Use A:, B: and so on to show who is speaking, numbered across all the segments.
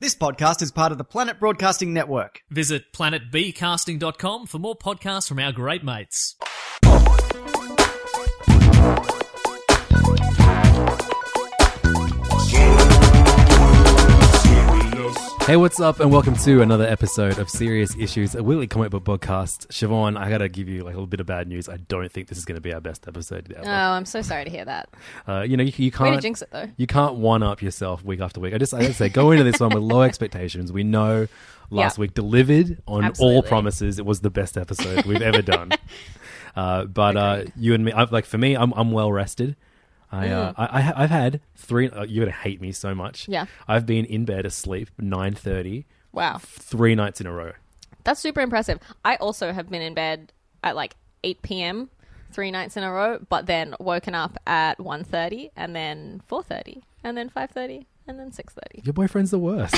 A: This podcast is part of the Planet Broadcasting Network.
B: Visit planetbcasting.com for more podcasts from our great mates.
C: Hey, what's up, and welcome to another episode of Serious Issues, a weekly comic book podcast. Siobhan, I gotta give you like a little bit of bad news. I don't think this is gonna be our best episode
D: Oh,
C: ever.
D: I'm so sorry to hear that.
C: Uh, you know, you, you
D: Oh. Way to
C: can't
D: jinx it, though.
C: You can't one up yourself week after week. I just, I just say go into this one with low expectations. We know last
D: Yeah.
C: week delivered on all
D: Absolutely.
C: promises. It was the best episode we've ever done. Uh, but uh, you and me, I've, like for me, I'm, I'm well rested. I, uh, I, I ha- I've had three. Uh, you're gonna hate me so much.
D: Mm. Yeah.
C: I've been in bed asleep nine thirty
D: Wow,
C: three nights in a row.
D: that's super impressive. I also have been in bed at like 8 p.m. three nights in a row, but then woken up at 1.30 and then 4.30 and then 5.30 and then 6.30.
C: Your boyfriend's the worst.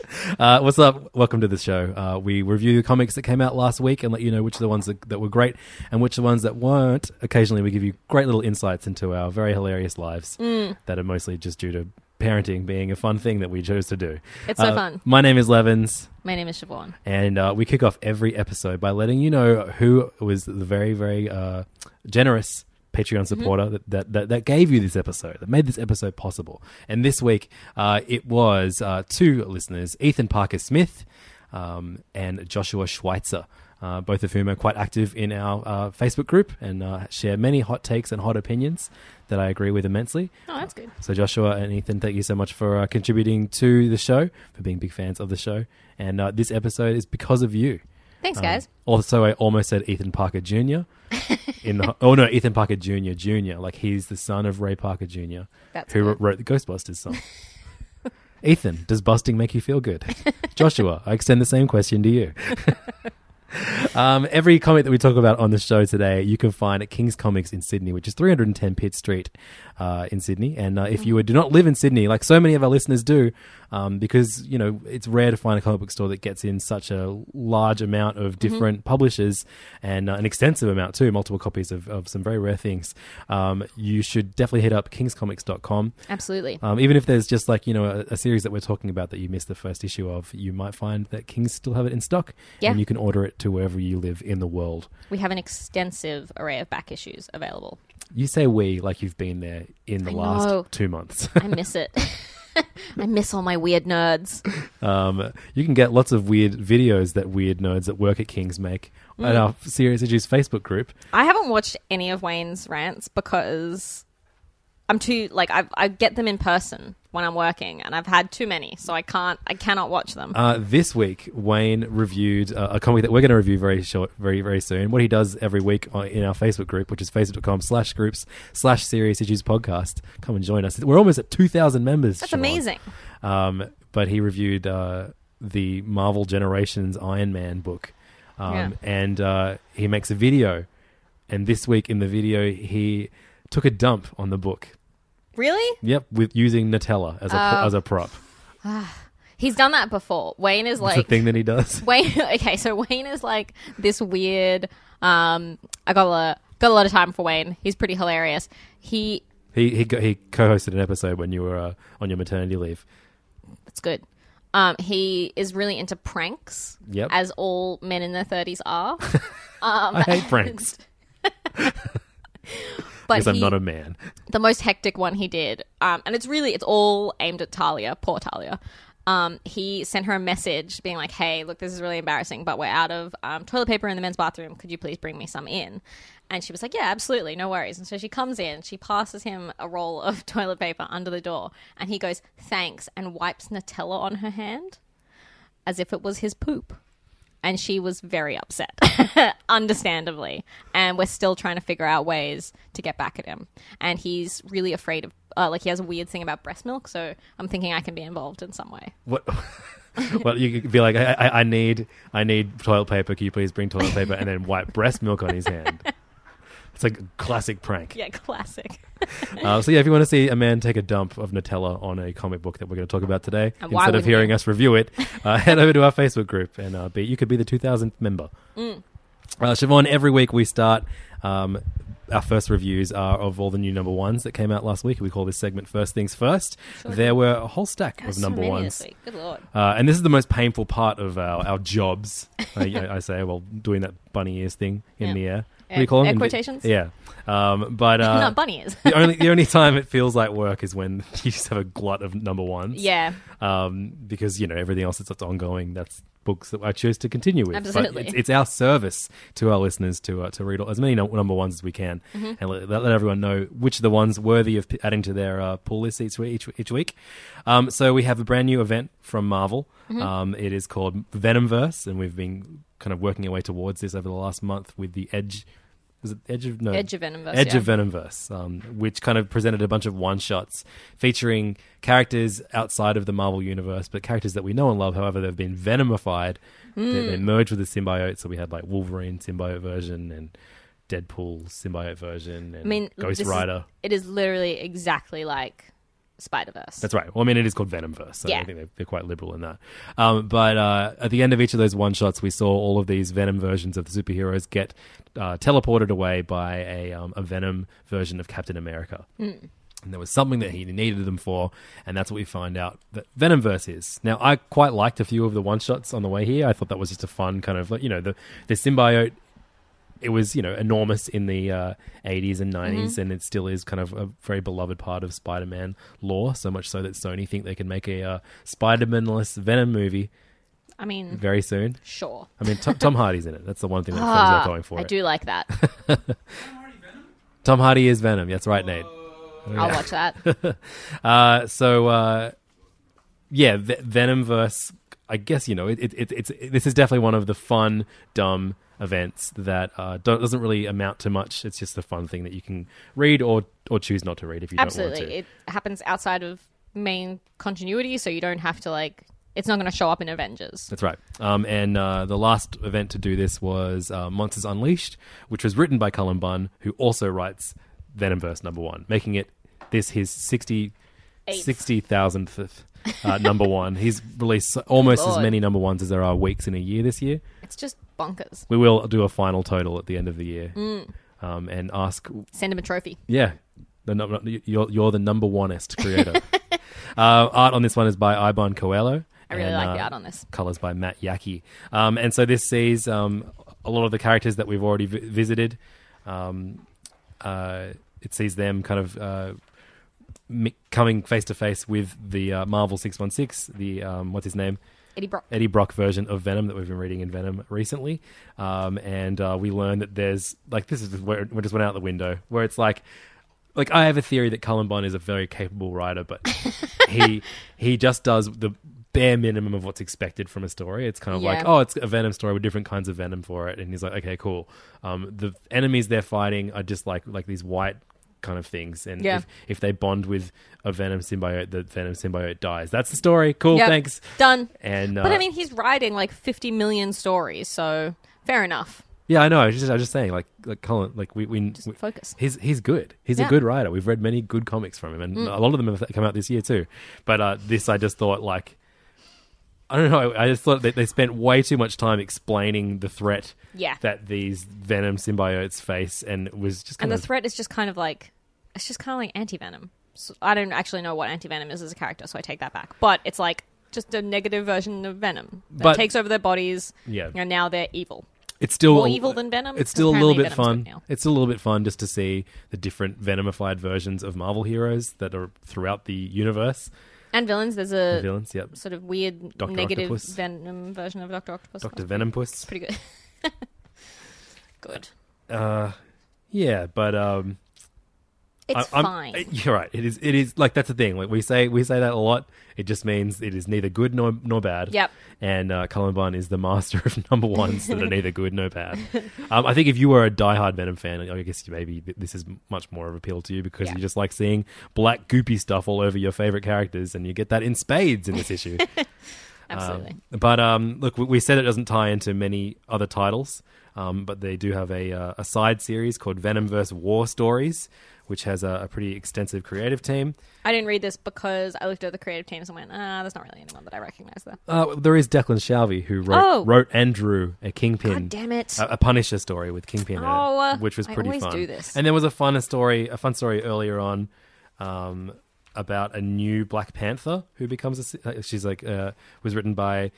C: uh, what's up? Welcome to the show. Uh, we review the comics that came out last week and let you know which are the ones that, that were great and which are the ones that weren't. Occasionally, we give you great little insights into our very hilarious lives
D: Mm.
C: that are mostly just due to parenting being a fun thing that we chose to do.
D: It's so
C: Uh,
D: fun.
C: My name is Levins.
D: My name is Siobhan.
C: And uh, we kick off every episode by letting you know who was the very, very uh, generous Patreon supporter that, that, that, that gave you this episode, that made this episode possible. And this week, uh, it was uh, two listeners, Ethan Parker Smith um, and Joshua Schweitzer. Uh, both of whom are quite active in our uh, Facebook group and uh, share many hot takes and hot opinions that I agree with immensely.
D: Oh, that's good.
C: So Joshua and Ethan, thank you so much for uh, contributing to the show, for being big fans of the show, and uh, this episode is because of you.
D: Thanks,
C: Um,
D: guys.
C: Also, I almost said Ethan Parker Jr. In the, oh no, Ethan Parker Jr. Jr. Like he's the son of Ray Parker Jr.
D: That's
C: who
D: good.
C: wrote the Ghostbusters song. Ethan, does busting make you feel good? Joshua, I extend the same question to you. Um, every comic that we talk about on the show today, you can find at King's Comics in Sydney, which is 310 Pitt Street uh, in Sydney. And uh, if you do not live in Sydney, like so many of our listeners do, um, because you know it's rare to find a comic book store that gets in such a large amount of different publishers and uh, an extensive amount too, multiple copies of, of some very rare things. Um, you should definitely hit up kingscomics.com.
D: Absolutely.
C: Um, even if there's just like you know a, a series that we're talking about that you missed the first issue of, you might find that Kings still have it in stock,
D: Yeah.
C: and you can order it to wherever you live in the world.
D: we have an extensive array of back issues available.
C: You say we like you've been there in the
D: I
C: last
D: know.
C: two months.
D: I miss it. I miss all my weird nerds.
C: um, you can get lots of weird videos that weird nerds that work at Kings make
D: Mm.
C: at our Serious Issues Facebook group.
D: I haven't watched any of Wayne's rants because I'm too like I I get them in person when I'm working, and I've had too many, so I can't I cannot watch them.
C: Uh, this week, Wayne reviewed uh, a comic that we're going to review very short, very, very soon. What he does every week on, in our Facebook group, which is facebook.com slash groups slash serious issues podcast. Come and join us. We're almost at 2,000 members.
D: That's
C: Siobhan.
D: amazing.
C: Um, but he reviewed uh, the Marvel Generations Iron Man book. Um,
D: Yeah.
C: And uh, he makes a video. And this week in the video, he took a dump on the book.
D: Really?
C: Yep, with using Nutella as a,
D: Oh.
C: as a prop.
D: He's done that before. Wayne is
C: It's a
D: like
C: thing that he does.
D: Wayne. Okay, so Wayne is like this weird. Um, I got a lot, got a lot of time for Wayne. He's pretty hilarious. He
C: He he go- he co-hosted an episode when you were uh, on your maternity leave.
D: that's good. Um, he is really into pranks,
C: Yep.
D: as all Um, men in their thirties are.
C: I hate pranks.
D: But
C: because I'm
D: he-
C: not a man.
D: the most hectic one he did, um, and it's really it's all aimed at Talia, poor Talia. Um, he sent her a message being like, "Hey, look, this is really embarrassing, but we're out of um, toilet paper in the men's bathroom. Could you please bring me some in?" And she was like, "Yeah, absolutely, no worries." And so she comes in, she passes him a roll of toilet paper under the door, and he goes, "Thanks," and wipes Nutella on her hand as if it was his poop. And she was very upset, understandably. And we're still trying to figure out ways to get back at him. And he's really afraid of, uh, like, he has a weird thing about breast milk. So I'm thinking I can be involved in some way.
C: What? well, you could be like, I, I, I need, I need toilet paper. Can you please bring toilet paper? And then wipe breast milk on his hand. It's like a classic prank.
D: Yeah, classic.
C: Uh, so yeah, if you want to see a man take a dump of Nutella on a comic book that we're going to talk about today,
D: And Uh, why
C: instead
D: wouldn't
C: of hearing
D: you?
C: us review it, uh, head over to our Facebook group and uh, be, you could be the 2000th member.
D: Mm.
C: Uh, Siobhan, every week we start. Um, our first reviews are of all the new number ones that came out last week. We call this segment First Things First. There were a whole stack of
D: So
C: number
D: many
C: ones.
D: This week. Good lord.
C: Uh, and this is the most painful part of our, our jobs, I, I- I say, while doing that bunny ears thing in
D: Yeah.
C: the air. What
D: Air-
C: do you call them?
D: air
C: In the-
D: quotations?
C: Yeah. Um, but uh,
D: no, bunny is.
C: the only the only time it feels like work is when you just have a glut of number ones.
D: yeah.
C: Um, because you know everything else that's that's ongoing. That's books that I choose to continue with. But
D: Absolutely.
C: it's, it's our service to our listeners to uh, to read as many no- number ones as we can,
D: Mm-hmm.
C: and let, let everyone know which are the ones worthy of p- adding to their uh, pull list each week. Each, each week. Um, so we have a brand new event from Marvel.
D: Mm-hmm.
C: Um, it is called Venomverse, and we've been kind of working our way towards this over the last month with the Edge. Is it Edge of no
D: Edge of Venomverse,
C: Edge
D: yeah.
C: of Venomverse, um, which kind of presented a bunch of one shots featuring characters outside of the Marvel universe, but characters that we know and love. However, they've been venomified. They,
D: Hmm.
C: they merged with the symbiote, so we had like Wolverine symbiote version and Deadpool symbiote version and
D: I mean,
C: Ghost
D: this is-
C: Rider.
D: it is literally exactly like Spider Verse.
C: That's right. Well, I mean, it is called Venomverse, so I
D: Yeah.
C: think they're, they're quite liberal in that. Um, but uh, at the end of each of those one shots, we saw all of these Venom versions of the superheroes get uh, teleported away by a, um, a Venom version of Captain America. And there was something that he needed them for, and that's what we find out that Venomverse is. Now, I quite liked a few of the one shots on the way here. I thought that was just a fun kind of, like, you know, the, the symbiote it was you know enormous in the uh, 80s and
D: Mm-hmm.
C: 90s and it still is kind of a very beloved part of spider-man lore so much so that sony think they can make a uh, spider-man-less venom movie
D: I mean,
C: very soon
D: sure.
C: i mean tom, tom hardy's in it that's the one thing that films are going for
D: Ah, I
C: it.
D: do like that.
C: tom hardy is venom that's right nate
D: I'll watch that.
C: Uh, so uh, yeah, v- Venomverse. I guess you know it, it, it, it's it- this is definitely one of the fun, dumb events that uh, don't, doesn't really amount to much. It's just a fun thing that you can read or or choose not to read if you don't want
D: Absolutely.
C: to.
D: It happens outside of main continuity, so you don't have to like it's not going to show up in Avengers.
C: That's right. Um, and uh, the last event to do this was uh, Monsters Unleashed, which was written by Cullen Bunn, who also writes Venomverse number one, making it this his 60
D: Eighth.
C: 60,000th uh, number one. He's released almost as
D: Lord.
C: many number ones as there are weeks in a year this year.
D: It's just bonkers.
C: We will do a final total at the end of the year
D: Mm.
C: um, and ask
D: Send him a trophy.
C: yeah. The num- you're, you're the number oneest creator. uh, art on this one is by Ibon Coelho. uh,
D: I really like the art on this.
C: Colors by Matt Yaki. Um, and so this sees um, a lot of the characters that we've already vi- visited. Um, uh, it sees them kind of uh, mi- coming face to face with the uh, Marvel 616, the, um, what's his name?
D: Eddie Brock.
C: Eddie Brock version of Venom that we've been reading in Venom recently, um, and uh, we learn that there's like this is where we just went out the window where it's like, like I have a theory that Cullen Bunn is a very capable writer, but he he just does the bare minimum of what's expected from a story. It's kind of like
D: Yeah.
C: oh, it's a Venom story with different kinds of Venom for it, and he's like, okay, cool. Um, the enemies they're fighting are just like like these white kind of things and
D: Yeah.
C: if, if they bond with a venom symbiote the venom symbiote dies that's the story cool
D: Yep.
C: thanks
D: Done.
C: and uh,
D: but I mean, he's writing like 50 million stories, so fair enough.
C: Yeah, I know. I was just, I was just saying, like, like Colin, like we, we, we-
D: focus.
C: He's he's good. He's a
D: Yeah. Mm.
C: good writer. We've read many good comics from him, and a lot of them have come out this year too. But uh, this, I just thought, like, I don't know. I just thought that they spent way too much time explaining the threat
D: Yeah.
C: that these Venom symbiotes face, and it was just kind
D: And the
C: of
D: threat is just kind of like it's just kind of like anti-venom. So I don't actually know what anti-venom is as a character, so I take that back. But it's like just a negative version of venom that
C: But-
D: takes over their bodies
C: Yeah.
D: and now they're evil.
C: It's still
D: More evil than Venom?
C: It's still a
D: Apparently
C: little bit
D: Venom's
C: fun.
D: good now.
C: It's still a little bit fun just to see the different Venomified versions of Marvel heroes that are throughout the universe.
D: And villains, there's a
C: Villains, yep.
D: sort of weird
C: Dr.
D: negative
C: Octopus.
D: Venom version of Doctor Octopus.
C: Doctor Venompus.
D: Pretty good. good.
C: Yeah, but um,
D: It's
C: I- I'm-
D: fine.
C: uh, You're right. It is. It is like that's the thing. Like we say, we say that a lot. It just means it is neither good nor nor bad.
D: Yep.
C: And uh, Columbine is the master of number ones that are neither good nor bad. Um, I think if you were a diehard Venom fan, I guess you maybe th- this is much more of appeal to you because
D: Yeah.
C: you just like seeing black goopy stuff all over your favorite characters, and you get that in spades in this issue.
D: Absolutely.
C: But um, look, we, we said it doesn't tie into many other titles, um, but they do have a, uh, a side series called Venom vs. War Stories, which has a, a pretty extensive creative team.
D: I didn't read this because I looked at the creative teams and went, ah, there's not really anyone that I recognize there.
C: Uh, there is Declan Shalvey, who wrote,
D: Oh.
C: wrote and drew a Kingpin.
D: God damn it.
C: A, a Punisher story with Kingpin in it,
D: Oh,
C: which was
D: I
C: pretty
D: always
C: fun.
D: do this.
C: And there was a fun story, a fun story earlier on um, about a new Black Panther who becomes a. se- uh, She's like uh, was written by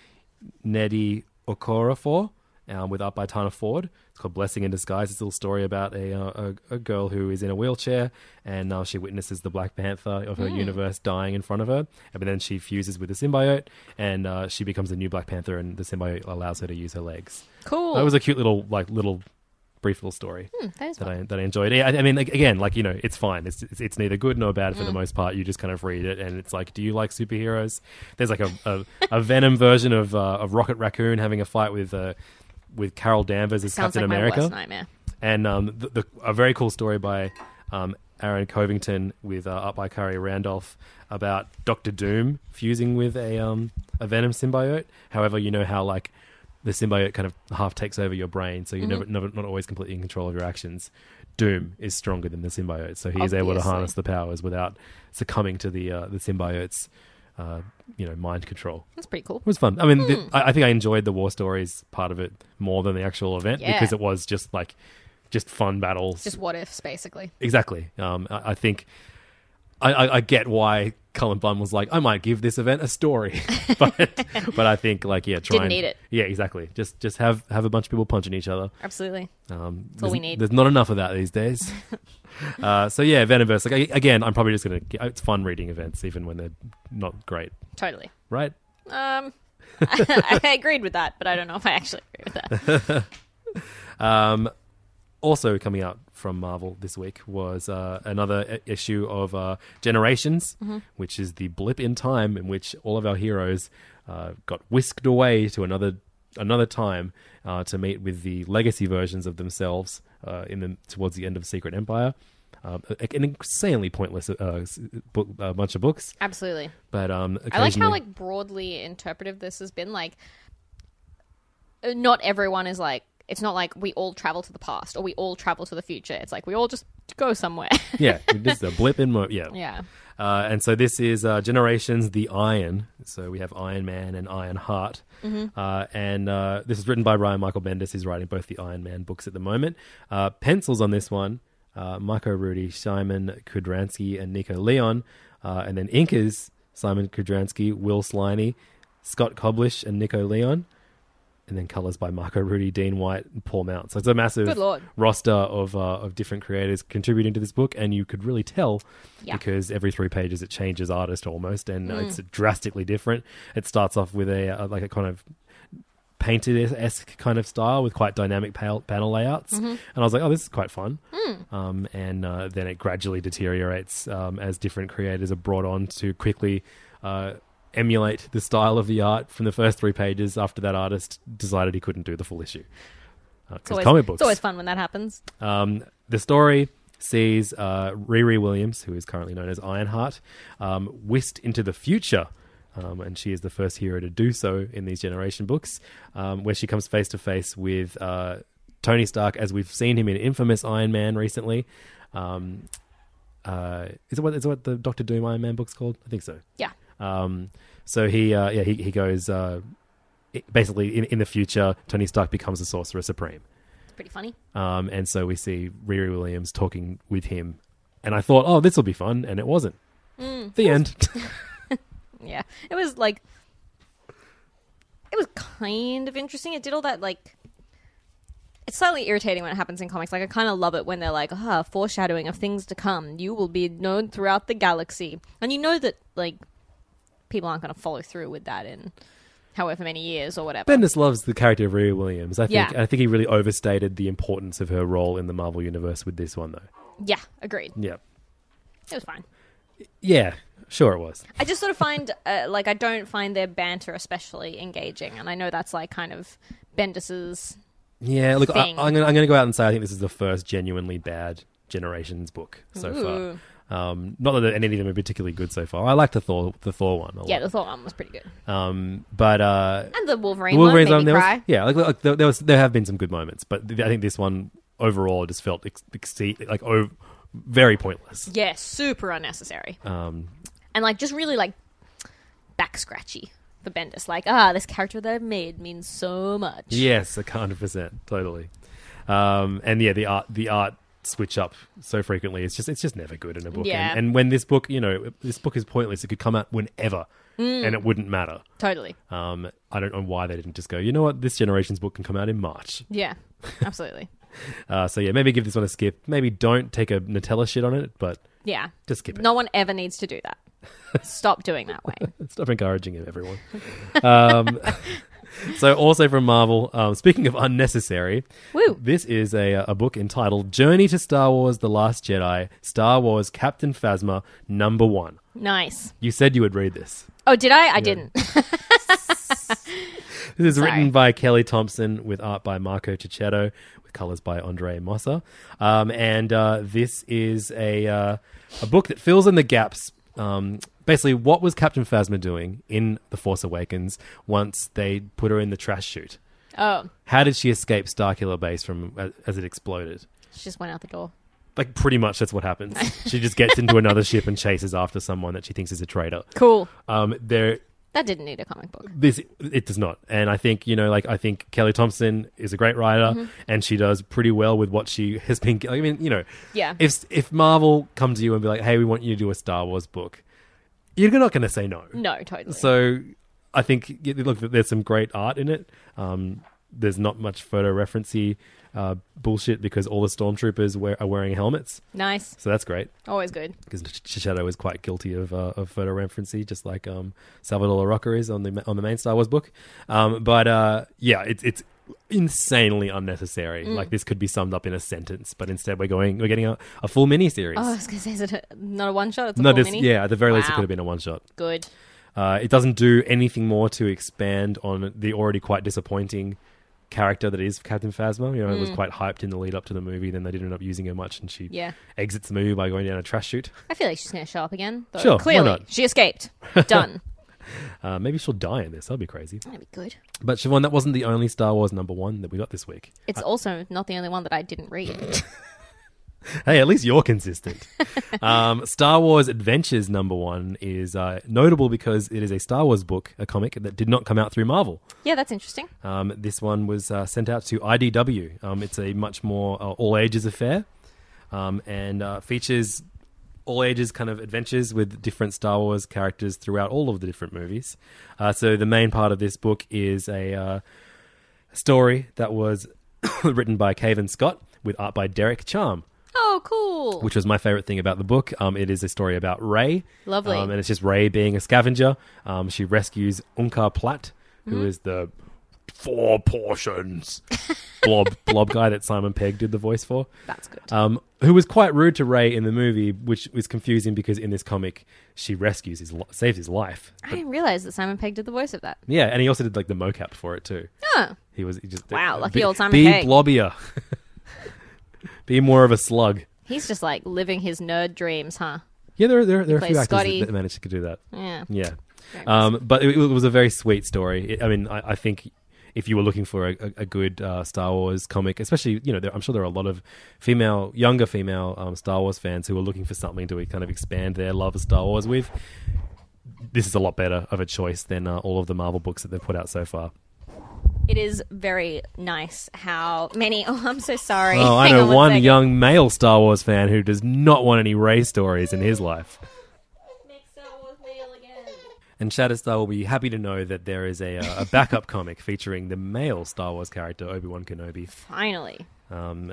C: Neddy Okorafor um, with art by Tana Ford. It's called Blessing in Disguise. It's a little story about a, uh, a, a girl who is in a wheelchair and now she witnesses the Black Panther of her
D: Hmm.
C: universe dying in front of her. But then she fuses with the symbiote and uh, she becomes the new Black Panther and the symbiote allows her to use her legs.
D: Cool. Hmm,
C: That was a cute little, like, little brief little story
D: that is
C: that
D: fun.
C: I that I enjoyed. Yeah, I, I mean, like, again, like you know, it's fine. It's it's, it's neither good nor bad for
D: Mm.
C: the most part. You just kind of read it, and it's like, do you like superheroes? There's like a a, a Venom version of uh, of Rocket Raccoon having a fight with uh, with Carol Danvers as
D: Sounds
C: Captain
D: like
C: America,
D: my worst nightmare.
C: and um, the, the, a very cool story by um, Aaron Covington with uh, art by Kari Randolph about Doctor Doom fusing with a um, a Venom symbiote. However, you know how like the symbiote kind of half takes over your brain, so you're never, never not always completely in control of your actions. Doom is stronger than the symbiote, so he's able to
D: Obviously.
C: harness the powers without succumbing to the uh, the symbiote's uh, you know mind control.
D: That's pretty cool.
C: It was fun. I mean, the,
D: Hmm.
C: I, I think I enjoyed the war stories part of it more than the actual event
D: Yeah.
C: because it was just like just fun battles.
D: Just what ifs, basically.
C: exactly. Um, I, I think I, I, I get why Cullen Bunn was like, I might give this event a story, but but I think like yeah, try
D: Didn't
C: and,
D: need it.
C: Yeah, exactly. Just just have have a bunch of people punching each other.
D: Absolutely.
C: Um,
D: all
C: there's-
D: we need.
C: There's not enough of that these days. uh, so yeah, Venomverse. Like I, again, I'm probably just gonna. It's fun reading events even when they're not great,
D: Totally.
C: right?
D: Um, I agreed with that, but I don't know if I actually agree with that.
C: Um, also coming out from Marvel this week was uh, another i- issue of uh, Generations,
D: Mm-hmm.
C: which is the blip in time in which all of our heroes uh, got whisked away to another another time uh, to meet with the legacy versions of themselves uh, in the towards the end of Secret Empire. Um, a- an insanely pointless uh, s- book, a bunch of books,
D: Absolutely.
C: but um,
D: I like how
C: occasionally-
D: like broadly interpretive this has been. Like, uh, not everyone is like. It's not like we all travel to the past or we all travel to the future. It's like we all just go somewhere.
C: yeah, this is a blip in mo- yeah
D: yeah.
C: Uh, and so this is uh, Generations the Iron. So we have Iron Man and Iron Heart.
D: Mm-hmm.
C: Uh, and uh, this is written by Ryan Michael Bendis. He's writing both the Iron Man books at the moment. Uh, pencils on this one uh, Marco Rudy, Simon Kudransky, and Nico Leon. Uh, and then inkers Simon Kudransky, Will Sliney, Scott Coblish, and Nico Leon. And then colors by Marco Rudy, Dean White, and Paul Mount. So it's a massive
D: Good lord.
C: roster of uh, of different creators contributing to this book, and you could really tell
D: Yeah. Mm.
C: because every three pages it changes artist almost, and uh, it's drastically different. It starts off with a uh, like a kind of painted esque kind of style with quite dynamic pal- panel layouts,
D: Mm-hmm.
C: and I was like, oh, this is quite fun.
D: Mm.
C: Um, and uh, then it gradually deteriorates um, as different creators are brought on to quickly. Uh, emulate the style of the art from the first three pages after that artist decided he couldn't do the full issue uh, 'cause
D: It's always,
C: comic books
D: It's always fun when that happens.
C: um, the story sees uh, Riri Williams, who is currently known as Ironheart, um, whisked into the future. Um, and she is the first hero to do so in these Generation books, um, where she comes face to face with uh, Tony Stark, as we've seen him in Infamous Iron Man recently. Um, uh, is, it what, is it what the Doctor Doom Iron Man book's called? I think so.
D: Yeah.
C: Um, so he, uh, yeah, he, he goes uh, i- basically in, in the future, Tony Stark becomes the Sorcerer Supreme.
D: It's pretty funny.
C: Um, and so we see Riri Williams talking with him. And I thought, oh, this will be fun. And it wasn't.
D: Mm.
C: the end.
D: Yeah. It was like it was kind of interesting. It did all that like it's slightly irritating when it happens in comics. Like I kind of love it when they're like, "Ah, foreshadowing of things to come. You will be known throughout the galaxy," and you know that like people aren't going to follow through with that in however many years or whatever.
C: Bendis loves the character of Riri Williams. I think
D: Yeah.
C: I think he really overstated the importance of her role in the Marvel universe with this one though.
D: yeah, agreed.
C: Yeah.
D: It was fine.
C: Yeah, sure it was.
D: I just sort of find, uh, like, I don't find their banter especially engaging, and I know that's like kind of Bendis's.
C: Yeah, look, I, I'm
D: Thing.
C: gonna I'm gonna go out and say I think this is the first genuinely bad Generations book so
D: Ooh.
C: far. Um, not that any of them are particularly good so far. I like the Thor the Thor one. A
D: Yeah,
C: lot.
D: the Thor one was pretty good,
C: Um, but uh,
D: and the Wolverine,
C: The Wolverine's
D: one made me
C: there was-
D: cry.
C: yeah, like, like, there, there was there have been some good moments, but th- I think this one overall just felt ex- exceed, like oh, very pointless.
D: Yeah, super unnecessary.
C: Um,
D: and like just really like back scratchy for Bendis. Like, ah, this character that I've made means so much.
C: yes, a hundred percent, totally. Um, and yeah, the art the art switch up so frequently. It's just it's just never good in a book.
D: Yeah.
C: And, and when this book, you know, this book is pointless. It could come out whenever,
D: Mm.
C: and it wouldn't matter.
D: totally.
C: Um, I don't know why they didn't just go. You know what? This generation's book can come out in March.
D: Yeah, absolutely.
C: Uh, so yeah, maybe give this one a skip. Maybe don't take a Nutella shit on it, but
D: Yeah,
C: just skip it.
D: no one ever needs to do that. Stop doing that way.
C: Stop encouraging him, everyone. um, so, also from Marvel, um, speaking of unnecessary,
D: Woo.
C: this is a, a book entitled Journey to Star Wars The Last Jedi, Star Wars Captain Phasma, number one.
D: Nice.
C: You said you would read this.
D: Oh, did I? I didn't.
C: This is
D: Sorry.
C: written by Kelly Thompson with art by Marco Cicchetto, with colors by Andre Mossa. Um, and uh, this is a, uh, a book that fills in the gaps. Um, basically, what was Captain Phasma doing in The Force Awakens once they put her in the trash chute?
D: oh,
C: How did she escape Starkiller Base from as, as it exploded?
D: she just went out the door.
C: Like pretty much that's what happens. She just gets into another ship and chases after someone that she thinks is a traitor.
D: Cool.
C: Um, there
D: That didn't need a comic book.
C: this it does not and i think you know like i think kelly thompson is a great writer and she does pretty well with what she has been i mean you know
D: Yeah.
C: if if marvel come to you and be like hey we want you to do a star wars book you're not going to say no
D: No, totally.
C: so i think yeah, look there's some great art in it um there's not much photo referencey uh, bullshit because all the stormtroopers wear, are wearing helmets
D: nice.
C: so that's great
D: Always good.
C: because Shadow is quite guilty of uh, of photo referencey, just like um, Salvador LaRocca is on the on the main Star Wars book. Um, but uh, yeah, it's it's insanely unnecessary.
D: Mm.
C: Like this could be summed up in a sentence, but instead we're going we're getting a, a full mini series.
D: Oh, I was gonna say, is it a, not a one shot? It's a
C: no,
D: full
C: this,
D: mini.
C: yeah, at the very least it
D: Wow.
C: could have been a one shot.
D: Good.
C: Uh, it doesn't do anything more to expand on the already quite disappointing character that is Captain Phasma. You know, it was quite hyped in the lead up to the movie, then they didn't end up using her much, and she
D: Mm. Yeah.
C: exits the movie by going down a trash chute.
D: I feel like she's gonna show up again. Though.
C: Sure, why
D: Clearly,
C: not?
D: she escaped. Done.
C: Uh, maybe she'll die in this. That'd be crazy.
D: That'd be good.
C: But Siobhan, that wasn't the only Star Wars number one that we got this week.
D: It's also not the only one that I didn't read.
C: Hey, at least you're consistent. um, Star Wars Adventures number one is uh, notable because it is a Star Wars book, a comic that did not come out through Marvel.
D: yeah, that's interesting.
C: Um, this one was uh, sent out to IDW. Um, it's a much more uh, all ages affair um, and uh, features all ages kind of adventures with different Star Wars characters throughout all of the different movies. Uh, so the main part of this book is a uh, story that was written by Caven Scott with art by Derek Charm
D: Oh, cool.
C: which was my favorite thing about the book. Um, it is a story about Ray.
D: Lovely.
C: Um, and it's just Ray being a scavenger. Um, she rescues Unkar Platt, who is
D: Hmm?
C: the four portions blob blob guy that Simon Pegg did the voice for.
D: That's good.
C: Um, who was quite rude to Ray in the movie, which was confusing because in this comic she rescues his li- saves his life.
D: I didn't realize that Simon Pegg did the voice of that.
C: Yeah, and he also did like the mocap for it too.
D: Oh,
C: He was he just uh,
D: Wow, lucky
C: be-
D: old Simon
C: Be
D: Pegg.
C: blobbier. be more of a slug.
D: he's just like living his nerd dreams, huh?
C: Yeah, there, there, there are a
D: plays
C: few actors
D: Scotty.
C: that, that managed to do that.
D: Yeah.
C: Yeah. Um, but it, it was a very sweet story. It, I mean, I, I think if you were looking for a, a, a good uh, Star Wars comic, especially, you know, there, I'm sure there are a lot of female, younger female um, Star Wars fans who are looking for something to kind of expand their love of Star Wars with. This is a lot better of a choice than uh, all of the Marvel books that they've put out so far.
D: It is very nice how many. Oh, I'm so sorry.
C: Oh, I
D: Hang
C: know
D: on one
C: one
D: second.
C: young male Star Wars fan who does not want any Ray stories in his life. And Shatterstar will be happy to know that there is a, uh, a backup comic featuring the male Star Wars character Obi Wan Kenobi,
D: Finally.
C: um,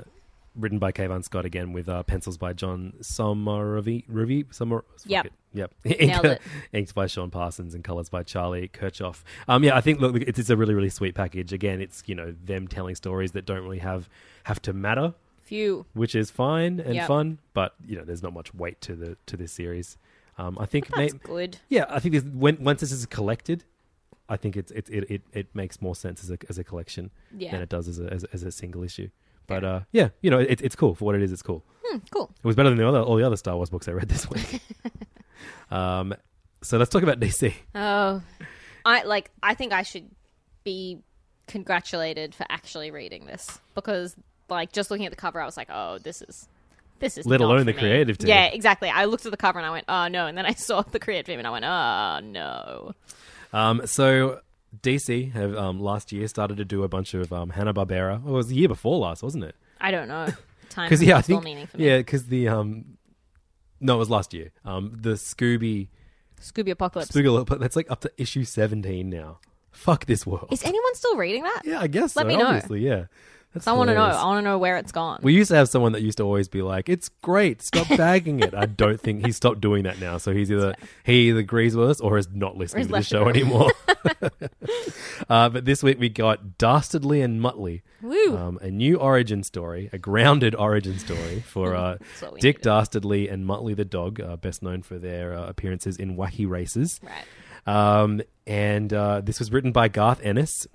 C: written by Kayvon Scott again with uh, pencils by John Somaravi. Ravi, Somar- fuck
D: Yep.
C: it. Yep.
D: Nailed it.
C: Inked by Sean Parsons and colors by Charlie Kirchhoff. Um, yeah, I think look, it's, it's a really really sweet package. Again, it's you know them telling stories that don't really have have to matter
D: Phew.
C: which is fine and
D: Yep.
C: fun, but you know, there's not much weight to the to this series. Um, I think
D: That's
C: may-
D: good.
C: yeah, I think this, when, once this is collected, I think it's it it, it, it makes more sense as a, as a collection
D: Yeah.
C: than it does as a, as, a- as a single issue. But uh, yeah, you know, it, it's cool for what it is. It's cool.
D: Hmm, Cool.
C: It was better than the other all the other Star Wars books I read this week. um, so let's talk about DC.
D: Oh, I like. I think I should be congratulated for actually reading this because, like, just looking at the cover, I was like, "Oh, this is this is."
C: Let
D: not
C: alone
D: for
C: the
D: me.
C: creative team.
D: Yeah, exactly. I looked at the cover and I went, "Oh no!" And then I saw the creative team and I went, "Oh no."
C: Um, so DC have um, last year started to do a bunch of um, Hanna Barbera. Well, it was the year before last, wasn't it?
D: I don't know. Time
C: because yeah, I
D: has no
C: think
D: meaning for me.
C: yeah, because the um, no, it was last year. Um, the Scooby
D: Scooby Apocalypse.
C: Spoogle, but that's like up to issue seventeen now. Fuck this world.
D: is anyone still reading that?
C: yeah, I guess.
D: Let
C: so,
D: me know.
C: Obviously, yeah. That's
D: I want to know.
C: hilarious.
D: I want to know where it's gone.
C: We used to have someone that used to always be like, "It's great, stop bagging it." I don't think he stopped doing that now. So he's either he either agrees with us or is not
D: he's
C: listening to the
D: left
C: show
D: it
C: anymore. uh, but this week we got Dastardly and Muttley,
D: Woo.
C: Um, a new origin story, a grounded origin story for uh,
D: That's what we
C: Dick
D: needed.
C: Dastardly and Muttley the dog, uh, best known for their uh, appearances in Wacky Races.
D: right.
C: Um, and uh, this was written by Garth Ennis.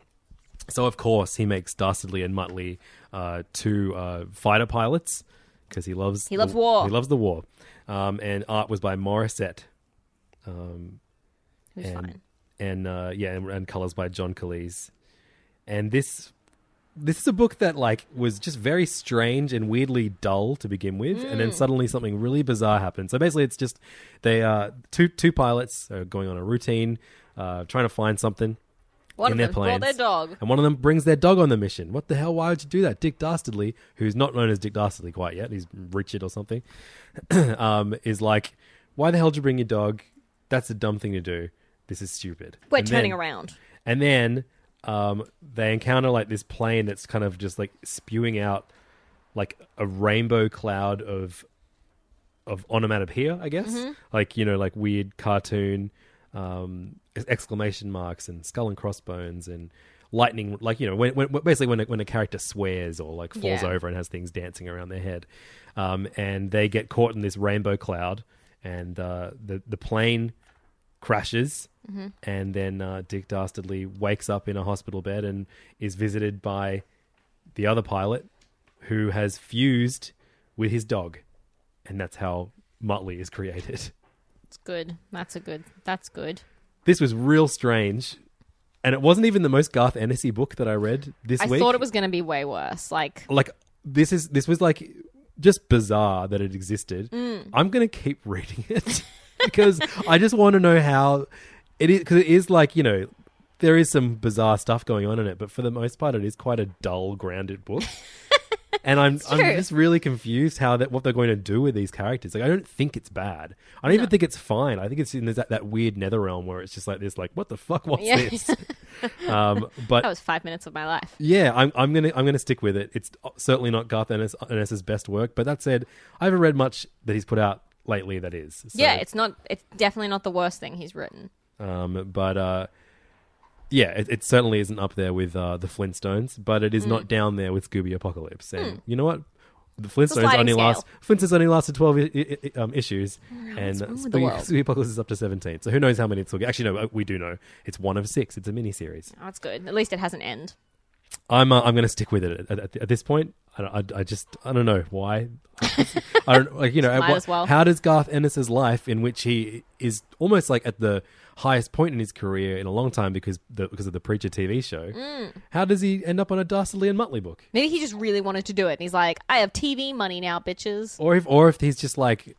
C: So, of course, he makes Dastardly and Muttley uh, two uh, fighter pilots because he loves
D: He loves war.
C: He loves the war. Um, and art was by Morissette.
D: Who's
C: And,
D: fine?
C: And uh, yeah, and, and colors by John Calise. And this this is a book that like was just very strange and weirdly dull to begin with, and
D: Mm.
C: then suddenly something really bizarre happened. So basically, it's just they uh, two two pilots are going on a routine, uh, trying to find something
D: One
C: in
D: of
C: their
D: them brought
C: plans.
D: their dog.
C: And one of them brings their dog on the mission. What the hell? Why would you do that? Dick Dastardly, who's not known as Dick Dastardly quite yet, he's Richard or something, um, is like, why the hell did you bring your dog? That's a dumb thing to do. This is stupid.
D: We're
C: And
D: turning
C: then-
D: around.
C: And then um, they encounter like this plane that's kind of just like spewing out like a rainbow cloud of of onomatopoeia, I guess. Like, you know, like weird cartoon um, exclamation marks and skull and crossbones and lightning. Like, you know, when, when basically when a, when a character swears or like falls
D: Yeah.
C: over and has things dancing around their head. Um, and they get caught in this rainbow cloud and uh, the, the plane crashes. And then uh, Dick Dastardly wakes up in a hospital bed and is visited by the other pilot who has fused with his dog and that's how Motley is created.
D: It's good. That's a good. That's good.
C: This was real strange, and it wasn't even the most Garth Ennisy book that I read this
D: I
C: week.
D: thought it was going to be way worse. Like,
C: like this is this was like just bizarre that it existed.
D: Mm.
C: I'm gonna keep reading it because I just want to know how it is because it is like you know there is some bizarre stuff going on in it, but for the most part, it is quite a dull, grounded book. And I'm, I'm
D: true.
C: just really confused how that what they're going to do with these characters. Like I don't think it's bad. I don't even think it's fine. I think it's in that, that weird nether realm where it's just like this, like what the fuck was
D: Yeah.
C: this? um, but
D: that was five minutes of my life.
C: yeah, I'm, I'm gonna I'm gonna stick with it. It's certainly not Garth Ennis, Ennis's best work, but that said, I haven't read much that he's put out lately. That is, so,
D: Yeah, it's not. It's definitely not the worst thing he's written.
C: um, but uh, yeah, it, it certainly isn't up there with uh, the Flintstones, but it is
D: Mm.
C: not down there with Scooby Apocalypse. And you know what? The Flintstones
D: Hmm. sliding
C: only
D: scale. Hmm,
C: last Flintstones only lasted twelve I- I- I- um, issues, and
D: wrong with the
C: Scooby,
D: world?
C: Scooby Apocalypse is up to seventeen. So who knows how many it's will get? Actually, no, uh, we do know. It's one of six. It's a mini series.
D: That's good. At least it has an end.
C: I'm uh, I'm going to stick with it at, at, at this point. I, don't- I, I just I don't know why. I don't like you know. at
D: Might
C: what-
D: as well.
C: How does Garth Ennis's life, in which he is almost like at the highest point in his career in a long time because the, because of the Preacher TV show,
D: Mm.
C: how does he end up on a Dastardly and Muttley book?
D: Maybe he just really wanted to do it, and he's like, "I have TV money now, bitches."
C: Or if or if he's just like,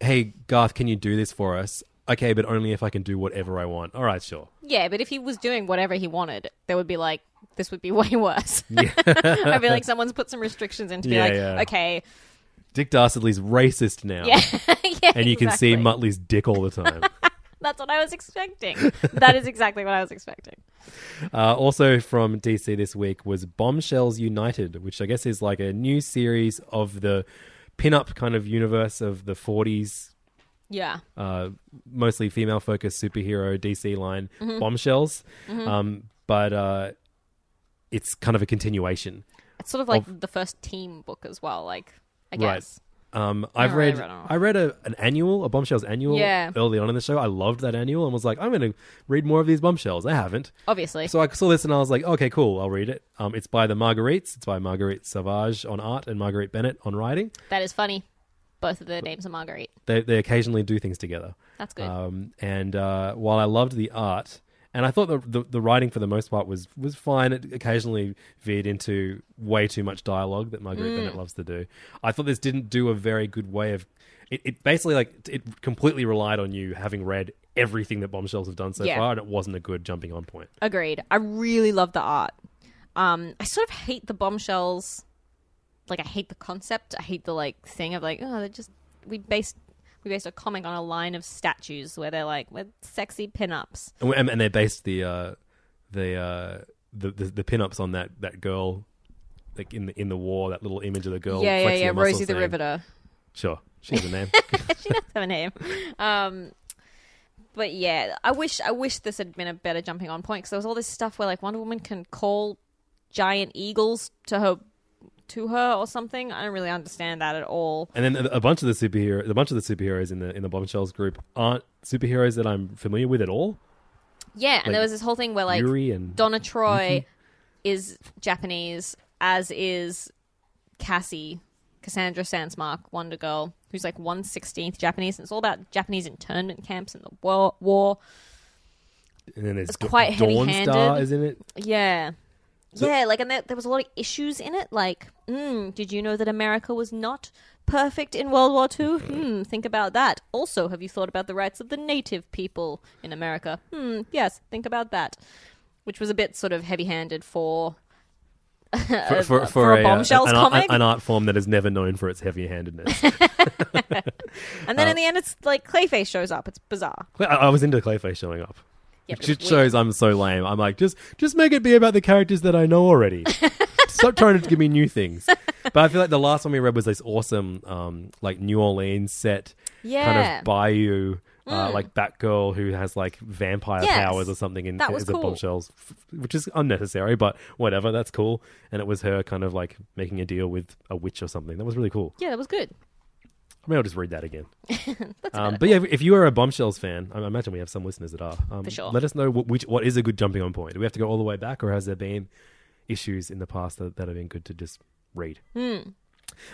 C: hey Garth, can you do this for us? Okay, but only if I can do whatever I want. All right, sure.
D: Yeah, but if he was doing whatever he wanted, there would be like, this would be way worse. I feel like someone's put some restrictions in to be
C: Yeah,
D: like,
C: yeah.
D: okay,
C: Dick Dastardly's racist now,
D: yeah,
C: and you can see
D: exactly.
C: Muttley's dick all the time.
D: That's what I was expecting. that is exactly what I was expecting.
C: Uh, also from DC this week was Bombshells United, which I guess is like a new series of the pin-up kind of universe of the 40s
D: Yeah.
C: uh, mostly female focused superhero DC line
D: Mm-hmm.
C: bombshells. Um, but uh, it's kind of a continuation.
D: It's sort of like the first team book as well, like I
C: Right.
D: guess.
C: Um, I've
D: I
C: read
D: read all.
C: I read a, an annual, a bombshells annual
D: Yeah.
C: early on in the show. I loved that annual and was like, I'm going to read more of these bombshells. I haven't.
D: Obviously.
C: So I saw this and I was like, okay, cool, I'll read it. Um, it's by the Marguerites. It's by Marguerite Savage on art and Marguerite Bennett on writing.
D: that is funny. Both of their names are Marguerite.
C: They, they occasionally do things together.
D: That's good.
C: Um, and uh, while I loved the art, and I thought the, the the writing for the most part was was fine. It occasionally veered into way too much dialogue that Margaret
D: Mm.
C: Bennett loves to do. I thought this didn't do a very good way of. It, it basically like it completely relied on you having read everything that Bombshells have done so
D: Yeah.
C: far, and it wasn't a good jumping on point.
D: Agreed. I really love the art. Um, I sort of hate the bombshells. Like I hate the concept. I hate the like thing of like oh they're just we based we based a comic on a line of statues where they're like with sexy pinups.
C: And, we- and, and they based the uh, the, uh, the the the pinups on that that girl, like in the in the war, that little image of the girl.
D: yeah, yeah,
C: flexing
D: yeah.
C: her muscles
D: Rosie the
C: thing.
D: Riveter.
C: Sure, she has a name.
D: she does have a name. Um, but yeah, I wish I wish this had been a better jumping on point because there was all this stuff where like Wonder Woman can call giant eagles to her to her or something. I don't really understand that at all.
C: And then a, a bunch of the superhero, a bunch of the superheroes in the in the Bombshells group aren't superheroes that I'm familiar with at all.
D: Yeah, and
C: Like,
D: there was this whole thing where like
C: Yuri and
D: Donna Troy is Japanese, as is Cassie, Cassandra Sandsmark, Wonder Girl, who's like one sixteenth Japanese, and it's all about Japanese internment camps and the war. war.
C: And then there's
D: It's
C: Da-
D: quite
C: Dawn
D: heavy-handed.
C: Star, isn't it?
D: Yeah. yeah, like, and there, there was a lot of issues in it. Like, mm, did you know that America was not perfect in World War II?
C: Mm-hmm.
D: Hmm, think about that. Also, have you thought about the rights of the native people in America? Hmm, yes, think about that. Which was a bit sort of heavy handed for.
C: For, for,
D: for a
C: uh,
D: Bombshells
C: an, ar-
D: comic?
C: an art form that is never known for its heavy-handedness.
D: And
C: Uh,
D: then in the end, it's like Clayface shows up. It's bizarre.
C: Cla- I I was into Clayface showing up.
D: Yeah,
C: It
D: but
C: just
D: it's weird.
C: shows I'm so lame. I'm like, just just make it be about the characters that I know already. Stop trying to give me new things. But I feel like the last one we read was this awesome, um, like New Orleans set kind
D: Yeah. Mm.
C: of bayou, uh, like Batgirl who has like vampire
D: Yes.
C: powers or something in
D: That was
C: as a
D: cool.
C: bombshells, f- which is unnecessary, but whatever, that's cool. And it was her kind of like making a deal with a witch or something. That was really cool.
D: Yeah, that was good.
C: I mean, I'll just read that again. um, but yeah, if- if you are a Bombshells fan, I imagine we have some listeners that are. Um,
D: For sure.
C: Let us know wh- which what is a good jumping on point. Do we have to go all the way back, or has there been issues in the past that, that have been good to just read?
D: Hmm.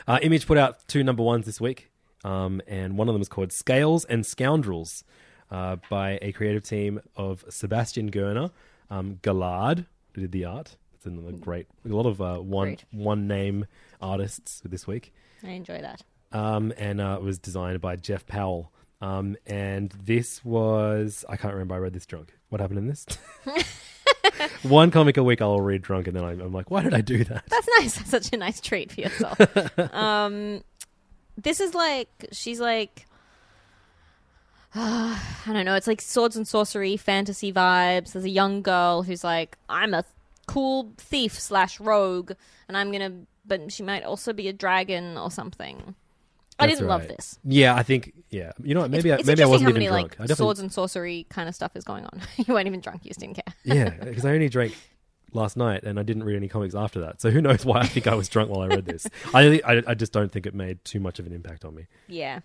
C: Uh, Image put out two number ones this week, um, and one of them is called Scales and Scoundrels uh, by a creative team of Sebastian Gerner, um, Gallard, who did the art. It's another great, a lot of uh, one
D: Hmm. Great.
C: one name artists this week
D: I enjoy that.
C: um, and uh, it was designed by Jeff Powell. Um, and this was I can't remember. I read this drunk. What happened in this? One comic a week I'll read drunk, and then I'm, I'm like, why did I do that?
D: That's nice. That's such a nice treat for yourself. um, this is like she's like I don't know. It's like swords and sorcery, fantasy vibes. There's a young girl who's like, I'm a cool thief slash rogue, and I'm gonna. But she might also be a dragon or something. I
C: That's
D: didn't love
C: right.
D: this.
C: Yeah, I think yeah. You know what? Maybe
D: It's
C: I, maybe I
D: interesting
C: wasn't
D: how many
C: even drunk.
D: like
C: I definitely
D: swords and sorcery kind of stuff is going on. you weren't even drunk. You just didn't care.
C: yeah, because I only drank last night and I didn't read any comics after that. So who knows why I think I was drunk while I read this? I I, I just don't think it made too much of an impact on me.
D: Yeah,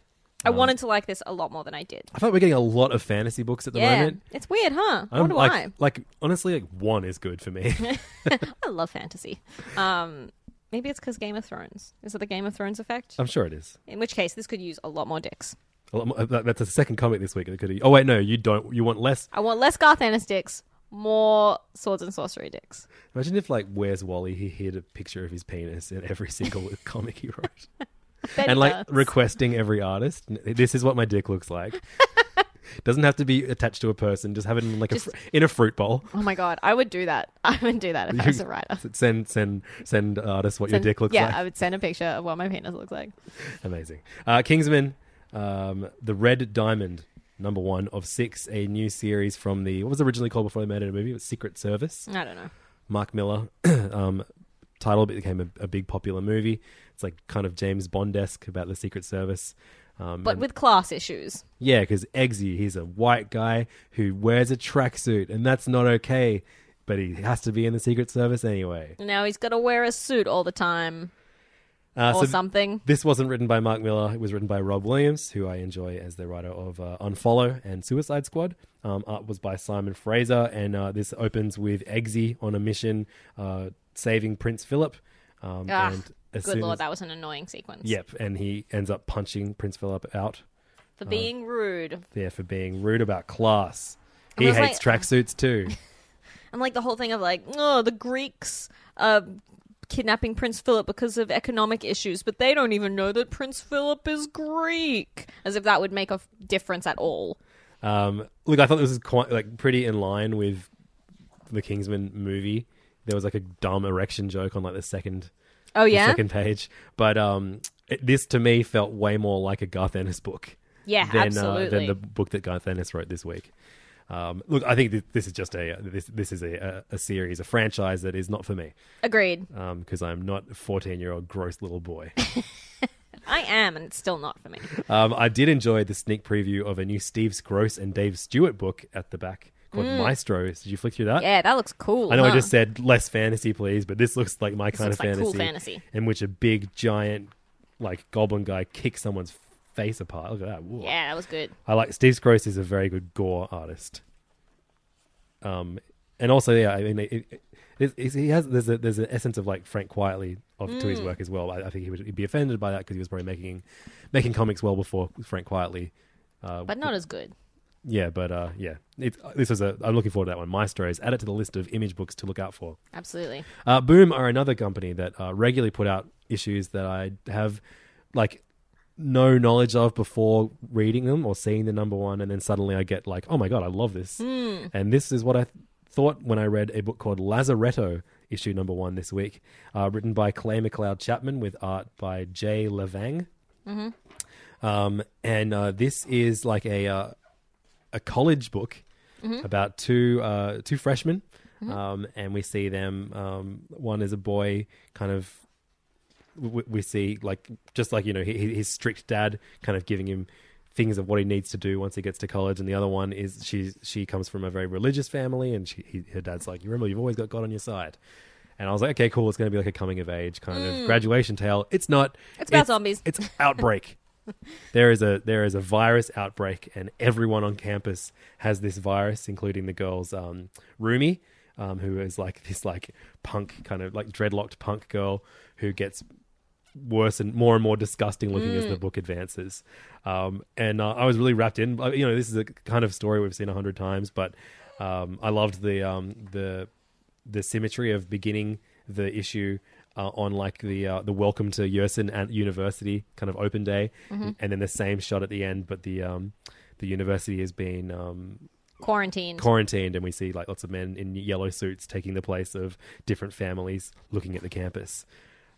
D: I
C: Um,
D: wanted to like this a lot more than I did.
C: I felt we're getting a lot of fantasy books at the
D: yeah,
C: moment.
D: it's weird, huh?
C: I'm
D: Wonder
C: like,
D: why.
C: like honestly, like one is good for me.
D: I love fantasy. Um, maybe it's because Game of Thrones. Is it the Game of Thrones effect?
C: I'm sure it is.
D: In which case, this could use a lot more dicks.
C: A lot more- uh, that- That's the second comic this week. It could- Oh wait, no, you don't. You want less?
D: I want less Garth Ennis dicks, more swords and sorcery dicks.
C: Imagine if like, where's Wally? He hid a picture of his penis in every single comic he wrote,
D: Bet
C: and
D: he
C: like
D: does.
C: requesting every artist. "N- This is what my dick looks like. Doesn't have to be attached to a person. Just have it in like a fr- in a fruit bowl.
D: oh my god, I would do that. I would do that if I was a writer.
C: S- Send send send artists what
D: Send-
C: your dick looks
D: yeah,
C: like.
D: I would send a picture of what my penis looks like.
C: Amazing. Uh, Kingsman, um, the Red Diamond number one of six, a new series from the what was originally called before they made it a movie. It was Secret Service.
D: I don't know.
C: Mark Miller um, title, but it became a, a big popular movie. It's like kind of James Bond esque about the Secret Service. Um,
D: But with class issues.
C: yeah, because Eggsy, he's a white guy who wears a tracksuit, and that's not okay. But he has to be in the Secret Service anyway.
D: Now he's got to wear a suit all the time
C: Uh,
D: or
C: so th-
D: something.
C: This wasn't written by Mark Miller. It was written by Rob Williams, who I enjoy as the writer of uh, Unfollow and Suicide Squad. Um, art was by Simon Fraser, and uh, this opens with Eggsy on a mission uh, saving Prince Philip. Um,
D: Ah,
C: and as
D: Good
C: soon
D: lord,
C: as-
D: that was an annoying sequence.
C: Yep, and he ends up punching Prince Philip out Uh-huh.
D: For being rude.
C: there for being rude about class. He
D: I was
C: hates
D: like-
C: tracksuits too.
D: And like the whole thing of like, oh, the Greeks are kidnapping Prince Philip because of economic issues, but they don't even know that Prince Philip is Greek. As if that would make a f- difference at all.
C: Um, look, I thought this was quite like pretty in line with the Kingsman movie. There was like a dumb erection joke on like the second
D: Oh,
C: the
D: yeah?
C: second page. But um, it, this to me felt way more like a Garth Ennis book
D: Yeah,
C: than uh,
D: absolutely.
C: than the book that Garth Ennis wrote this week. Um, look, I think th- this is just a this this is a, a, a series, a franchise that is not for me
D: Agreed.
C: because um, I'm not a 14 year old gross little boy.
D: I am, and it's still not for me.
C: um, I did enjoy the sneak preview of a new Steve Gross and Dave Stewart book at the back called Maestros. Did you flick through that?
D: Mm. Yeah, that looks cool.
C: I know I
D: huh?
C: just said less fantasy, please, but this looks like my kind
D: looks
C: of
D: like
C: fantasy,
D: cool fantasy.
C: in which a big giant like goblin guy kicks someone's face apart. Look at that! Whoa.
D: Yeah, that was good.
C: I like Steve Gross is a very good gore artist. Um, and also, yeah, I mean, it, it, it, it's- he has there's a, there's an essence of like Frank Quietly of to his work as well. I, I think he would he'd be offended by that because he was probably making making comics well before Frank Quietly. Uh,
D: But not as good.
C: Yeah, but uh, yeah, it, this was a. I'm looking forward to that one. Maestros. Add it to the list of image books to look out for.
D: Absolutely.
C: Uh, Boom are another company that uh, regularly put out issues that I have like no knowledge of before reading them or seeing the number one, and then suddenly I get like, oh my god, I love this, and this is what I th- thought when I read a book called Lazaretto, issue number one this week, uh, written by Clay McLeod Chapman with art by Jay Levang. Um, and uh, this is like a uh, a college book about two uh, two freshmen, um, and we see them. Um, one is a boy, kind of. We, we see like just like you know hi- hi- his strict dad kind of giving him things of what he needs to do once he gets to college, and the other one is she she comes from a very religious family, and she, he, her dad's like, you remember you've always got God on your side. And I was like, okay, cool. It's going to be like a coming of age kind of graduation tale. It's not.
D: Mm. It's about zombies.
C: It's outbreak. there is a there is a virus outbreak, and everyone on campus has this virus, including the girls, um, Rumi, um, who is like this like punk kind of like dreadlocked punk girl who gets worse and more and more disgusting looking as the book advances. Um, and uh, I was really wrapped in. Uh, You know, this is a kind of story we've seen a hundred times, but um, I loved the um, the the symmetry of beginning the issue uh, on like the uh, the welcome to Yersin and University kind of open day, and then the same shot at the end, but the um, the university has been um,
D: Quarantined.
C: quarantined, and we see like lots of men in yellow suits taking the place of different families looking at the campus.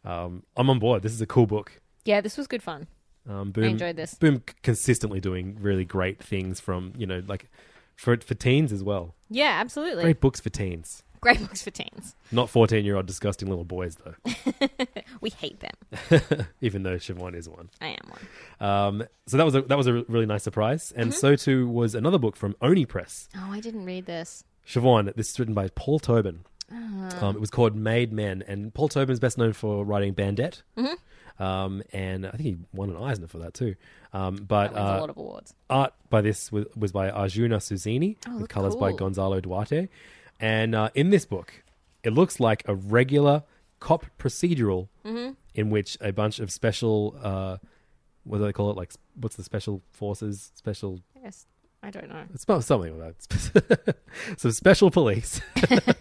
C: Um, I'm on board. This is a cool book.
D: yeah, this was good fun.
C: Um, Boom,
D: enjoyed this.
C: Boom c- consistently doing really great things from you know like for for teens as well.
D: Yeah, absolutely.
C: Great books for teens,
D: Great books for teens.
C: not 14 year old disgusting little boys though.
D: We hate them.
C: even though Siobhan is one.
D: I am one.
C: Um, so that was a, that was a really nice surprise, and
D: Mm-hmm.
C: so too was another book from Oni Press.
D: Oh, I didn't read this.
C: Siobhan, this is written by Paul Tobin.
D: Ah.
C: Um, it was called Made Men, and Paul Tobin's best known for writing Bandette,
D: Mm-hmm.
C: um, and I think he won an Eisner for that too. Um, but
D: Wins a
C: uh,
D: lot of awards.
C: art by this was, was by Arjuna Suzini, with
D: Oh, look
C: colors by
D: cool.
C: Gonzalo Duarte. And uh, in this book, it looks like a regular cop procedural
D: Mm-hmm.
C: in which a bunch of special, uh, what do they call it? Like, s- what's the special forces? Special,
D: I guess I don't know.
C: it's about something like that. so, special police.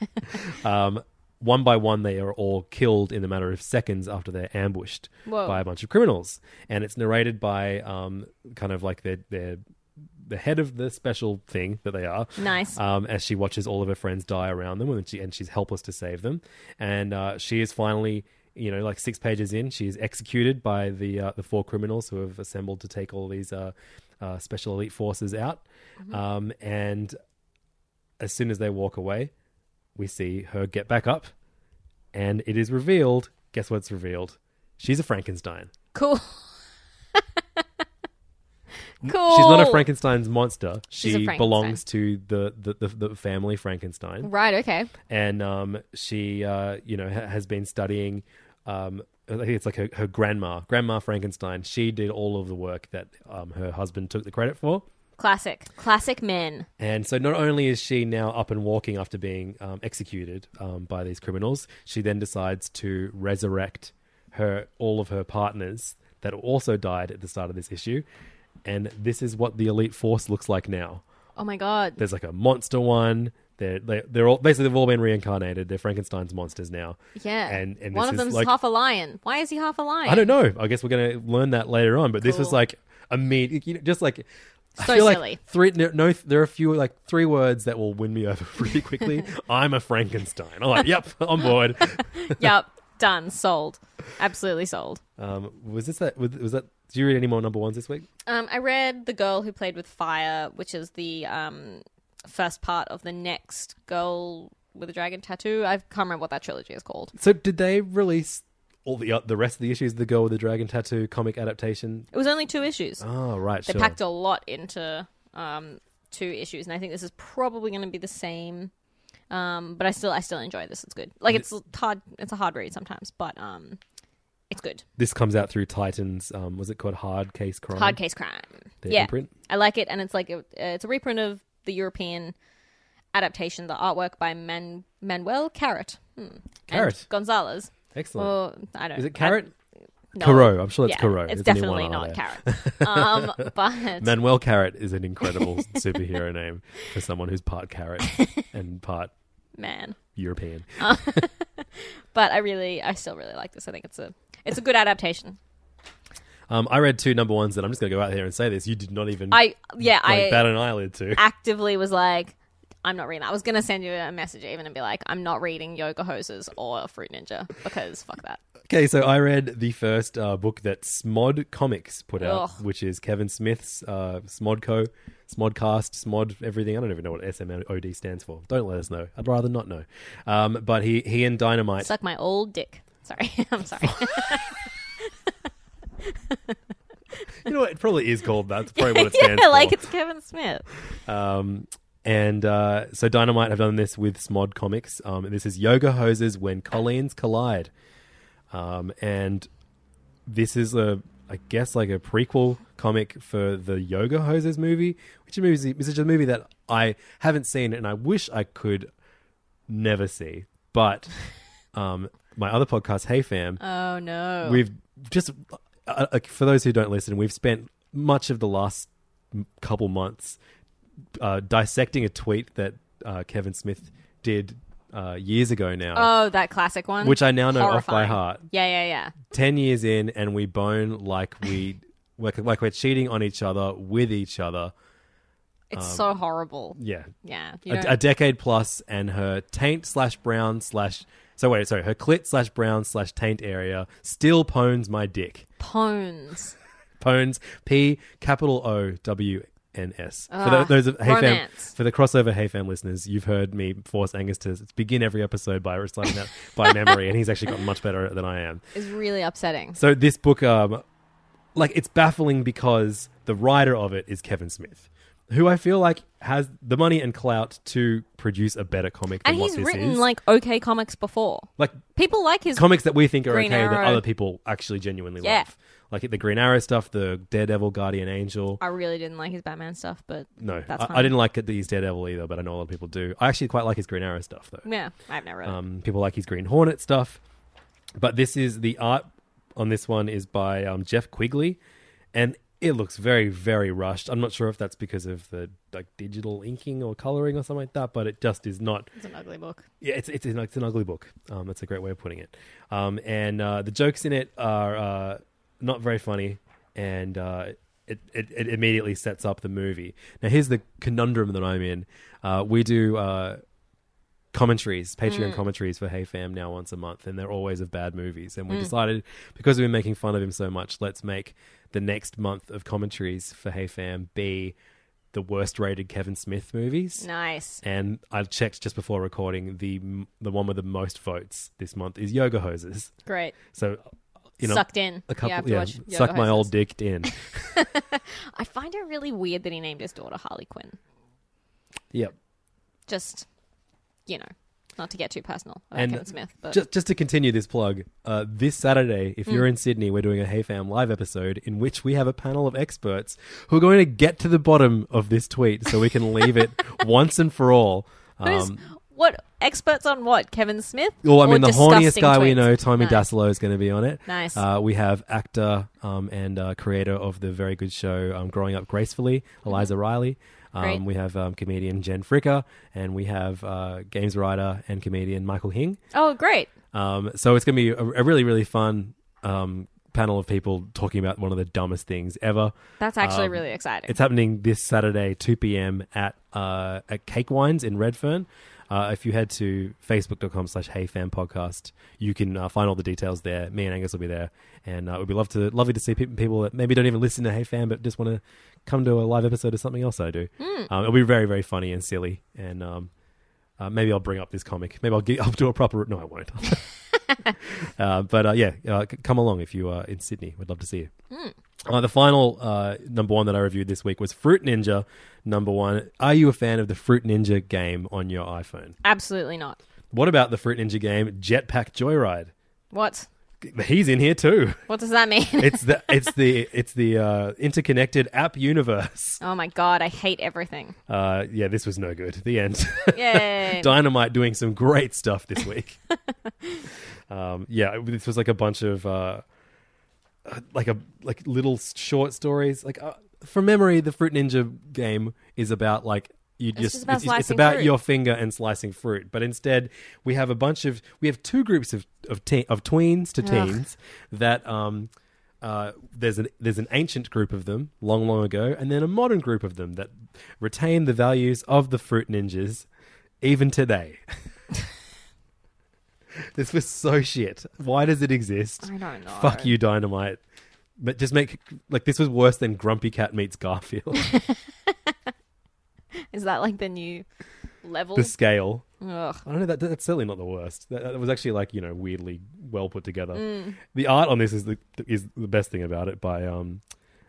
C: um, one by one, they are all killed in a matter of seconds after they're ambushed
D: Whoa.
C: by a bunch of criminals. And it's narrated by um, kind of like their, their the head of the special thing that they are.
D: Nice.
C: Um, as she watches all of her friends die around them, and she and she's helpless to save them, and uh, she is finally you know, like six pages in, she is executed by the uh, the four criminals who have assembled to take all these uh, uh, special elite forces out. Um, and as soon as they walk away, we see her get back up, and it is revealed. Guess what's revealed? She's a Frankenstein.
D: Cool. cool.
C: She's not a Frankenstein's monster.
D: Oh. She's
C: she
D: a Frankenstein.
C: belongs to the the, the, the family Frankenstein.
D: Right. Okay.
C: and um, she uh, you know ha- has been studying. Um, I think it's like her, her grandma, Grandma Frankenstein. She did all of the work that um, her husband took the credit for.
D: Classic. Classic men.
C: And so, not only is she now up and walking after being um, executed um, by these criminals, she then decides to resurrect her all of her partners that also died at the start of this issue. And this is what the elite force looks like now.
D: Oh my god.
C: There's like a monster one. They're they, they're all basically they've all been reincarnated. They're Frankenstein's monsters now.
D: Yeah.
C: and and
D: one
C: this
D: of
C: is
D: them's
C: like,
D: half a lion. Why is he half a lion?
C: I don't know. I guess we're gonna learn that later on. But this was
D: Cool.
C: like a mean, you know, just like
D: So
C: I feel
D: silly.
C: like three. No, no, there are a few like three words that will win me over pretty quickly. I'm a Frankenstein. I'm like, yep, on board.
D: Yep. Done. Sold. Absolutely sold.
C: Um, was this that? Was, was that? Do you read any more number ones this week?
D: Um, I read The Girl Who Played with Fire, which is the um, first part of the next Girl with a Dragon Tattoo. I can't remember what that trilogy is called.
C: So did they release all the uh, the rest of the issues? of The girl with the dragon tattoo comic adaptation.
D: It was only two issues.
C: Oh right,
D: they
C: sure.
D: packed a lot into um, two issues, and I think this is probably going to be the same. Um, but I still, I still enjoy this. It's good. Like it's hard, it's a hard read sometimes, but um, it's good.
C: this comes out through Titans. Um, was it called Hard Case Crime?
D: Hard case crime.
C: The
D: yeah,
C: imprint?
D: I like it, and it's like a, uh, it's a reprint of the European adaptation, the artwork by Man- Manuel Carrot. Hmm. And
C: Carrot.
D: Gonzalez.
C: Excellent.
D: Or I don't.
C: Is it
D: I-
C: Carrot?
D: no.
C: Corot. I'm sure it's
D: Yeah,
C: Corot.
D: It's
C: There's only
D: definitely
C: one
D: not
C: R
D: Carrot. Um, but
C: Manuel Carrot is an incredible superhero name for someone who's part carrot and part
D: man,
C: European.
D: but I really, I still really like this. I think it's a, it's a good adaptation.
C: Um, I read two number ones that I'm just going to go out here and say this. You did not even
D: I yeah,
C: like,
D: I
C: bat an eyelid to.
D: actively was like, I'm not reading. that. I was gonna send you a message even and be like, I'm not reading Yoga Hoses or Fruit Ninja because fuck that.
C: Okay, so I read the first uh, book that Smod Comics put out,
D: Ugh.
C: which is Kevin Smith's uh, Smodco, Smodcast, Smod everything. I don't even know what SMOD stands for. Don't let us know. I'd rather not know. Um, but he he and Dynamite
D: Suck my old dick. Sorry, I'm sorry.
C: you know what? It probably is called that. That's probably what it stands
D: yeah,
C: for.
D: like it's Kevin Smith.
C: Um, and uh, so Dynamite have done this with Smod Comics. Um, and this is Yoga Hoses When Colleens Collide. Um, and this is a, I guess, like a prequel comic for the Yoga Hoses movie, which is a movie, which is a movie that I haven't seen and I wish I could never see. But um, my other podcast, Hey Fam,
D: Oh no.
C: we've just uh, uh, for those who don't listen, we've spent much of the last m- couple months uh, dissecting a tweet that uh, Kevin Smith did uh, years ago now,
D: Oh, that classic one,
C: which I now know off by
D: Horrifying.
C: heart.
D: Yeah, yeah, yeah.
C: Ten years in, and we bone like we like, like we're cheating on each other with each other.
D: It's so horrible.
C: Um, Yeah,
D: Yeah, you
C: a,
D: don't-
C: a decade plus, and her taint slash brown slash. So wait, sorry, her clit slash brown slash taint area still pones my dick.
D: pones.
C: Pones, P capital O W N S. For
D: Ah,
C: tho- those of Hey Fam,
D: romance.
C: for the crossover Hey Fam listeners, you've heard me force Angus to begin every episode by reciting that by memory, and he's actually gotten much better at it than I am.
D: It's really upsetting.
C: So this book, um, like, it's baffling because the writer of it is Kevin Smith, who I feel like has the money and clout to produce a better comic than
D: And
C: what
D: he's
C: this
D: written
C: is.
D: like okay comics before.
C: like
D: People like his
C: comics that we think are
D: Green
C: okay that
D: Arrow.
C: other people actually genuinely
D: Yeah.
C: love. Like the Green Arrow stuff, the Daredevil, Guardian Angel.
D: I really didn't like his Batman stuff, but
C: No,
D: that's
C: I,
D: fine.
C: I didn't like it that he's Daredevil either, but I know a lot of people do. I actually quite like his Green Arrow stuff though.
D: Yeah, I've never read. it.
C: Um, people like his Green Hornet stuff, but this is the art on this one is by um, Jeff Quigley, and it looks very very rushed. I'm not sure if that's because of the like digital inking or coloring or something like that, but it just is not
D: It's an ugly book.
C: yeah, it's it's an, it's an ugly book. Um, that's a great way of putting it. Um, and uh, the jokes in it are uh, not very funny, and uh, it, it it immediately sets up the movie. Now, here's the conundrum that I'm in. Uh, we do uh, commentaries, Patreon commentaries for Hey Fam now once a month, and they're always of bad movies. And we decided because we've been making fun of him so much, let's make the next month of commentaries for Hey Fam be the worst rated Kevin Smith movies.
D: Nice.
C: And I checked just before recording the the one with the most votes this month is Yoga Hoses.
D: Great.
C: So, you know,
D: Sucked in. Yeah, I
C: a
D: have
C: couple,
D: to
C: yeah,
D: watch Yoga
C: suck my
D: Hoses.
C: old dick in.
D: I find it really weird that he named his daughter Harley Quinn.
C: yep.
D: Just, you know, not to get too personal about
C: And
D: Kevin Smith, but Mm.
C: Just, just to continue this plug, uh, this Saturday, if you're in Sydney, we're doing a Hey Fam live episode in which we have a panel of experts who are going to get to the bottom of this tweet so we can leave it once and for all. Um,
D: Who's- what experts on what? Kevin Smith?
C: Well, I mean,
D: Or
C: the horniest
D: disgusting
C: guy we
D: tweets?
C: know, Tommy
D: Nice.
C: Dassolo, is going to be on it.
D: Nice.
C: Uh, we have actor um, and uh, creator of the very good show um, Growing Up Gracefully, Eliza Riley.
D: Mm-hmm. Great.
C: Um, we have um, comedian Jen Fricker, and we have uh, games writer and comedian Michael Hing.
D: Oh, great.
C: Um, so it's going to be a, a really, really fun um, panel of people talking about one of the dumbest things ever.
D: That's actually
C: Um,
D: really exciting.
C: It's happening this Saturday, 2 p.m. at uh, at Cake Wines in Redfern. Uh, if you head to facebook.com slash heyfanpodcast, you can uh, find all the details there. Me and Angus will be there. And uh, it would be love to, lovely to see pe- people that maybe don't even listen to Hey Fan but just want to come to a live episode of something else I do. Um, it'll be very, very funny and silly. And um, uh, maybe I'll bring up this comic. Maybe I'll, get, I'll do a proper... No, I won't. uh, but uh, yeah, uh, c- come along if you are in Sydney. We'd love to see you. Uh, the final uh, number one that I reviewed this week was Fruit Ninja. Number one, are you a fan of the Fruit Ninja game on your iPhone?
D: Absolutely not.
C: What about the Fruit Ninja game Jetpack Joyride?
D: What?
C: He's in here too.
D: What does that mean?
C: It's the it's the it's the uh, interconnected app universe.
D: oh my god, I hate everything.
C: Uh, yeah, this was no good. The end.
D: Yay.
C: Dynamite doing some great stuff this week. um, yeah, this was like a bunch of uh, uh, like a like little short stories. Like uh, from memory, the Fruit Ninja game is about like you just,
D: just about
C: it's, it's
D: slicing
C: about
D: fruit.
C: your finger and slicing fruit. But instead, we have a bunch of we have two groups of of, teen, of tweens to teens that um. Uh, there's an there's an ancient group of them long long ago, and then a modern group of them that retain the values of the fruit ninjas even today. this was so shit. Why does it exist?
D: I don't know.
C: Fuck you, Dynamite. But just make like this was worse than Grumpy Cat meets Garfield.
D: Is that like the new level?
C: the scale.
D: Ugh.
C: I don't know. That, that's certainly not the worst. That, that was actually like you know weirdly well put together.
D: Mm.
C: The art on this is the is the best thing about it by um,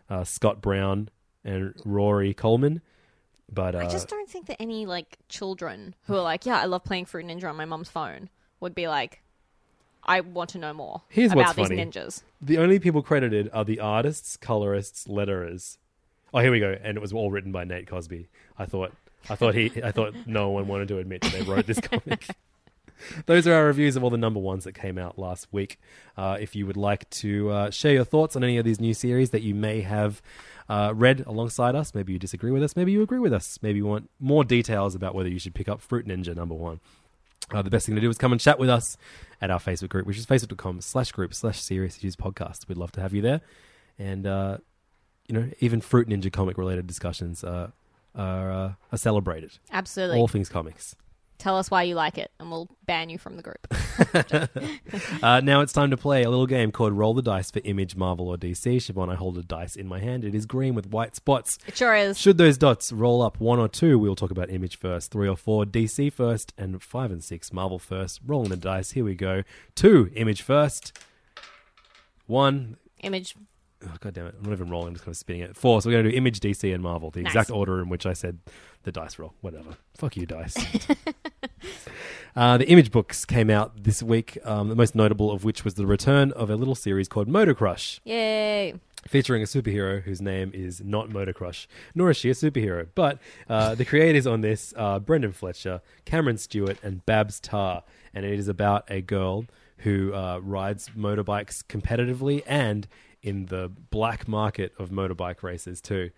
C: uh, Scott Brown and Rory Coleman. But uh,
D: I just don't think that any like children who are like, yeah, I love playing Fruit Ninja on my mom's phone would be like, I want to know more
C: Here's what's
D: about these
C: funny.
D: ninjas.
C: The only people credited are the artists, colorists, letterers. Oh, here we go. And it was all written by Nate Cosby. I thought, I thought he, I thought no one wanted to admit that they wrote this comic. Those are our reviews of all the number ones that came out last week. Uh, if you would like to uh, share your thoughts on any of these new series that you may have uh, read alongside us, maybe you disagree with us, maybe you agree with us, maybe you want more details about whether you should pick up Fruit Ninja number one. Uh, the best thing to do is come and chat with us at our Facebook group, which is facebook.com slash group slash serious issues podcast. We'd love to have you there. And, uh, you know, even Fruit Ninja comic related discussions uh, are, uh, are celebrated.
D: Absolutely.
C: All things comics.
D: Tell us why you like it, and we'll ban you from the group.
C: Uh, now it's time to play a little game called Roll the Dice for Image, Marvel, or DC. Siobhan, I hold a dice in my hand. It is green with white spots.
D: It sure is.
C: Should those dots roll up one or two, we'll talk about Image first, three or four, DC first, and five and six, Marvel first. Rolling the dice, here we go. Two, Image first. One,
D: Image.
C: oh, god damn it, I'm not even rolling, I'm just kind of spinning it. Four, so we're going to do Image, DC, and Marvel, the
D: Nice.
C: exact order in which I said the dice roll. Whatever. Fuck you, dice. Uh, the image books came out this week, um, the most notable of which was the return of a little series called Motor Crush
D: Yay.
C: featuring a superhero whose name is not Motor Crush, nor is she a superhero. But uh, the creators on this are Brendan Fletcher, Cameron Stewart, and Babs Tarr. And it is about a girl who uh, rides motorbikes competitively and in the black market of motorbike races, too.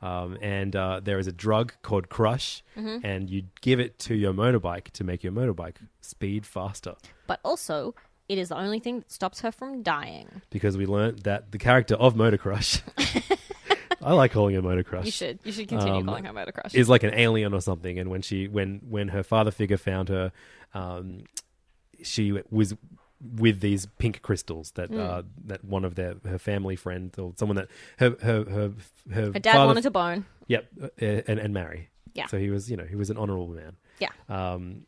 C: Um, and uh, there is a drug called Crush,
D: Mm-hmm.
C: and you give it to your motorbike to make your motorbike speed faster.
D: But also, it is the only thing that stops her from dying.
C: because we learnt that the character of Motor Crush I like calling her Motor Crush.
D: You should. You should continue
C: Um,
D: calling her Motor Crush.
C: Is like an alien or something, and when she when when her father figure found her, um, she was with these pink crystals that
D: Hmm.
C: uh, that one of their her family friend or someone that her her her her,
D: her dad
C: father-
D: wanted to bone.
C: yep uh, and and marry
D: Yeah.
C: so he was you know he was an honorable man
D: Yeah.
C: um,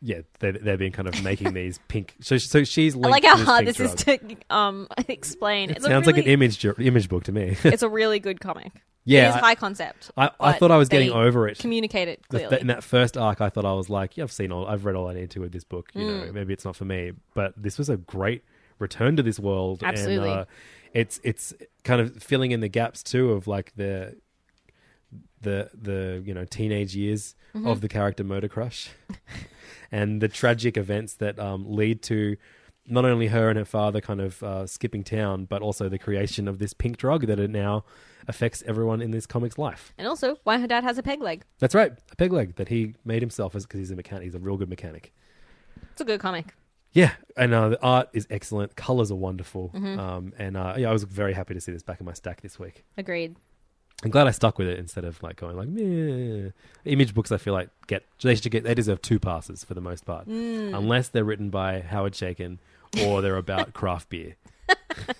C: yeah, they they've been kind of making these pink. So so she's
D: I like
C: linked to
D: how
C: this
D: hard
C: pink
D: this is
C: drug.
D: to um explain.
C: It
D: It's a
C: sounds like an
D: really-
C: image ju- image book to me.
D: it's a really good comic.
C: Yeah,
D: it is
C: I-
D: high concept.
C: I- I
D: but
C: thought I was getting
D: they
C: over it.
D: Communicate it
C: The-
D: clearly.
C: in that first arc, I thought I was like, yeah, I've seen all, I've read all I need to with this book. You
D: Mm.
C: know, maybe it's not for me. But this was a great return to this world.
D: Absolutely.
C: and, uh, it's it's kind of filling in the gaps too of like the the the you know teenage years
D: Mm-hmm.
C: of the character Murder Crush, and the tragic events that um, lead to. Not only her and her father kind of uh, skipping town, but also the creation of this pink drug that it now affects everyone in this comic's life.
D: and also, why her dad has a peg leg.
C: That's right, a peg leg that he made himself because he's a mechanic. He's a real good mechanic.
D: It's a good comic.
C: Yeah, and uh, the art is excellent. Colors are wonderful.
D: Mm-hmm.
C: Um, and uh, yeah, I was very happy to see this back in my stack this week.
D: Agreed.
C: I'm glad I stuck with it instead of like going like meh. Image books. I feel like get they should get they deserve two passes for the most part,
D: Mm.
C: unless they're written by Howard Chaykin or they're about craft beer.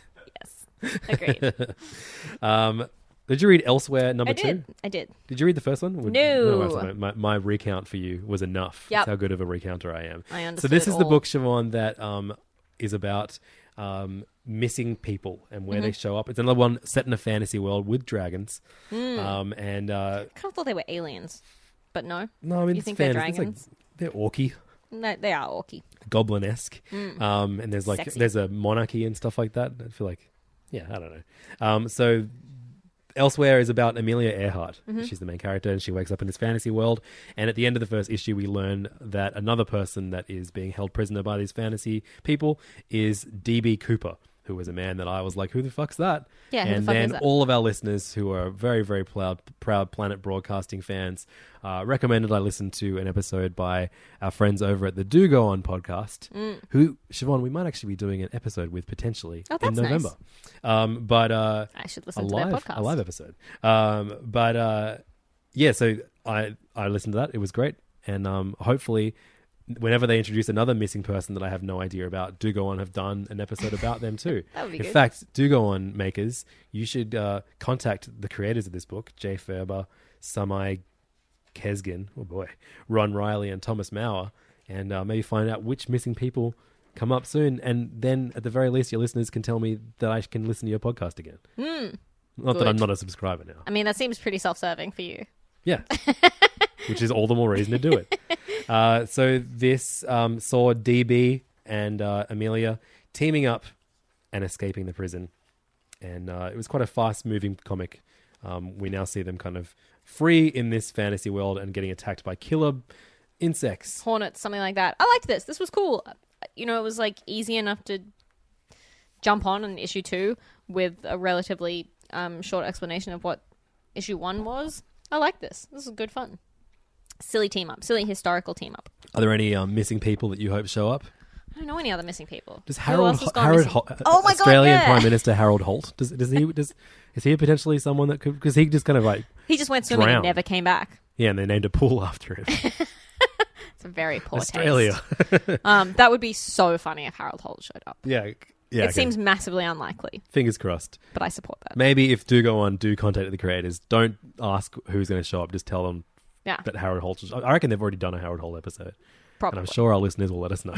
D: Agreed.
C: Um, did you read Elsewhere number
D: I
C: two?
D: did. I did.
C: Did you read the first one? Would-
D: No.
C: that's fine. my, my recount for you was enough.
D: Yep.
C: That's how good of a recounter I am.
D: I
C: So
D: understood
C: this
D: it
C: is the
D: all.
C: book, Siobhan, that um, is about um, missing people and where
D: Mm-hmm.
C: they show up. It's another one set in a fantasy world with dragons.
D: Hmm.
C: Um, and uh,
D: I kind of thought they were aliens, but no.
C: no, I mean,
D: you
C: it's
D: think they're
C: fantasy. It's like,
D: dragons?
C: they're orky,
D: No, they are orky.
C: goblin esque. Um, and there's like
D: Mm. Sexy.
C: there's a monarchy and stuff like that. I feel like, yeah, I don't know. Um, so Elsewhere is about Amelia Earhart.
D: Mm-hmm.
C: She's the main character, and she wakes up in this fantasy world. And at the end of the first issue, we learn that another person that is being held prisoner by these fantasy people is DB Cooper, who was a man that I was like, "Who the fuck's that?"
D: Yeah, who the
C: and
D: fuck
C: then
D: is that?
C: all of our listeners who are very, very proud, proud Planet Broadcasting fans uh, recommended I listen to an episode by our friends over at the Do Go On podcast. Who Siobhan, we might actually be doing an episode with potentially
D: Mm. Oh,
C: in
D: that's nice.
C: November. Um, but uh,
D: I should
C: a
D: listen to
C: live,
D: their podcast.
C: a live episode. Um, but uh, yeah, so I I listened to that. It was great, and um, hopefully, whenever they introduce another missing person that I have no idea about, do go on have done an episode about them too.
D: That would be
C: In
D: good.
C: fact, do go on makers, you should uh, contact the creators of this book, Jay Ferber, Samai Kesgin, oh boy, Ron Riley, and Thomas Mauer, and uh, maybe find out which missing people. Come up soon, and then at the very least, your listeners can tell me that I can listen to your podcast again. Not that I'm
D: Hmm. Good.
C: not a subscriber now.
D: I mean, that seems pretty self-serving for you.
C: Yeah. Which is all the more reason to do it. Uh, so this um, saw DB and uh, Amelia teaming up and escaping the prison. And uh, it was quite a fast moving comic. Um, we now see them kind of free in this fantasy world and getting attacked by killer insects.
D: Hornets, something like that. I liked this. This was cool. You know, it was like easy enough to jump on in issue two with a relatively um, short explanation of what issue one was. I like this. This is good fun. Silly team up. Silly historical team up.
C: Are there any um, missing people that you hope show up?
D: I don't know any other missing people.
C: Does
D: Who
C: Harold
D: else has gone
C: Harold
D: missing?
C: Holt,
D: Oh my
C: Australian
D: god! Yeah.
C: Prime Minister Harold Holt? Does does he does is he potentially someone that could because he just kind of like
D: He just went swimming
C: drowned.
D: and never came back.
C: Yeah, and they named a pool after him.
D: It's a very poor taste.
C: Australia.
D: Um, that would be so funny if Harold Holt showed up.
C: yeah,
D: it
C: yeah. okay.
D: seems massively unlikely,
C: fingers crossed.
D: but I support that.
C: Maybe if do go on, do contact the creators. Don't ask who's going to show up. Just tell them
D: Yeah,
C: that Harold Holt. is- I reckon they've already done a Harold Holt episode, and
D: probably.
C: I'm sure our listeners will let us know.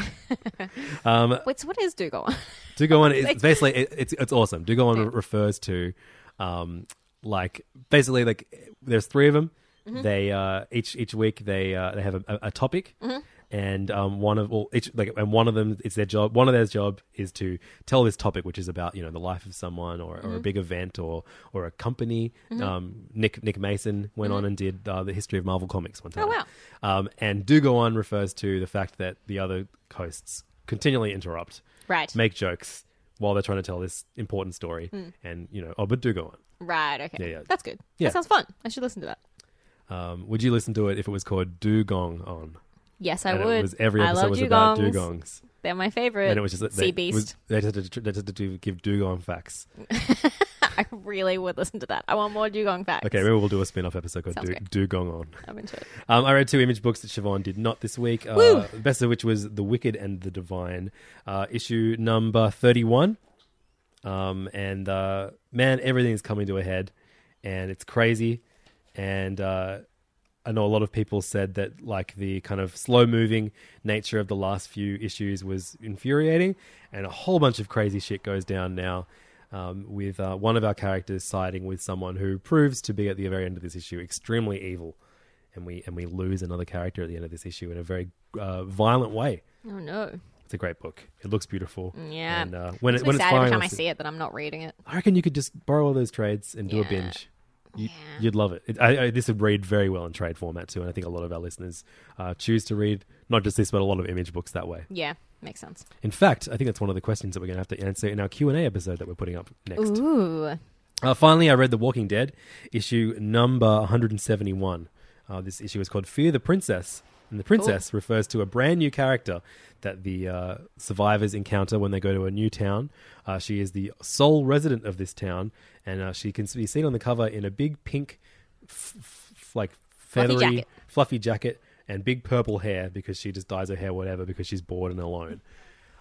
D: Wait, so what is Do Go On?
C: Do go on. It's basically it, it's it's awesome. Do go on refers to, um, like basically like there's three of them.
D: Mm-hmm.
C: They uh each each week they uh they have a, a topic.
D: Mm-hmm.
C: And um, one of well, each like, and one of them, it's their job. One of their job is to tell this topic, which is about you know the life of someone or,
D: Mm-hmm.
C: or a big event or or a company. Um, Nick Nick Mason went on and did uh, the history of Marvel Comics one time.
D: Mm-hmm. Oh, wow.
C: Um, and do go on refers to the fact that the other hosts continually interrupt
D: Right. Hmm.
C: make jokes while they're trying to tell this important story. And, you know, oh, but do go
D: Right. Okay.
C: Yeah, yeah.
D: That's good.
C: Yeah.
D: That sounds fun. I should listen to that.
C: on. Um, would you listen to it if it was called Do Gong On?
D: Yes, I
C: and
D: would.
C: It was, every
D: I
C: episode
D: love
C: was
D: dugongs.
C: about dugongs.
D: They're my favorite.
C: And it was just that
D: sea
C: they,
D: beast.
C: was- they just had to, they just had to give dugong facts.
D: I really would listen to that. I want more dugong facts.
C: Okay, maybe we'll do a spin off episode called
D: Sounds
C: du-
D: good.
C: Dugong On.
D: I'm into it.
C: Um, I read two image books that Siobhan did not this week, uh, the best of which was The Wicked and the Divine, uh, issue number 31. Um, and uh, man, everything is coming to a head, and it's crazy. And uh, I know a lot of people said that like the kind of slow moving nature of the last few issues was infuriating, and a whole bunch of crazy shit goes down now. Um, with uh, one of our characters siding with someone who proves to be at the very end of this issue extremely evil, and we and we lose another character at the end of this issue in a very uh, violent way.
D: Oh no.
C: It's a great book. It looks beautiful.
D: Yeah.
C: And uh, when
D: Makes
C: it,
D: me
C: when it's
D: sad every
C: firing,
D: time I
C: on-
D: see it that I'm not reading it.
C: I reckon you could just borrow all those trades and do a binge. You, You'd love it. it I, I, this would read very well in trade format too, and I think a lot of our listeners uh, choose to read not just this, but a lot of image books that way.
D: Yeah, makes sense.
C: In fact, I think that's one of the questions that we're going to have to answer in our Q and A episode that we're putting up next.
D: Ooh.
C: Uh, finally, I read The Walking Dead, issue number 171. Uh, this issue is called Fear the Princess. And the princess refers to a brand new character that the uh, survivors encounter when they go to a new town. Uh, she is the sole resident of this town, and uh, she can be seen on the cover in a big pink, f- f- like feathery,
D: jacket.
C: fluffy jacket and big purple hair because she just dyes her hair whatever because she's bored and alone.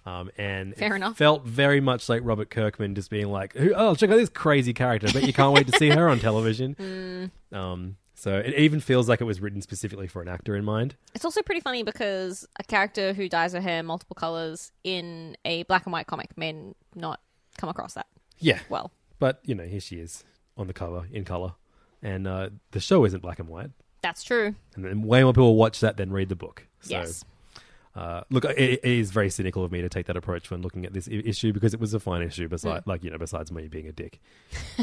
C: Um, and
D: Fair
C: it
D: enough.
C: felt very much like Robert Kirkman just being like, "Oh, check out this crazy character! I bet you can't wait to see her on television."
D: Hmm.
C: Um, so it even feels like it was written specifically for an actor in mind.
D: It's also pretty funny because a character who dyes her hair multiple colors in a black and white comic may n- not come across that
C: Yeah,
D: well.
C: but you know, here she is on the cover in color, and uh, the show isn't black and white,
D: That's true.
C: and then way more people watch that than read the book. So,
D: yes.
C: Uh, look, it, it is very cynical of me to take that approach when looking at this I- issue because it was a fine issue, besides, like you know, besides me being a dick.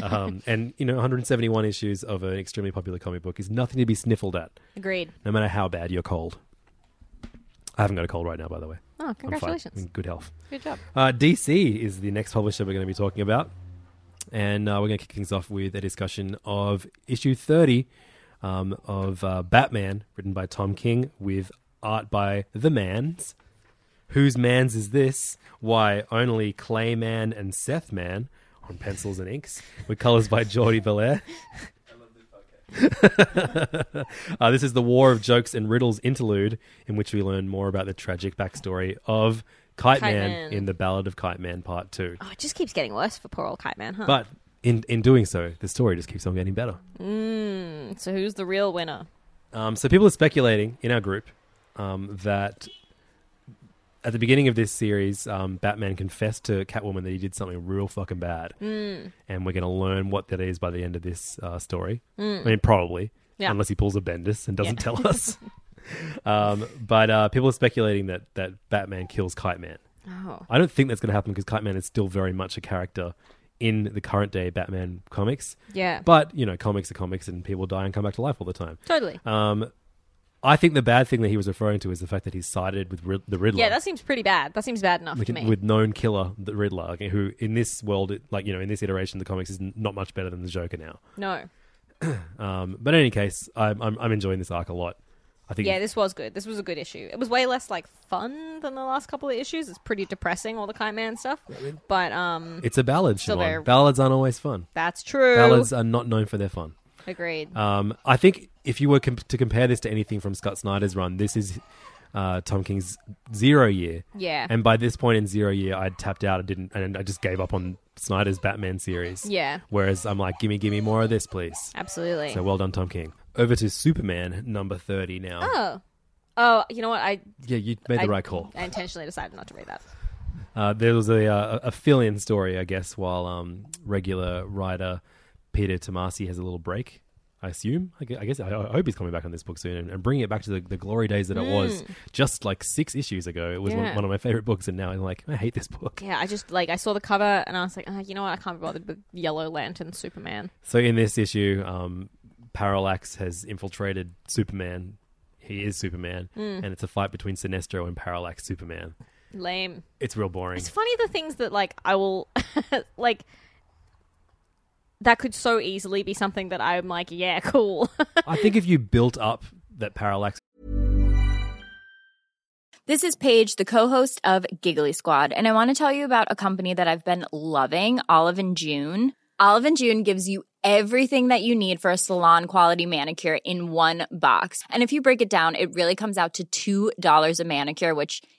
C: Um, and you know, 171 issues of an extremely popular comic book is nothing to be sniffled at,
D: Agreed.
C: no matter how bad your cold. I haven't got a cold right now, by the way.
D: Oh,
C: I'm fine. Mm. I'm
D: congratulations.
C: in good health.
D: Good job.
C: Uh, DC is the next publisher we're going to be talking about. And uh, we're going to kick things off with a discussion of issue 30 um, of uh, Batman, written by Tom King, with art by The Mans. Whose Mans is this? Why, only Clayman and Seth Man on pencils and inks, with colors by Geordie Belair. Uh, this is the War of Jokes and Riddles interlude, in which we learn more about the tragic backstory of Kite,
D: Kite
C: Man,
D: Man.
C: in the Ballad of Kite Man Part 2.
D: Oh, it just keeps getting worse for poor old Kite Man, huh?
C: But in, in doing so, the story just keeps on getting better.
D: so who's the real winner?
C: Um, so people are speculating in our group um, that at the beginning of this series, um, Batman confessed to Catwoman that he did something real fucking bad, and we're going to learn what that is by the end of this uh, story. I mean, probably,
D: Yeah.
C: unless he pulls a Bendis and doesn't tell us. um, but uh, people are speculating that that Batman kills Kite Man.
D: Oh.
C: I don't think that's going to happen because Kite Man is still very much a character in the current day Batman comics.
D: Yeah.
C: But, you know, comics are comics and people die and come back to life all the time.
D: Totally.
C: Um, I think the bad thing that he was referring to is the fact that he sided with Rid- the Riddler.
D: yeah, that seems pretty bad. That seems bad enough
C: like,
D: to me.
C: with known killer the Riddler, okay, who in this world, it- like you know, in this iteration of the comics, is n- not much better than the Joker now.
D: no.
C: Um, but in any case, I'm, I'm I'm enjoying this arc a lot. I think
D: Yeah, this was good. This was a good issue. It was way less like fun than the last couple of issues. It's pretty depressing, all the Kite Man stuff. But um,
C: it's a ballad.
D: Still
C: Siobhan.
D: there.
C: Ballads aren't always fun.
D: that's true.
C: Ballads uh, are not known for their fun.
D: Agreed.
C: Um, I think if you were com- to compare this to anything from Scott Snyder's run, this is uh, Tom King's Zero Year.
D: Yeah.
C: And by this point in Zero Year, I'd tapped out. I didn't, and I just gave up on Snyder's Batman series.
D: Yeah.
C: Whereas I'm like, gimme, gimme more of this, please.
D: Absolutely.
C: So well done, Tom King. Over to Superman number thirty now.
D: oh. Oh, you know what? I
C: Yeah, you made the
D: I-
C: right call.
D: I intentionally decided not to read that.
C: Uh, there was a, uh, a fill-in story, I guess, while um, regular writer Peter Tomasi has a little break. I assume. I gue- I guess. I, I hope he's coming back on this book soon and, and bringing it back to the, the glory days that it was just like six issues ago. It was one,
D: Hmm. Yeah.
C: one of my favorite books, and now I'm like, I hate this book.
D: Yeah, I just like I saw the cover and I was like, oh, you know what? I can't be bothered with Yellow Lantern Superman.
C: So in this issue, um, Parallax has infiltrated Superman. He is Superman,
D: Hmm.
C: and it's a fight between Sinestro and Parallax Superman.
D: Lame.
C: It's real boring.
D: It's funny the things that like I will like that could so easily be something that I'm like, yeah, cool.
C: I think if you built up that Parallax
E: This is Paige, the co-host of Giggly Squad, and I want to tell you about a company that I've been loving, Olive and June. Olive and June gives you everything that you need for a salon quality manicure in one box. And if you break it down, it really comes out to $2 a manicure, which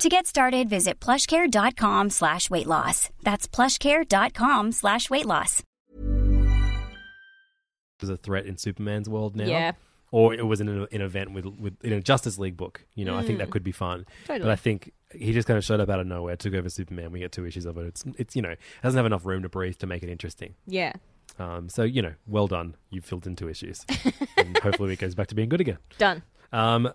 F: To get started, visit plushcare.com slash weight loss. That's plushcare.com slash weight loss.
C: There's a threat in Superman's world now.
D: Yeah.
C: Or it was in an, an event with, with in a Justice League book. You know, I think that could be fun. But
D: Mm. Totally.
C: I think he just kind of showed up out of nowhere, took over Superman. We get two issues of it. It's it's you know doesn't have enough room to breathe to make it interesting.
D: Yeah.
C: Um, so you know, well done. You've filled in two issues, and hopefully it goes back to being good again.
D: Done.
C: Um,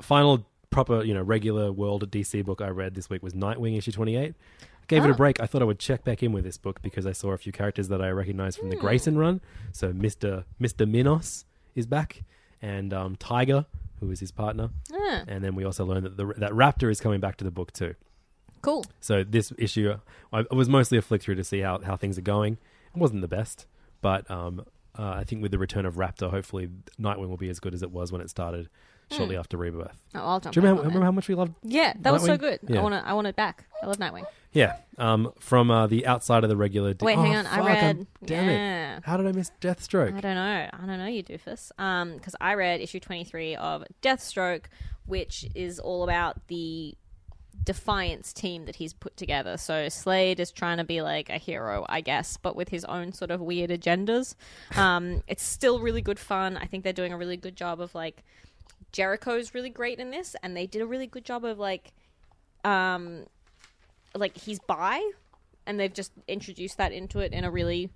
C: final proper, you know, regular world DC book I read this week was Nightwing issue 28. I gave it a break. I thought I would check back in with this book because I saw a few characters that I recognized from the Grayson run. So Mr. Mr. Minos is back and um, Tiger, who is his partner.
D: Ah.
C: And then we also learned that the, that Raptor is coming back to the book too.
D: Cool.
C: So this issue, I it was mostly a flick through to see how, how things are going. It wasn't the best, but um, uh, I think with the return of Raptor, hopefully Nightwing will be as good as it was when it started shortly after Rebirth.
D: Oh, I'll jump
C: Do you remember,
D: back on
C: remember how much we loved?
D: that. Yeah, that was so
C: Nightwing?
D: good.
C: Yeah.
D: I want to. I want it back. I love Nightwing.
C: Yeah, um, from uh, the outside of the regular. D-
D: Wait,
C: Oh,
D: hang on. I
C: fuck,
D: read.
C: I'm- damn
D: yeah.
C: it! How did I miss Deathstroke?
D: I don't know. I don't know, you doofus. Um, because I read issue twenty three of Deathstroke, which is all about the Defiance team that he's put together. So Slade is trying to be like a hero, I guess, but with his own sort of weird agendas. Um, it's still really good fun. I think they're doing a really good job of like Jericho's really great in this, and they did a really good job of like, um, like he's bi, and they've just introduced that into it in a really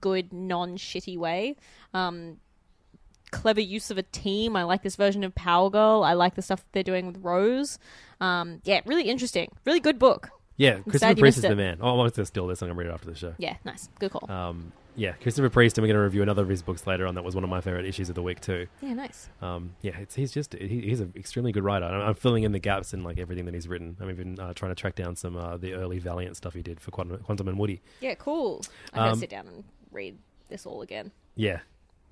D: good non-shitty way. Um, clever use of a team. I like this version of Power Girl. I like the stuff they're doing with Rose. Um, yeah, really interesting. Really good book.
C: Yeah, Christopher
D: you
C: Priest is
D: missed it.
C: the man. Oh, I wanted to steal this. I'm gonna read it after the show.
D: Yeah, nice. Good call.
C: Um, yeah, Christopher Priest, and we're gonna review another of his books later on. That was one of my favorite issues of the week too.
D: yeah, nice.
C: Um, yeah, it's, he's just he, he's an extremely good writer. I'm, I'm filling in the gaps in like everything that he's written. I'm even uh, trying to track down some uh, the early Valiant stuff he did for Quantum, Quantum and Woody.
D: Yeah, cool. I'm
C: Um,
D: gonna sit down and read this all again.
C: Yeah,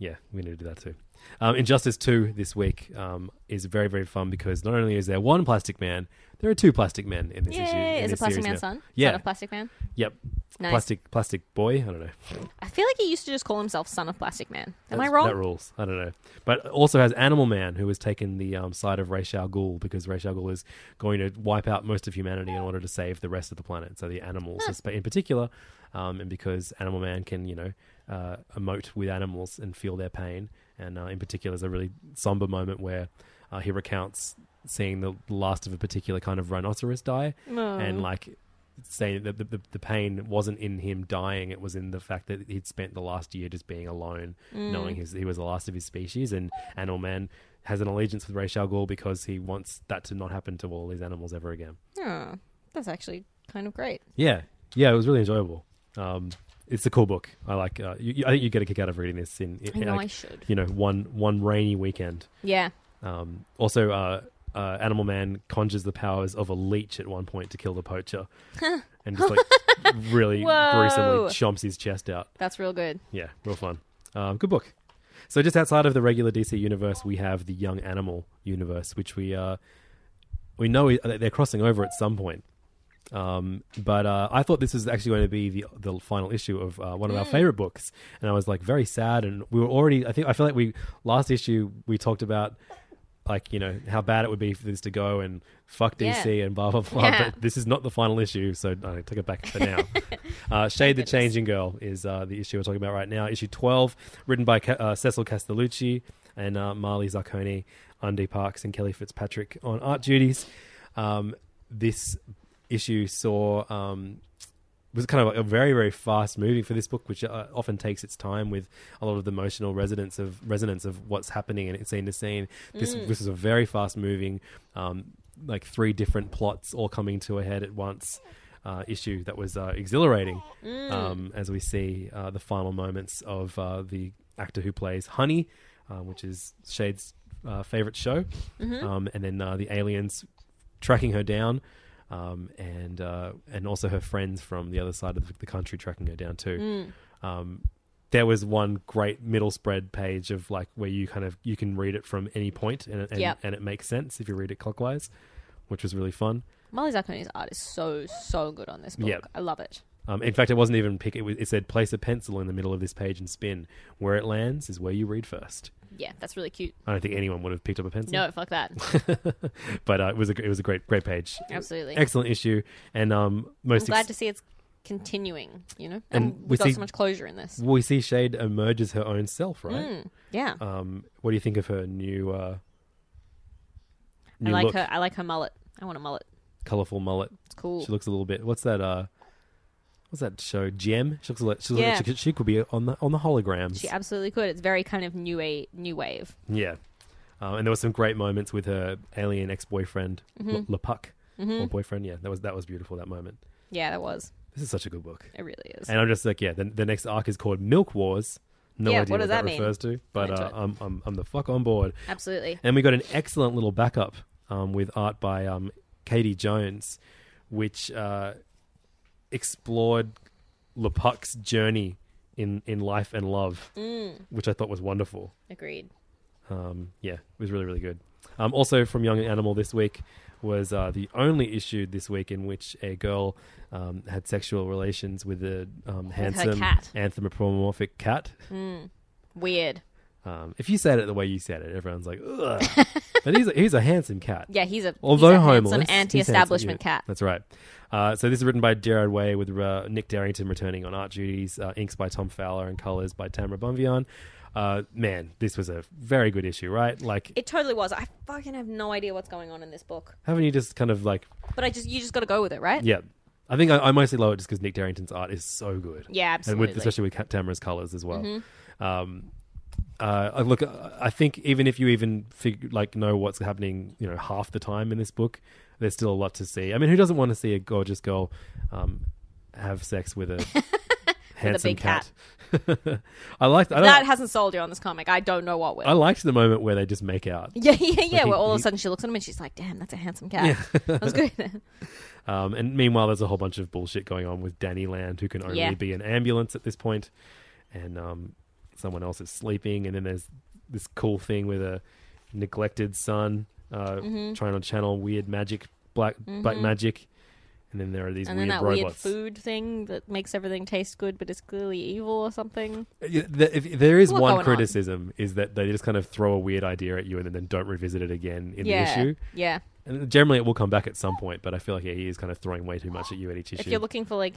C: yeah, we need to do that too. Um, Injustice Two this week um, is very very fun because not only is there one Plastic Man, there are two Plastic Men in this issue.
D: Yay! Is
C: in
D: it
C: this
D: Plastic
C: series
D: Man's
C: now.
D: son?
C: Yeah.
D: Son of Plastic Man.
C: yep.
D: Nice.
C: Plastic Plastic Boy. I don't know.
D: I feel like he used to just call himself Son of Plastic Man. Am I
C: That's-
D: wrong?
C: That rules. I don't know. But also has Animal Man, who has taken the um, side of Ra's al Ghul because Ra's al Ghul is going to wipe out most of humanity in order to save the rest of the planet. So the animals, espe- in particular, um, and because Animal Man can, you know, uh, emote with animals and feel their pain. And uh, in particular, there's a really somber moment where uh, he recounts seeing the last of a particular kind of rhinoceros die,
D: Oh.
C: and like saying that the, the, the pain wasn't in him dying it was in the fact that he'd spent the last year just being alone
D: Mm.
C: knowing his, he was the last of his species and animal man has an allegiance with Ra's al Ghul because he wants that to not happen to all these animals ever again
D: Oh, that's actually kind of great.
C: yeah yeah it was really enjoyable um, it's a cool book I like uh, you, you- I think you get a kick out of reading this in, in
D: I know
C: like,
D: I should.
C: you know one one rainy weekend
D: Yeah.
C: um, also, uh, uh, Animal Man conjures the powers of a leech at one point to kill the poacher, and just like really
D: Whoa.
C: gruesomely chomps his chest out.
D: That's real good.
C: Yeah, real fun. Um, good book. So just outside of the regular DC universe, we have the Young Animal universe, which we uh, we know i- that they're crossing over at some point. Um, but uh, I thought this was actually going to be the the final issue of uh, one of our
G: Mm.
C: favorite books, and I was like very sad. And we were already, I think, I feel like we last issue we talked about like you know how bad it would be for this to go and fuck DC
G: Yeah.
C: and blah blah blah.
G: Yeah.
C: But this is not the final issue, so I take it back for now. Uh, Shade the Changing Girl is uh, the issue we're talking about right now. Issue 12, written by Ca- uh, Cecil Castellucci and uh, Marley Zarcone, Andy Parks, and Kelly Fitzpatrick on art duties. Um, this issue saw. Um, was kind of a very very fast moving for this book, which uh, often takes its time with a lot of the emotional resonance of resonance of what's happening and scene to scene. This
G: Mm.
C: this is a very fast moving, um, like three different plots all coming to a head at once. Uh, issue that was uh, exhilarating
G: Mm.
C: um, as we see uh, the final moments of uh, the actor who plays Honey, uh, which is Shade's uh, favorite show,
G: Mhm.
C: um, and then uh, the aliens tracking her down, um, and uh, and also her friends from the other side of the country tracking her down too.
D: Mm.
C: Um, there was one great middle spread page of like where you kind of you can read it from any point and it- and,
D: Yep.
C: and it makes sense if you read it clockwise, which was really fun.
D: Molly Zaccone's art is so so good on this book.
C: Yeah.
D: I love it.
C: Um, in fact, it wasn't even pick. It, was, it said place a pencil in the middle of this page and spin. Where it lands is where you read first.
D: Yeah, that's really cute.
C: I don't think anyone would have picked up a pencil.
D: No, fuck that.
C: but uh, it was a it was a great great page.
D: Absolutely.
C: excellent issue. And um, most
D: I'm glad
C: ex-
D: to see it's continuing. You know,
C: And
D: and,
C: we
D: we got
C: see-
D: so much closure in this.
C: we see Shade emerge as her own self, right?
D: Mm, yeah.
C: Um, what do you think of her new? Uh,
D: I
C: new
D: like
C: look?
D: her. I like her mullet. I want a mullet.
C: colorful mullet. It's
D: cool.
C: She looks a little bit. What's that? Uh, what's that show? Gem. She looks like she, looks
D: Yeah.
C: like she, she could be on the on the holograms.
D: She absolutely could. It's very kind of new wave. New wave.
C: Yeah. Um, and there were some great moments with her alien ex boyfriend,
D: Mhm.
C: Lepuck, or
D: Mhm.
C: boyfriend. Yeah, that was that was beautiful. That moment.
D: Yeah, that was.
C: This is such a good book.
D: It really is.
C: And I'm just like, yeah. The, the next arc is called Milk Wars. No
D: Yeah,
C: idea
D: what
C: what,
D: does
C: that,
D: that mean?
C: refers to, but
D: I'm into
C: uh,
D: it.
C: I'm, I'm I'm the fuck on board.
D: Absolutely.
C: And we got an excellent little backup um, with art by um, Katie Jones, which uh, explored Lepuck's journey in in life and love,
D: Mm.
C: which I thought was wonderful.
D: Agreed.
C: Um, yeah, it was really, really good. Um, also, from Young Animal this week was uh, the only issue this week in which a girl um, had sexual relations with a um,
D: her
C: handsome
D: cat.
C: anthropomorphic cat.
D: Mm. Weird.
C: Um, if you said it the way you said it, everyone's like, ugh. but he's a, he's a handsome cat.
D: Yeah, he's a- he's
C: although
D: a handsome
C: homeless, he's
D: anti-establishment
C: yeah.
D: cat.
C: That's right. Uh, so this is written by Jared Way with uh, Nick Darrington returning on art duties, uh, inks by Tom Fowler and colors by Tamara Bonvian. Uh, man, this was a very good issue, right? Like,
D: It totally was. I fucking have no idea what's going on in this book,
C: haven't you just kind of like
D: but I just you just got to go with it, right?
C: Yeah. I think I, I mostly love it just because Nick Darrington's art is so good.
D: Yeah,
C: And with,
D: absolutely.
C: especially with Ka- Tamara's colors as well.
D: Mhm.
C: Um, uh, I- look, I I think even if you even fig- like know what's happening, you know, half the time in this book, there's still a lot to see. I mean, who doesn't want to see a gorgeous girl um, have sex with a handsome
D: big cat.
C: cat? I liked. I don't,
D: That hasn't sold you on this comic. I don't know what will.
C: I liked the moment where they just make out.
D: Yeah, yeah, yeah.
C: Like, he-
D: where all of a
C: he-
D: sudden she looks at him and she's like, "Damn, that's a handsome cat." that was good.
C: Um, and meanwhile, there's a whole bunch of bullshit going on with Danny Land, who can only
D: Yeah.
C: be an ambulance at this point, and um, someone else is sleeping. And then there's this cool thing with a neglected son uh,
D: Mhm.
C: trying to channel weird magic, black black
D: Mhm.
C: magic. And then there are these
D: and then
C: weird
D: that weird
C: robots.
D: food thing that makes everything taste good, but is clearly evil or something.
C: Uh, Yeah, the- if- there
D: There's
C: is
D: a lot
C: one
D: going on.
C: criticism is that they just kind of throw a weird idea at you and then don't revisit it again in
D: Yeah,
C: the issue.
D: yeah.
C: And generally, it will come back at some point, but I feel like yeah, he is kind of throwing way too much at you at each issue.
D: If you're looking for like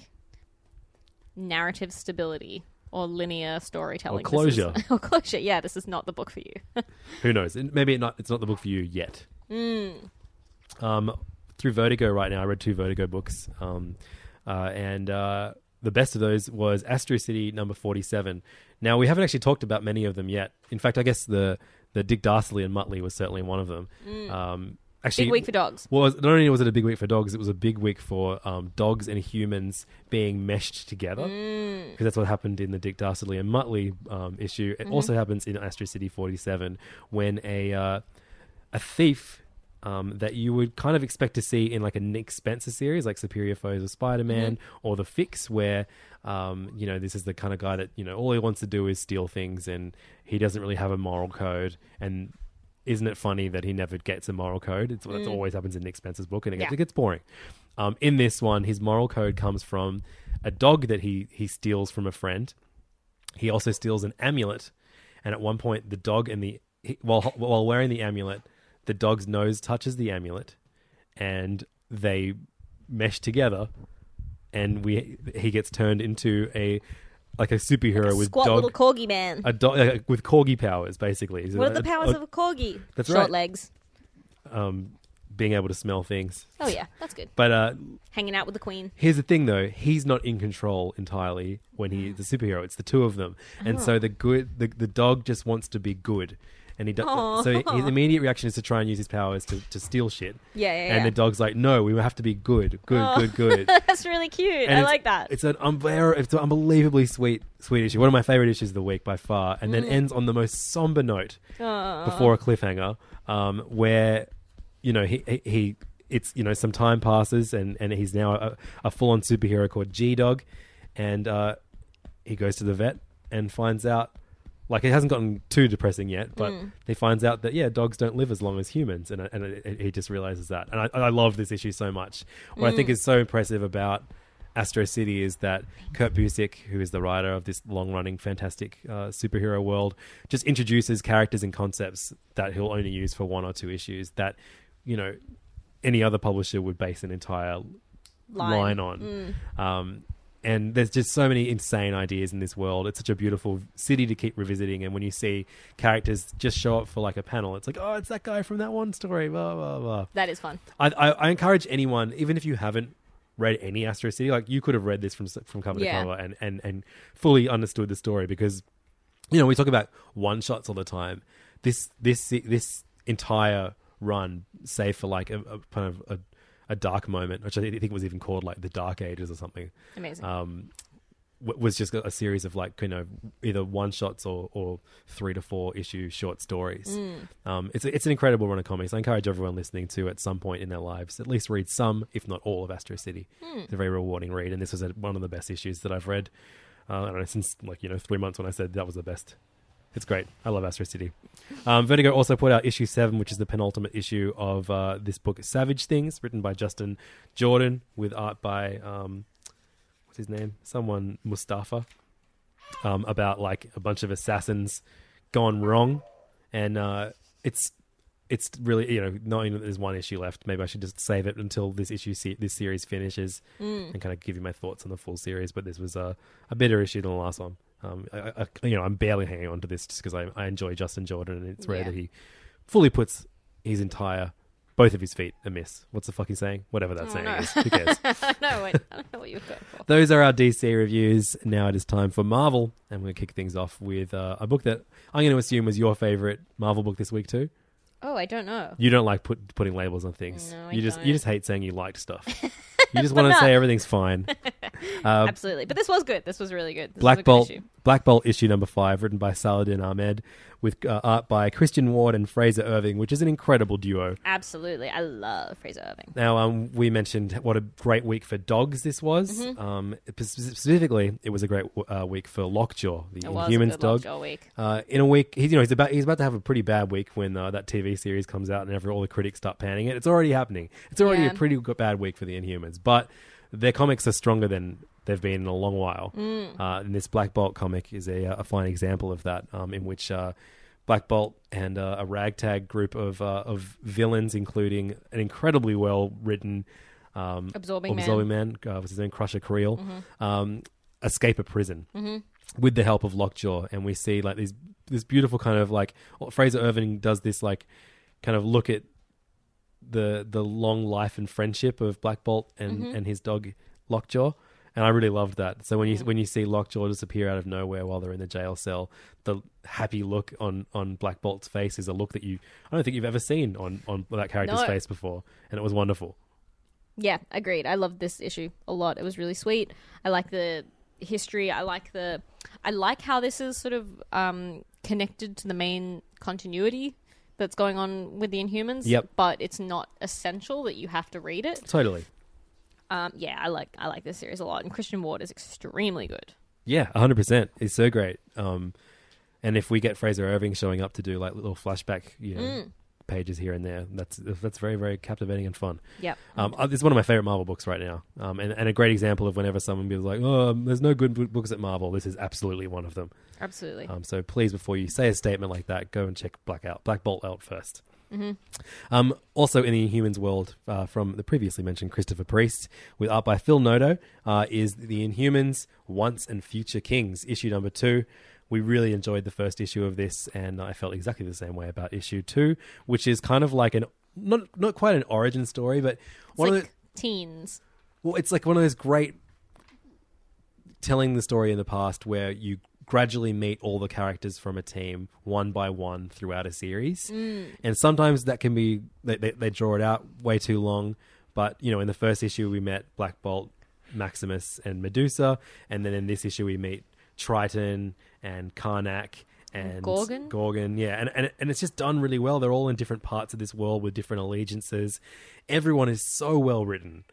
D: narrative stability or linear storytelling this is-
C: closure.
D: or closure, yeah, this is not the book for you.
C: Who knows? And Maybe it not, it's not the book for you yet.
D: mm.
C: um, through Vertigo right now. I read two Vertigo books, um, uh, and uh, the best of those was Astro City number forty-seven. Now we haven't actually talked about many of them yet. In fact, I guess the the Dick Dastardly and Muttley was certainly one of them.
D: Mm.
C: Um, actually,
D: Big week for dogs.
C: Well, not only was it a big week for dogs, it was a big week for um, dogs and humans being meshed together
D: Mm.
C: because that's what happened in the Dick Dastardly and Muttley um, issue. It
G: Mhm.
C: also happens in Astro City 47 when a uh, a thief um, that you would kind of expect to see in like a Nick Spencer series, like Superior Foes of Spider Man
G: Mhm.
C: or The Fix, where um, you know this is the kind of guy that you know all he wants to do is steal things, and he doesn't really have a moral code. And isn't it funny that he never gets a moral code? It's what
G: Mm.
C: always happens in Nick Spencer's book, and it gets,
G: Yeah.
C: it gets boring. Um, in this one, his moral code comes from a dog that he he steals from a friend. He also steals an amulet, and at one point, the dog and the he, while while wearing the amulet, the dog's nose touches the amulet, and they mesh together, and we he gets turned into a like a superhero with
D: Squat
C: dog
D: little corgi man.
C: a dog uh, with corgi powers, basically. He's
D: what are
C: a-
D: the powers
C: a-
D: of a corgi?
C: That's
D: Short
C: right.
D: legs.
C: um, being able to smell things.
D: Oh, yeah, that's good.
C: But uh,
D: Hanging out with the queen.
C: Here's the thing, though: he's not in control entirely when he is a superhero. It's the two of them, and so
G: Oh.
C: the good, the, the dog just wants to be good, and he
G: Aw.
C: does. So his immediate reaction is to try and use his powers to, to steal shit.
D: Yeah, yeah,
C: And
D: yeah.
C: the dog's like, "No, we have to be good, good,
D: Oh.
C: good, good."
D: that's really cute.
C: And
D: I
C: it's-
D: like that.
C: It's an unbear- it's an unbelievably sweet, sweet issue. One of my favorite issues of the week by far, and then
D: Mm.
C: ends on the most somber note
D: Aw.
C: before a cliffhanger, um, where you know he, he he it's you know some time passes and and he's now a, a full on superhero called G Dog, and uh, he goes to the vet and finds out. Like it hasn't gotten too depressing yet, but
G: Mm.
C: he finds out that yeah, dogs don't live as long as humans, and and it- it- he just realizes that. And I, and I love this issue so much. What I think
G: Mm.
C: is so impressive about Astro City is that Kurt Busiek, who is the writer of this long-running, fantastic uh, superhero world, just introduces characters and concepts that he'll only use for one or two issues. That you know, any other publisher would base an entire line,
G: Line.
C: on.
G: Mm.
C: Um, and there's just so many insane ideas in this world. It's such a beautiful city to keep revisiting. And when you see characters just show up for like a panel, it's like, oh, it's that guy from that one story. Blah blah blah.
D: That is fun.
C: I, I, I encourage anyone, even if you haven't read any Astro City, like you could have read this from s- from cover
D: Yeah.
C: to cover and, and and fully understood the story because you know we talk about one shots all the time. This this se- this entire run, save for like a, a kind of a, a dark moment, which I thi- think was even called like the Dark Ages or something.
D: Amazing.
C: Um, w- was just a a series of like you know either one shots or, or three to four issue short stories.
G: Mm.
C: Um, it's it's an incredible run of comics. I encourage everyone listening to at some point in their lives at least read some, if not all, of Astro City.
G: Hmm.
C: It's a very rewarding read, and this was a, one of the best issues that I've read. Uh, I don't know since like you know three months when I said that was the best. It's great. I love Astro City. Um, Vertigo also put out issue seven, which is the penultimate issue of uh, this book, Savage Things, written by Justin Jordan with art by um, what's his name? Someone Mustafa. Um, about like a bunch of assassins gone wrong, and uh, it's it's really you know knowing that there's one issue left, maybe I should just save it until this issue se- this series finishes
G: Mm.
C: and kind of give you my thoughts on the full series. But this was a, a better issue than the last one. Um, I, I- I- you know, I'm barely hanging on to this just because I, I enjoy Justin Jordan, and it's rare
G: Yeah.
C: that he fully puts his entire both of his feet a miss. What's the fucking saying? Whatever that
D: Oh,
C: saying
D: no.
C: is. Who cares?
D: No, wait, I don't know what you were going for.
C: Those are our DC reviews. Now it is time for Marvel, and we're going to kick things off with uh, a book that I'm going to assume was your favorite Marvel book this week too.
D: Oh, I don't know.
C: You don't like put, putting labels on things.
D: No, I
C: you just
D: don't.
C: you just hate saying you liked stuff. you just
D: But
C: want to
D: no.
C: say everything's fine. Uh,
D: Absolutely. But this was good. This was really good. This was a
C: Black
D: good
C: Bolt,
D: issue.
C: Black Bolt issue number five, written by Saladin Ahmed, with uh, art by Christian Ward and Fraser Irving, which is an incredible duo.
D: Absolutely. I love Fraser Irving.
C: Now, um, we mentioned what a great week for dogs this was.
D: Mhm.
C: Um, p- specifically, it was a great uh, week for Lockjaw, the
D: It was a
C: Inhumans
D: good
C: dog.
D: Lockjaw week.
C: Uh, in a week, he's you know he's about he's about to have a pretty bad week when uh, that TV series comes out and every, all the critics start panning it. It's already happening. It's already
G: Yeah.
C: a pretty good, bad week for the Inhumans, but their comics are stronger than they've been in a long while.
G: Mm.
C: Uh, and this Black Bolt comic is a, uh, a fine example of that, um, in which uh, Black Bolt and uh, a ragtag group of uh, of villains, including an incredibly well written um,
G: Absorbing Man.
C: absorbing man, uh, what's his name, Crusher Creel,
G: Mhm.
C: um, escape a prison
G: Mhm.
C: with the help of Lockjaw, and we see like these this beautiful kind of like well, Fraser Irving does this like kind of look at the the long life and friendship of Black Bolt and
G: Mhm.
C: and his dog Lockjaw. And I really loved that. So when you when you see Lockjaw disappear out of nowhere while they're in the jail cell, the happy look on, on Black Bolt's face is a look that you I don't think you've ever seen on, on that character's
D: No.
C: face before, and it was wonderful.
D: Yeah, agreed. I loved this issue a lot. It was really sweet. I like the history. I like the. I like how this is sort of um, connected to the main continuity that's going on with the Inhumans.
C: Yep.
D: But it's not essential that you have to read it.
C: Totally.
D: Um, yeah, I like I like this series a lot, and Christian Ward is extremely good.
C: Yeah, 100%. It's so great. Um, and if we get Fraser Irving showing up to do like little flashback, you know,
D: Mm.
C: pages here and there, that's that's very very captivating and fun.
D: Yep.
C: Um, uh, it's one of my favorite Marvel books right now. Um, and, and a great example of whenever someone be like, "Oh, um, there's no good bo- books at Marvel." This is absolutely one of them.
D: Absolutely.
C: Um, so please, before you say a statement like that, go and check Black out Black Bolt out first.
D: Mhm.
C: Um, also in the Inhumans world, uh, from the previously mentioned Christopher Priest, with art by Phil Noto, uh, is the Inhumans Once and Future Kings issue number two. We really enjoyed the first issue of this, and I felt exactly the same way about issue two, which is kind of like an not not quite an origin story, but
D: It's
C: one of
D: like
C: the,
D: teens.
C: well, it's like one of those great telling the story in the past where you gradually meet all the characters from a team one by one throughout a series.
G: Mm.
C: And sometimes that can be, they, they, they draw it out way too long. But, you know, in the first issue, we met Black Bolt, Maximus, and Medusa. And then in this issue, we meet Triton and Karnak. And
D: Gorgon?
C: Gorgon, yeah, and, and and it's just done really well. They're all in different parts of this world with different allegiances. Everyone is so well written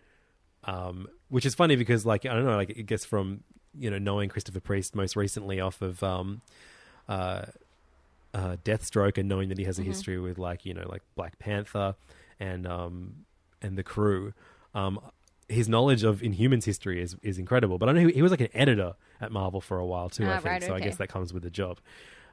C: um, which is funny because like I don't know, like it gets from you know knowing Christopher Priest most recently off of um, uh, uh, Deathstroke and knowing that he has a
D: Mm-hmm.
H: Mhm.
C: history with like you know like Black Panther and um, and the crew. Um, his knowledge of Inhumans history is is incredible. But I know he, he was like an editor at Marvel for a while too. I
D: Ah,
C: think
D: right,
C: so. I
D: okay.
C: guess that comes with the job.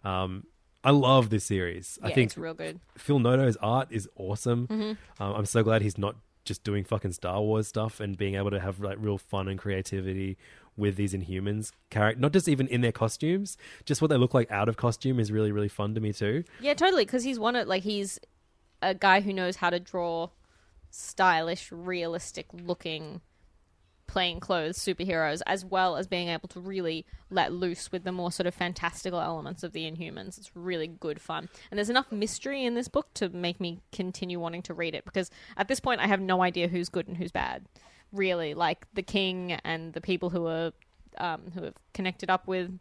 C: Um, I love this series. I
D: Yeah,
C: think
D: it's real good.
C: Phil Noto's art is awesome.
D: Mhm.
C: Um, I'm so glad he's not just doing fucking Star Wars stuff and being able to have like real fun and creativity with these Inhumans character. Not just even in their costumes, just what they look like out of costume is really really fun to me too.
D: Yeah, totally. Because he's one of like he's a guy who knows how to draw stylish, realistic looking plain clothes superheroes, as well as being able to really let loose with the more sort of fantastical elements of the Inhumans. It's really good fun, and there's enough mystery in this book to make me continue wanting to read it. Because at this point, I have no idea who's good and who's bad. Really, like the king and the people who are um, who have connected up with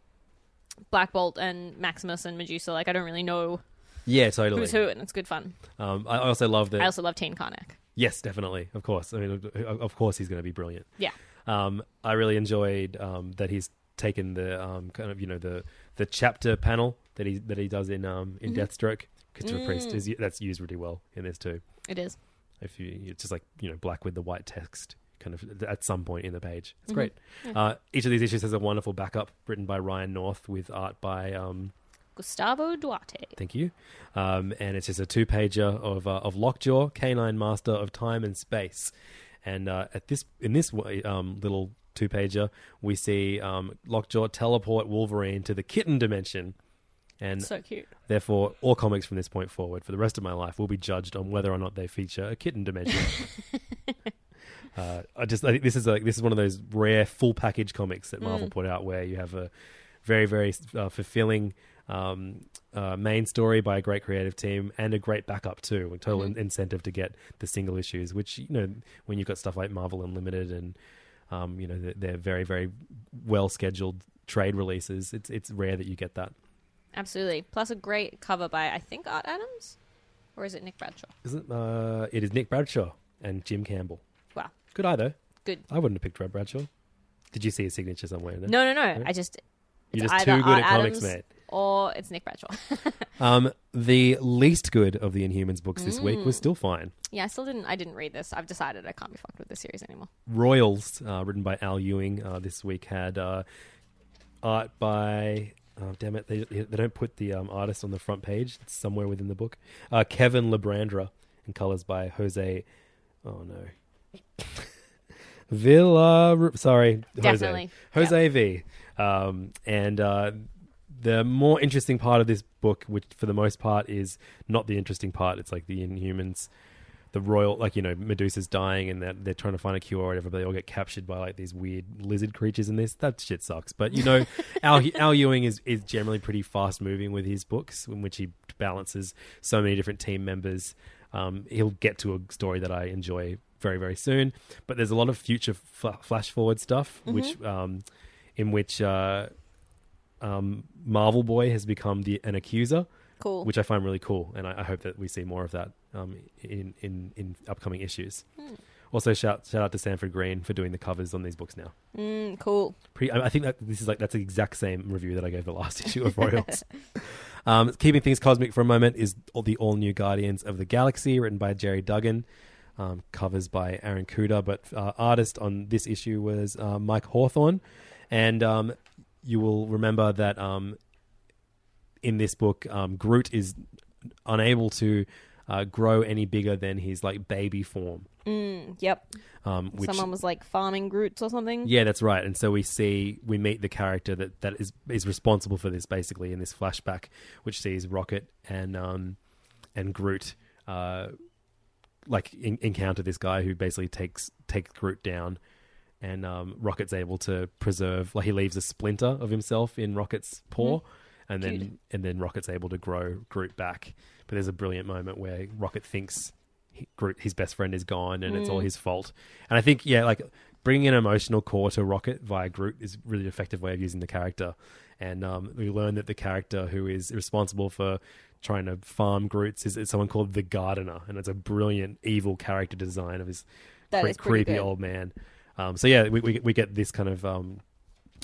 D: Black Bolt and Maximus and Medusa. Like I don't really know
C: Yeah, totally.
D: who's who, and it's good fun.
C: Um, I also love that.
D: I also love Teen Karnak.
C: yes, definitely, of course. I mean, of of course he's going to be brilliant.
D: Yeah.
C: Um, I really enjoyed um, that he's taken the um, kind of you know the the chapter panel that he that he does in um, in
D: Mhm.
C: Deathstroke. Christopher Priest
D: Mm.
C: is that's used really well in this too.
D: It is.
C: if you it's just like you know black with the white text kind of at some point in the page it's
D: Mhm.
C: great
D: Yeah.
C: uh, each of these issues has a wonderful backup written by ryan north with art by um,
D: Gustavo Duarte.
C: thank you um, and it's just a two-pager of, uh, of lockjaw canine master of time and space and uh, at this in this way, um, little two-pager we see um, lockjaw teleport wolverine to the kitten dimension and
D: So cute.
C: Therefore, all comics from this point forward for the rest of my life will be judged on whether or not they feature a kitten dimension. uh, I just I think this is like this is one of those rare full package comics that Marvel
H: Mm.
C: put out where you have a very very uh, fulfilling um, uh, main story by a great creative team and a great backup too, a total in- incentive to get the single issues. Which you know when you've got stuff like Marvel Unlimited and um, you know they're, they're very very well scheduled trade releases. It's it's rare that you get that.
D: Absolutely. Plus a great cover by I think Art Adams, or is it Nick Bradshaw?
C: Is it? Uh, it is Nick Bradshaw and Jim Campbell.
D: Wow.
C: Good eye though.
D: Good.
C: I wouldn't have picked Brad Bradshaw. Did you see his signature somewhere?
D: No, no, no. I just
C: You're
D: it's
C: just
D: either
C: too good
D: Art
C: at comics,
D: Adams
C: mate.
D: Or it's Nick Bradshaw.
C: Um, the least good of the Inhumans books this week was
D: Mm.
C: still fine.
D: yeah, I still didn't. I didn't read this. I've decided I can't be fucked with this series anymore.
C: Royals, uh, written by Al Ewing, uh, this week had uh, art by. Oh, damn it! They, they don't put the um, artist on the front page. It's somewhere within the book. Uh, Kevin Lebrandra and colors by Jose. Oh no. Villa. Sorry,
H: Definitely.
C: Jose. Jose V. Um, and uh, the more interesting part of this book, which for the most part is not the interesting part, it's like the Inhumans, the royal, like, you know, Medusa's dying and they're, they're trying to find a cure or whatever, but they all get captured by like these weird lizard creatures in this. That shit sucks. But, you know, Al, Al Ewing is, is generally pretty fast moving with his books, in which he balances so many different team members. Um, he'll get to a story that I enjoy very, very soon. But there's a lot of future f- flash forward stuff, which
H: Mhm.
C: um, in which uh, um, Marvel Boy has become the an accuser
D: Cool.
C: which I find really cool, and I, I hope that we see more of that um, in in in upcoming issues.
D: Hmm.
C: Also, shout shout out to Sanford Green for doing the covers on these books now.
D: Mm, cool.
C: Pre, I I think that this is like that's the exact same review that I gave the last issue of Royals. um, keeping things cosmic for a moment is all the all new Guardians of the Galaxy, written by Jerry Duggan, um, covers by Aaron Kuda, but uh, artist on this issue was uh, Mike Hawthorne, and um, you will remember that um, in this book, um, Groot is unable to uh, grow any bigger than his like baby form.
D: Mm, yep.
C: Um, which
D: Someone was like farming roots or something.
C: yeah, that's right. And so we see we meet the character that, that is is responsible for this basically in this flashback, which sees Rocket and um and Groot uh like en- encounter this guy who basically takes takes Groot down, and um Rocket's able to preserve like he leaves a splinter of himself in Rocket's paw.
D: Mhm.
C: And then
D: Cute.
C: and then Rocket's able to grow Groot back, but there's a brilliant moment where Rocket thinks he, Groot, his best friend is gone and it's all
D: Mm.
C: his fault. And I think, yeah, like bringing an emotional core to Rocket via Groot is really an effective way of using the character. And um, we learn that the character who is responsible for trying to farm Groots is, is someone called the Gardener, and it's a brilliant evil character design of his
D: That
C: cre-
D: is pretty
C: creepy
D: good.
C: old man. Um, so yeah, we, we we get this kind of um,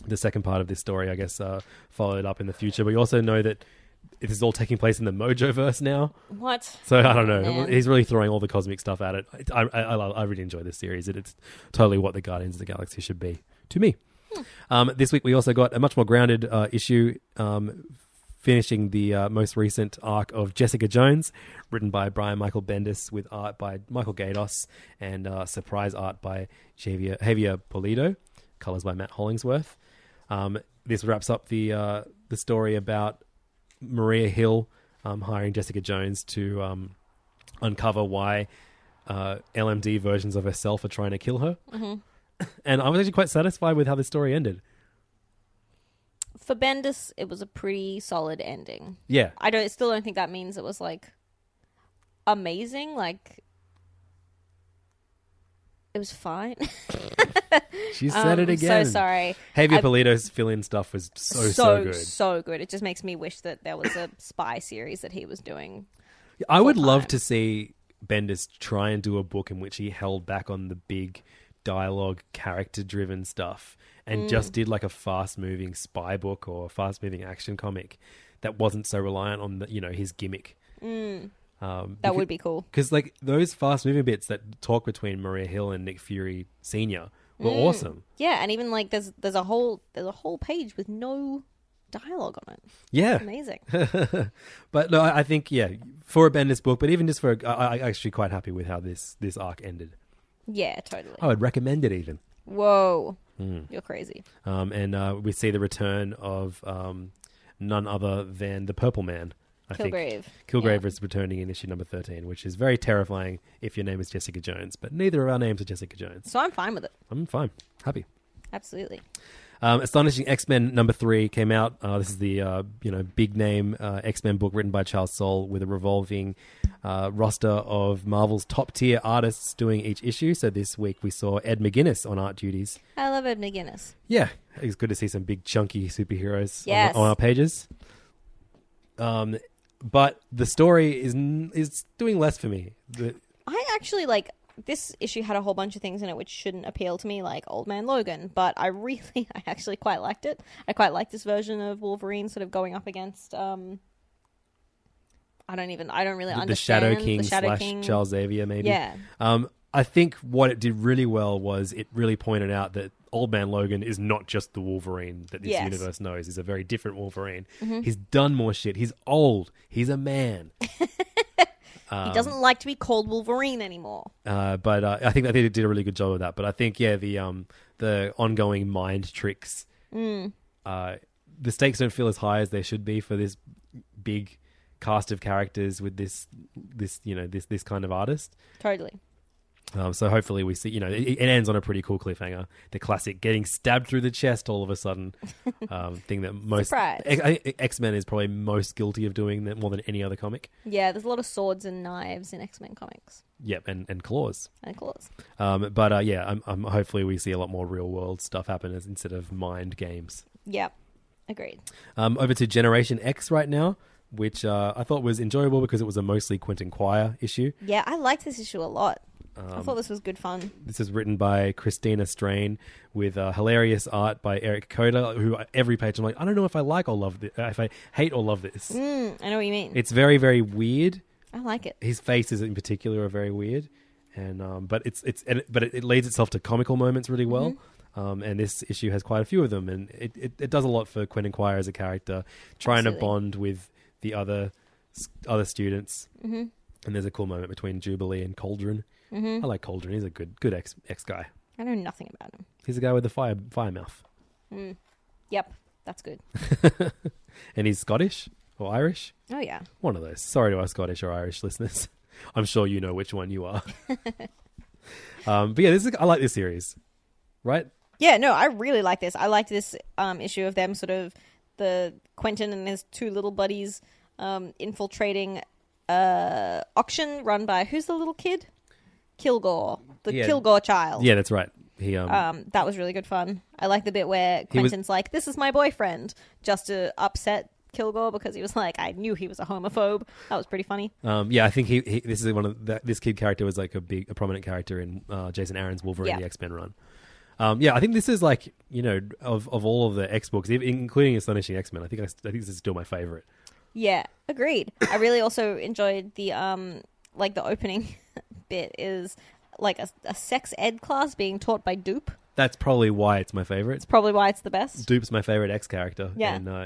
C: the second part of this story, I guess, uh, followed up in the future. We also know that this is all taking place in the Mojoverse now.
D: What?
C: So I don't know.
D: Man.
C: He's really throwing all the cosmic stuff at it. It's- I, I, I, love, I really enjoy this series. It, it's totally what the Guardians of the Galaxy should be to me. Um, this week we also got a much more grounded uh, issue, um, finishing the uh, most recent arc of Jessica Jones, written by Brian Michael Bendis with art by Michael Gados and uh, surprise art by Javier, Javier Polito, colors by Matt Hollingsworth. Um, this wraps up the uh, the story about Maria Hill um, hiring Jessica Jones to um, uncover why uh, LMD versions of herself are trying to kill her.
D: Mhm.
C: And I was actually quite satisfied with how this story ended.
D: For Bendis, it was a pretty solid ending.
C: Yeah.
D: I don't still don't think that means it was like amazing. Like it was fine.
C: She
D: Um,
C: said it
D: I'm so
C: again.
D: sorry.
C: Javier
D: I've-
C: Polito's fill in stuff was so, so, good.
D: so good. It just makes me wish that there was a spy series that he was doing.
C: I would love to see Bendis try and do a book in which he held back on the big dialogue, character driven stuff and
D: Mm.
C: just did like a fast moving spy book or fast moving action comic that wasn't so reliant on, the, you know, his gimmick.
D: Mm,
C: Um,
D: That would be cool.
C: Because like those fast moving bits that talk between Maria Hill and Nick Fury Senior were
D: Mm.
C: awesome.
D: Yeah, and even like there's there's a whole there's a whole page with no dialogue on it.
C: Yeah,
D: It's amazing.
C: but no, I I think yeah, for a Bendis book, but even just for, a, I, I'm actually quite happy with how this this arc ended.
D: Yeah, totally.
C: I would recommend it even.
D: Whoa,
C: Mm.
D: you're crazy.
C: Um, and uh, we see the return of um, none other than the Purple Man. I
D: Kilgrave.
C: think Kilgrave is returning in issue number thirteen, which is very terrifying if your name is Jessica Jones. But neither of our names are Jessica Jones.
D: So I'm fine with it.
C: I'm fine, happy.
D: Absolutely.
C: Um, Astonishing X Men number three came out. Uh, this is the uh, you know big name uh, X Men book written by Charles Soule with a revolving uh, roster of Marvel's top tier artists doing each issue. So this week we saw Ed McGuinness on art duties.
D: I love Ed McGuinness.
C: Yeah, it's good to see some big chunky superheroes on-
D: Yes.
C: on, our pages. Um, but the story is n- is doing less for me. The,
D: I actually like this issue had a whole bunch of things in it which shouldn't appeal to me, like Old Man Logan. But I really, I actually quite liked it. I quite liked this version of Wolverine, sort of going up against. um I don't even. I don't really
C: the, the
D: understand
C: Shadow King
D: the Shadow
C: slash
D: King.
C: Charles Xavier, maybe.
D: Yeah.
C: Um, I think what it did really well was it really pointed out that Old Man Logan is not just the Wolverine that this
D: Yes.
C: universe knows. He's a very different Wolverine.
D: Mhm.
C: He's done more shit. He's old. He's a man.
D: He
C: Um,
D: doesn't like to be called Wolverine anymore.
C: uh, but uh, I think I think it did a really good job of that. But I think yeah, the um the ongoing mind tricks.
D: Mm.
C: Uh, the stakes don't feel as high as they should be for this big cast of characters with this this you know this this kind of artist.
D: Totally.
C: Um, so hopefully we see, you know, it, it ends on a pretty cool cliffhanger. The classic getting stabbed through the chest all of a sudden um, thing that most
D: Surprise.
C: X Men is probably most guilty of doing that more than any other comic.
D: Yeah, there's a lot of swords and knives in X Men comics
C: Yep, and and claws.
D: and claws.
C: Um, but uh, yeah, I'm, I'm hopefully we see a lot more real world stuff happen as, instead of mind games.
D: Yeah, agreed.
C: Um, over to Generation X right now. which uh, I thought was enjoyable because it was a mostly Quentin Quire issue.
D: Yeah, I liked this issue a lot. I
C: Um,
D: thought this was good fun.
C: This is written by Christina Strain with uh, hilarious art by Eric Coda, who I- every page I'm like, I don't know if I like or love this, if I hate or love this.
D: Mm, I know what you mean.
C: It's very, very weird.
D: I like it.
C: His faces in particular are very weird, and um, but it's it's and it, but it, it leads itself to comical moments really well.
D: Mm-hmm.
C: Um, and this issue has quite a few of them, and it, it, it does a lot for Quentin Quire as a character, trying
D: Absolutely.
C: to bond with the other s- other students.
D: Mhm.
C: And there's a cool moment between Jubilee and Cauldron.
D: Mhm.
C: I like Cauldron; he's a good good ex ex guy.
D: I know nothing about him.
C: He's the guy with the fire fire mouth,
D: Mm. Yep, that's good.
C: and he's Scottish or Irish.
D: Oh, yeah.
C: one of those. Sorry to our Scottish or Irish listeners. I'm sure you know which one you are. um, but yeah, this is I like this series, right?
D: Yeah, no, I really like this. I liked this um, issue of them sort of the Quentin and his two little buddies um, infiltrating uh auction run by who's the little kid? Kilgore, the
C: Yeah.
D: Kilgore child.
C: Yeah, that's right. He um,
D: Um, that was really good fun. I like the bit where
C: He was-
D: Quentin's like, "This is my boyfriend," just to upset Kilgore because he was like, "I knew he was a homophobe." That was pretty funny.
C: um yeah, I think he, he this is one of the, this kid character was like a big a prominent character in uh, Jason Aaron's Wolverine
D: Yeah.
C: the X Men run. Um, yeah, I think this is like you know of of all of the X books, ev- including Astonishing X Men. I think I, I think this is still my favorite.
D: Yeah, agreed. I really also enjoyed the um like the opening bit is like a, a sex ed class being taught by Dupe.
C: That's probably why it's my favorite.
D: It's probably why it's the best.
C: Dupe's my favorite X character.
D: Yeah.
C: and uh,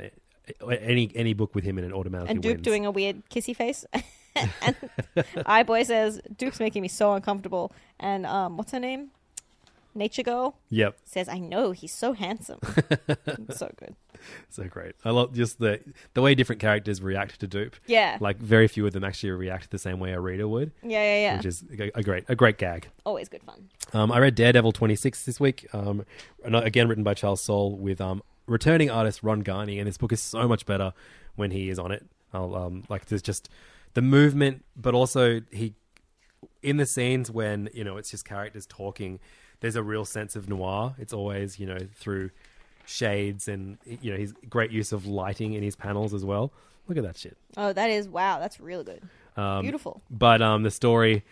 C: any any book with him in it automatically
D: and Dupe
C: wins.
D: doing a weird kissy face. and iBoy says Dupe's making me so uncomfortable. And um what's her name? Nature Girl
C: Yep.
D: says I know he's so handsome. so good.
C: So great. I love just the the way different characters react to dupe.
D: Yeah.
C: Like very few of them actually react the same way a reader would.
D: Yeah, yeah, yeah.
C: Which is a- a great a great gag.
D: Always good fun.
C: Um, I read Daredevil 26 this week. Um, and again written by Charles Soule with um, returning artist Ron Garney, and this book is so much better when he is on it. I'll, um, like there's just the movement, but also he in the scenes when you know it's just characters talking. There's a real sense of noir. It's always you know through shades and you know his great use of lighting in his panels as well. Look at that shit.
D: Oh, that is wow, that's really good.
C: Um,
D: Beautiful.
C: But um, the story,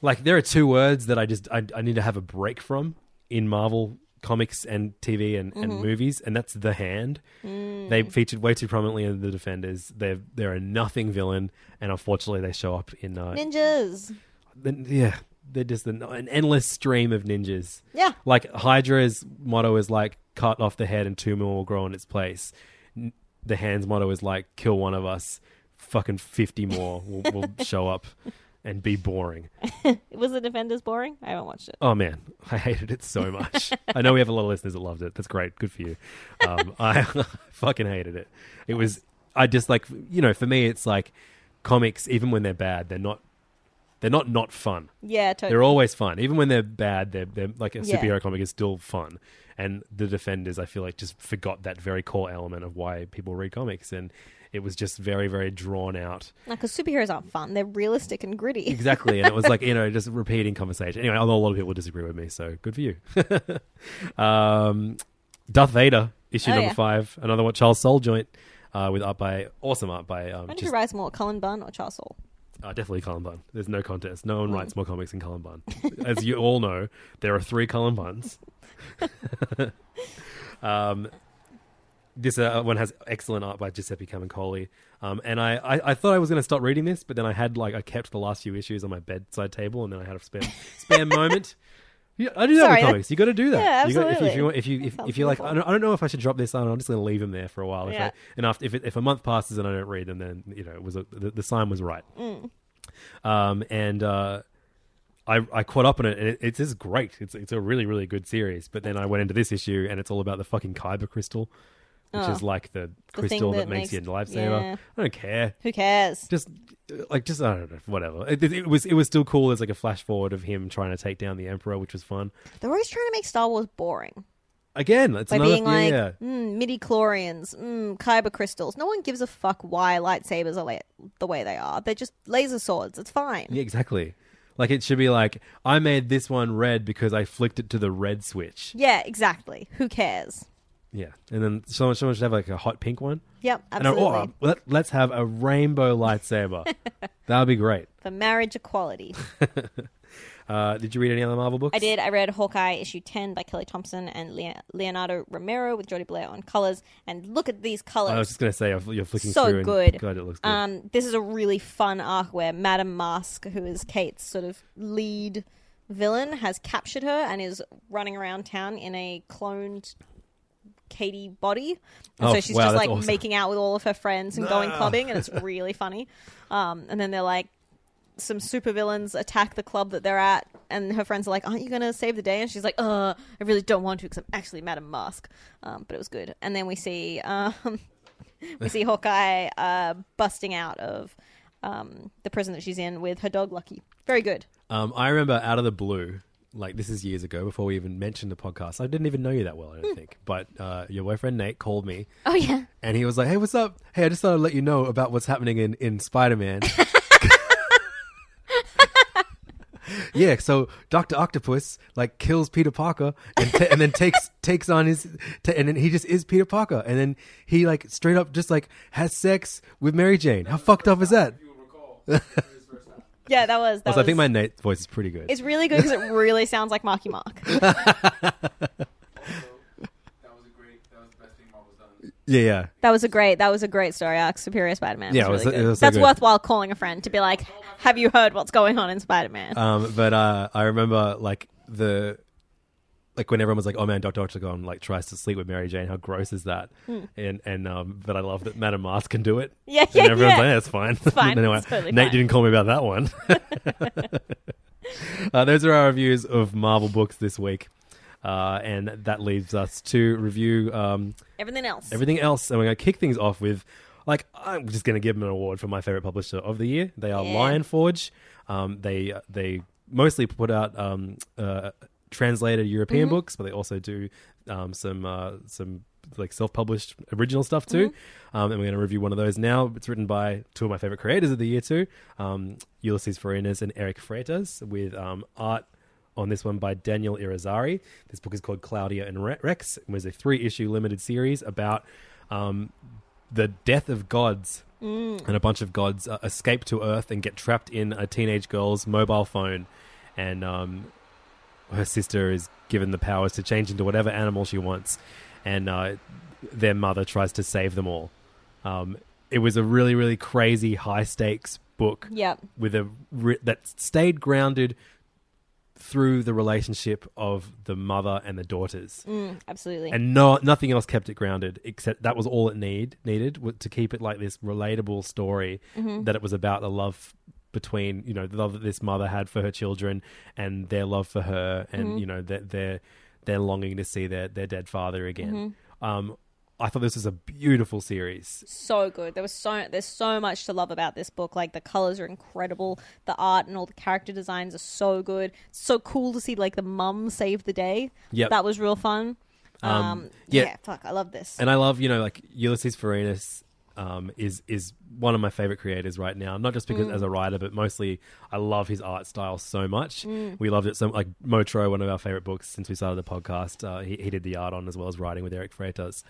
C: like, there are two words that I just I, I need to have a break from in Marvel comics and TV and, and
D: Mhm.
C: movies, and that's the hand.
D: Mm.
C: They featured way too prominently in the Defenders. They're they're a nothing villain, and unfortunately, they show up in uh,
D: Ninjas.
C: the, yeah. They're just an, an endless stream of ninjas.
D: Yeah.
C: Like Hydra's motto is like cut off the head and two more will grow in its place. N- The hand's motto is like kill one of us, fucking fifty more will, will show up and be boring.
D: Was the Defenders boring? I haven't watched it.
C: Oh man, I hated it so much. I know we have a lot of listeners that loved it. That's great. Good for you. Um, I fucking hated it. It was. I just like you know. For me, it's like comics. Even when they're bad, they're not. They're not not fun.
D: Yeah, totally.
C: They're always fun. Even when they're bad, they're, they're like a
D: Yeah.
C: superhero comic is still fun. And the Defenders, I feel like, just forgot that very core element of why people read comics, and it was just very, very drawn out.
D: Because superheroes aren't fun; they're realistic and gritty.
C: Exactly. And it was like, you know, just repeating conversation. Anyway, although a lot of people disagree with me, so good for you. um, Darth Vader, issue
D: Oh,
C: number
D: yeah.
C: five, another what Charles Soule joint uh, with art by, awesome art by um,
D: When did
C: just,
D: you rise more, Cullen Bunn or Charles Soule?
C: uh, definitely Cullen Bunn. There's no contest. No
D: Hmm.
C: one writes more comics than Cullen Bunn. As you all know, there are three Cullen Bunns. um, this uh, one has excellent art by Giuseppe Camincoli. Um, and I, I, I thought I was going to stop reading this, but then I had like I kept the last few issues on my bedside table, and then I had a spare spare moment. Yeah, I do that
D: Sorry,
C: with
D: that-
C: comics. You got to do
D: Yeah,
C: that. You got- if, you, if
D: absolutely.
C: you want, if you
D: That
C: if,
D: sounds
C: if you're like, I
D: wonderful.
C: don't, I don't know if I should drop this on. I'm just going to leave them there for a while. If
D: Yeah.
C: I, and after, if, it, if a month passes and I don't read them, then you know it was a, the, the sign was right
D: Mm.
C: um, and uh, I, I caught up on it, and it, it's just great. It's it's a really really good series. But then I went into this issue, and it's all about the fucking Kyber crystal, which
D: Oh.
C: is like the
D: The thing
C: crystal that,
D: that
C: makes,
D: makes-
C: you a lifesaver.
D: yeah.
C: I don't care.
D: Who cares?
C: Just uh, like just I don't know, whatever. It, it, it was it was still cool. There's like a flash forward of him trying to take down the emperor, which was fun.
D: They're always trying to make Star Wars boring
C: Again, it's
D: by
C: another
D: being like
C: yeah.
D: mm, midi chlorians, mm, kyber crystals. No one gives a fuck why lightsabers are la- the way they are. They're just laser swords. It's fine.
C: Yeah, exactly. Like it should be like I made this one red because I flicked it to the red switch.
D: Yeah, exactly. Who cares?
C: Yeah, and then someone someone should have like a hot pink one.
D: Yep,
C: And then, oh,
D: absolutely.
C: let, let's have a rainbow lightsaber. that would be great.
D: for marriage equality.
C: Uh, did you read any other Marvel books?
D: I did. I read Hawkeye issue 10 by Kelly Thompson and Lea- Leonardo Romero with Jodie Blair on colors. And look at
C: Oh,
D: these colors.
C: I was just gonna say you're you're flicking
D: so
C: through.
D: good.
C: And, God, it looks good.
D: Um, this is a really fun arc where Madame Mask, who is Kate's sort of lead villain, has captured her and is running around town in a cloned Katie body. And
I: Oh,
D: so she's
I: wow,
D: just
I: that's
D: like
I: awesome.
D: making out with all of her friends and going
I: Ah.
D: clubbing, and it's really funny. Um, and then they're like, some supervillains attack the club that they're at, and her friends are like, "Aren't you gonna save the day?" And she's like, "Uh, I really don't want to because I'm actually Madame Mask." Um, but it was good. And then we see um, we see Hawkeye uh, busting out of um, the prison that she's in with her dog Lucky. Very good.
C: Um, I remember out of the blue, like this is years ago before we even mentioned the podcast. I didn't even know you that well, I don't think. But uh, your boyfriend Nate called me.
D: Oh, yeah.
C: And he was like, "Hey, what's up? Hey, I just thought I'd let you know about what's happening in in Spider Man." yeah, so Doctor Octopus like kills Peter Parker and, ta- and then takes takes on his ta- and then he just is Peter Parker and then he like straight up just like has sex with Mary Jane. How fucked up is that?
D: Yeah, that was. That
C: also, I
D: was
C: think my Nate voice is pretty good.
D: It's really good because it really sounds like Marky Mark.
C: Yeah, yeah.
D: That was a great. That was a great story arc. Superior Spider-Man.
C: Yeah,
D: Yeah,
C: it was-
D: really
C: it
D: good.
C: was so
D: That's
C: good.
D: worthwhile calling a friend to be like, "Have you heard what's going on in Spider-Man?"
C: Um, but uh, I remember like the like when everyone was like, "Oh man, Doctor Octagon like tries to sleep with Mary Jane. How gross is that?"
D: Hmm.
C: And and um, but I love that Madame Mask can do it.
D: Yeah,
C: and
D: yeah,
C: Everyone's
D: yeah.
C: like, "That's fine."
D: It's fine.
C: anyway,
D: It's totally
C: Nate
D: fine.
C: didn't call me about that one. uh, those are our reviews of Marvel books this week, uh, and that leaves us to review um,
D: Everything else.
C: Everything else, and we're going to kick things off with. Like I'm just going to give them an award for my favorite publisher of the year. They are
D: Yeah.
C: Lion Forge. Um, they they mostly put out um, uh, translated European
D: Mhm.
C: books, but they also do um, some uh, some like self published original stuff too. Um, and we're going to review one of those now. It's written by two of my favorite creators of the year too, um, Ulysses Farinas and Eric Freitas, with um, art on this one by Daniel Irizarry. This book is called Claudia and Re- Rex. It was a three issue limited series about um, the death of gods.
D: Mm.
C: And a bunch of gods uh, escape to Earth and get trapped in a teenage girl's mobile phone. And um, her sister is given the powers to change into whatever animal she wants, and uh, their mother tries to save them all. Um, it was a really, really crazy, high stakes book.
D: Yep.
C: with a ri that stayed grounded through the relationship of the mother and the daughters.
D: Mm, absolutely.
C: And no, nothing else kept it grounded except that was all it need needed wa- to keep it like this relatable story
D: Mhm.
C: that it was about the love between you know the love that this mother had for her children and their love for her and
D: Mhm.
C: you know their their their longing to see their their dead father again. Um, I thought this was a beautiful series.
D: so good. There was so there's so much to love about this book. Like the colors are incredible, the art and all the character designs are so good. So cool to see like the mum save the day.
C: Yep.
D: that was real fun. Um,
C: Um,
D: yeah.
C: yeah.
D: fuck, I love this.
C: And I love, you know, like Ulysses Farinas um, is is one of my favorite creators right now. Not just because
D: Mm.
C: as a writer, but mostly I love his art style so much.
D: Mm.
C: We loved it so like Motro, one of our favorite books since we started the podcast. Uh, he, he did the art on as well as writing with Eric Freitas,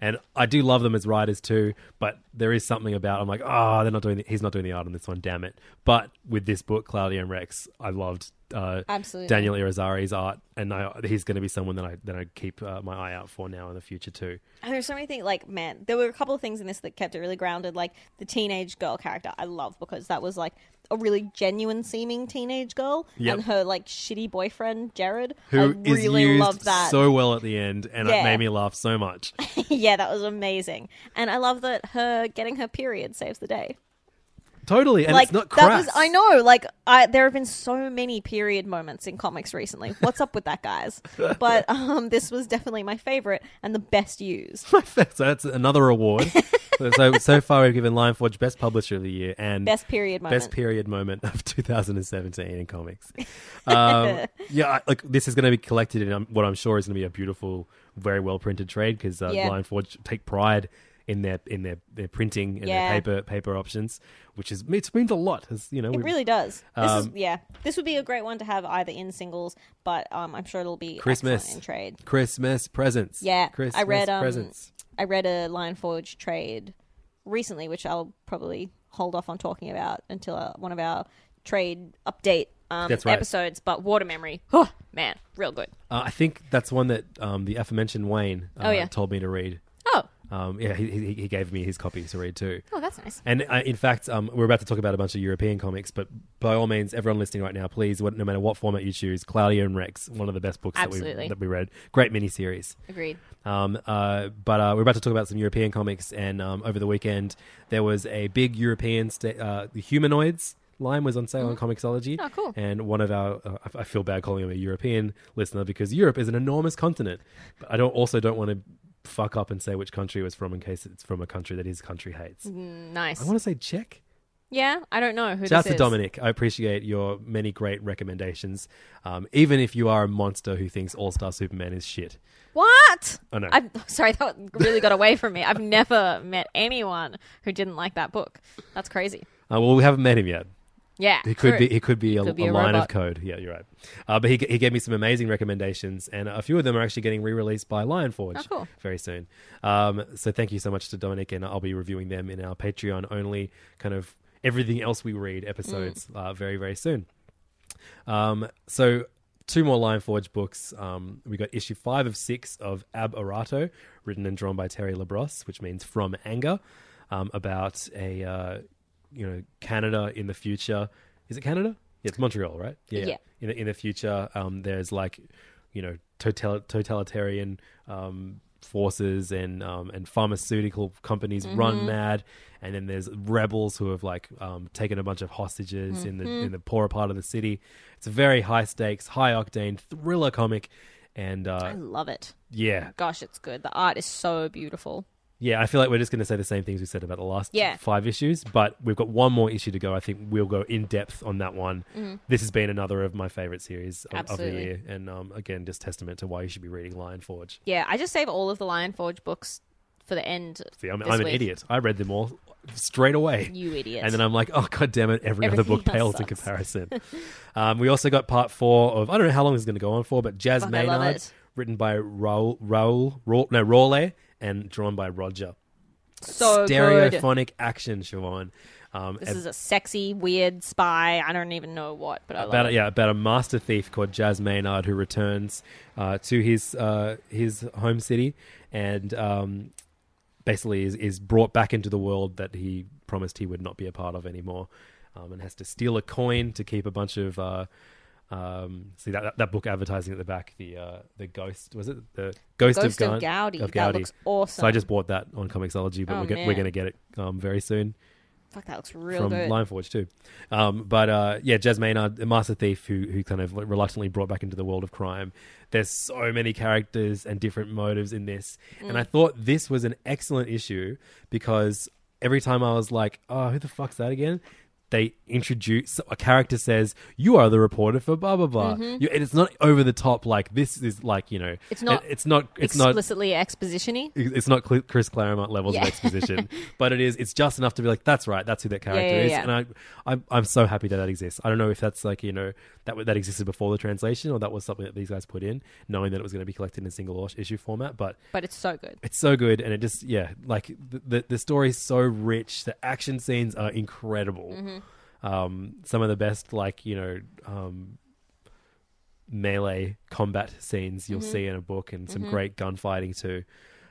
C: and I do love them as writers too. But there is something about I'm like, ah, they're not doing. The, he's not doing the art on this one. Damn it! But with this book, Claudia and Rex, I loved. Uh,
D: Absolutely.
C: Daniel Irizarry's art, and I, he's going to be someone that I that I keep uh, my eye out for now in the future too.
D: And there's so many things like man, there were a couple of things in this that kept it really grounded. Like the teenage girl character, I love because that was like a really genuine seeming teenage girl,
C: Yep.
D: and her like shitty boyfriend Jared. I
C: Who is
D: really
C: used
D: loved that.
C: so well at the end, and
D: Yeah.
C: it made me laugh so much.
D: yeah, that was amazing, and I love that her getting her period saves the day.
C: Totally, and
D: like
C: it's not
D: that
C: crass.
D: was I know. Like I, there have been so many period moments in comics recently. What's up with that, guys? But um, this was definitely my favorite and the best used.
C: so that's another award. so, so so far, we've given Lion Forge Best Publisher of the Year and
D: Best period moment.
C: Best Period Moment of 2017 in comics. Um, yeah, I- like this is going to be collected in um, what I'm sure is going to be a beautiful, very well printed trade because uh,
D: Yeah.
C: Lion Forge take pride in their in their, their printing and
G: Yeah.
C: their paper paper options, which is it's means a lot. As you know,
G: It
C: we-
G: really does. This is
C: Um,
G: yeah. This would be a great one to have either in singles, but um, I'm sure it'll be
C: Christmas
G: excellent in trade.
C: Christmas presents.
G: Yeah,
C: Christmas
G: I read um,
C: presents.
G: I read a Lion Forge trade recently, which I'll probably hold off on talking about until uh, one of our trade update um,
C: That's right.
G: episodes. But Water Memory, oh man, real good.
C: Uh, I think that's one that um, the aforementioned Wayne uh,
G: Oh, yeah.
C: told me to read.
G: Oh.
C: Um, yeah, he, he, he gave me his copy to read too.
G: Oh, that's nice.
C: And uh, in fact, um, we're about to talk about a bunch of European comics, but by all means, everyone listening right now, please, what, no matter what format you choose, Claudia and Rex, one of the best books that we,
G: Absolutely.
C: that we read. Great miniseries.
G: Agreed.
C: Um, uh, but uh, we're about to talk about some European comics, and um, over the weekend, there was a big European, sta- uh, the humanoids. Line was on sale on Comixology.
G: Oh, cool.
C: And one of our, uh, I- I feel bad calling him a European listener because Europe is an enormous continent. But I don't also don't want to fuck up and say which country it was from in case it's from a country that his country hates.
G: Mm, nice.
C: I want to say Czech.
G: Yeah, I don't know who
C: Shout out
G: this
C: to
G: is.
C: Dominic. I appreciate your many great recommendations, um, even if you are a monster who thinks All Star Superman is shit.
G: What?
C: I know.
D: I'm sorry, that really got away from me. I've never met anyone who didn't like that book. That's crazy.
C: Uh, well, we haven't met him yet.
D: Yeah,
C: he
D: true.
C: could be. He could be a,
D: Could be
C: a
D: a
C: line of
D: robot.
C: code. Yeah, you're right. Uh, but he, he gave me some amazing recommendations, and a few of them are actually getting re-released by Lion Forge
D: Oh, cool.
C: very soon. Um, so thank you so much to Dominic, and I'll be reviewing them in our Patreon only kind of everything else we read episodes
D: Mm.
C: uh, very very soon. Um, so two more Lion Forge books. Um, we got issue five of six of Ab Arato, written and drawn by Terry Labrosse, which means from anger, um, about a uh, you know Canada in the future. Is it Canada? Yeah, it's Montreal, right?
D: Yeah.
C: In the in the future, um, there's like you know total, totalitarian um, forces and um, and pharmaceutical companies run
D: Mhm.
C: mad, and then there's rebels who have like um, taken a bunch of hostages in the
D: Mhm.
C: in the poorer part of the city. It's a very high stakes, high octane thriller comic, and
G: I
C: uh,
G: love it.
C: yeah,
G: Gosh, it's good. The art is so beautiful.
C: yeah. I feel like we're just going to say the same things we said about the last
G: Yeah.
C: five issues, but we've got one more issue to go. I think we'll go in depth on that one.
G: Mhm.
C: This has been another of my favorite series of, of the
G: Absolutely.
C: year, and um, again, just testament to why you should be reading Lion Forge.
G: Yeah, I just save all of the Lion Forge books for the end.
C: See, I'm,
G: this
C: I'm an
G: week.
C: idiot. I read them all straight away.
G: You idiot.
C: And then I'm like, oh god damn it! Every other
G: Everything
C: book
G: else
C: pales in
G: sucks.
C: comparison. um, we also got part four of I don't know how long this is going to go on for, but Jazz
G: Fuck, I love
C: Maynard,
G: it.
C: written by Raul Raul, Raul no Raleigh, and drawn by Roger.
G: So
C: stereophonic action, Siobhan. Um,
G: This
C: ab-
G: is a sexy, weird spy. I don't even know what, but I love
C: about
G: it.
C: a, yeah about a master thief called Jazz Maynard who returns uh, to his uh, his home city and um, basically is, is brought back into the world that he promised he would not be a part of anymore, um, and has to steal a coin to keep a bunch of. Uh, um, see that, that that book advertising at the back, the uh, the ghost was it the ghost,
G: Ghost
C: Gan-
G: of Gaudi.
C: of
G: That
C: Gaudi.
G: looks awesome.
C: So I just bought that on Comixology, but
G: Oh,
C: we're, go- we're
G: man.
C: going to get it um, very soon
G: Fuck, that looks real
C: from
G: good.
C: Lionforge too. Um, but uh, yeah, Jazz Maynard, a master thief who who kind of reluctantly brought back into the world of crime. There's so many characters and different motives in this, and
D: Mm.
C: I thought this was an excellent issue because every time I was like, "Oh, who the fuck's that again?" They introduce a character says, "You are the reporter for blah blah blah,"
G: Mhm.
C: You- and it's not over the top. Like this is like you know,
G: It's not.
C: it- it's not. It's not
G: explicitly exposition-y.
C: it's not Cl- Chris Claremont levels
G: Yeah.
C: of exposition, but it is. It's just enough to be like, that's right, that's who that character
G: yeah,
C: is,
G: yeah.
C: and I, I'm, I'm so happy that that exists. I don't know if that's like you know that w- that existed before the translation or that was something that these guys put in, knowing that it was going to be collected in a single au- issue format. But
G: But it's so good.
C: it's so good, and it just yeah, like the the, the story is so rich. The action scenes are incredible.
G: Mhm.
C: Um, some of the best like you know um, melee combat scenes you'll
D: Mhm.
C: see in a book, and some
D: Mhm.
C: great gunfighting too.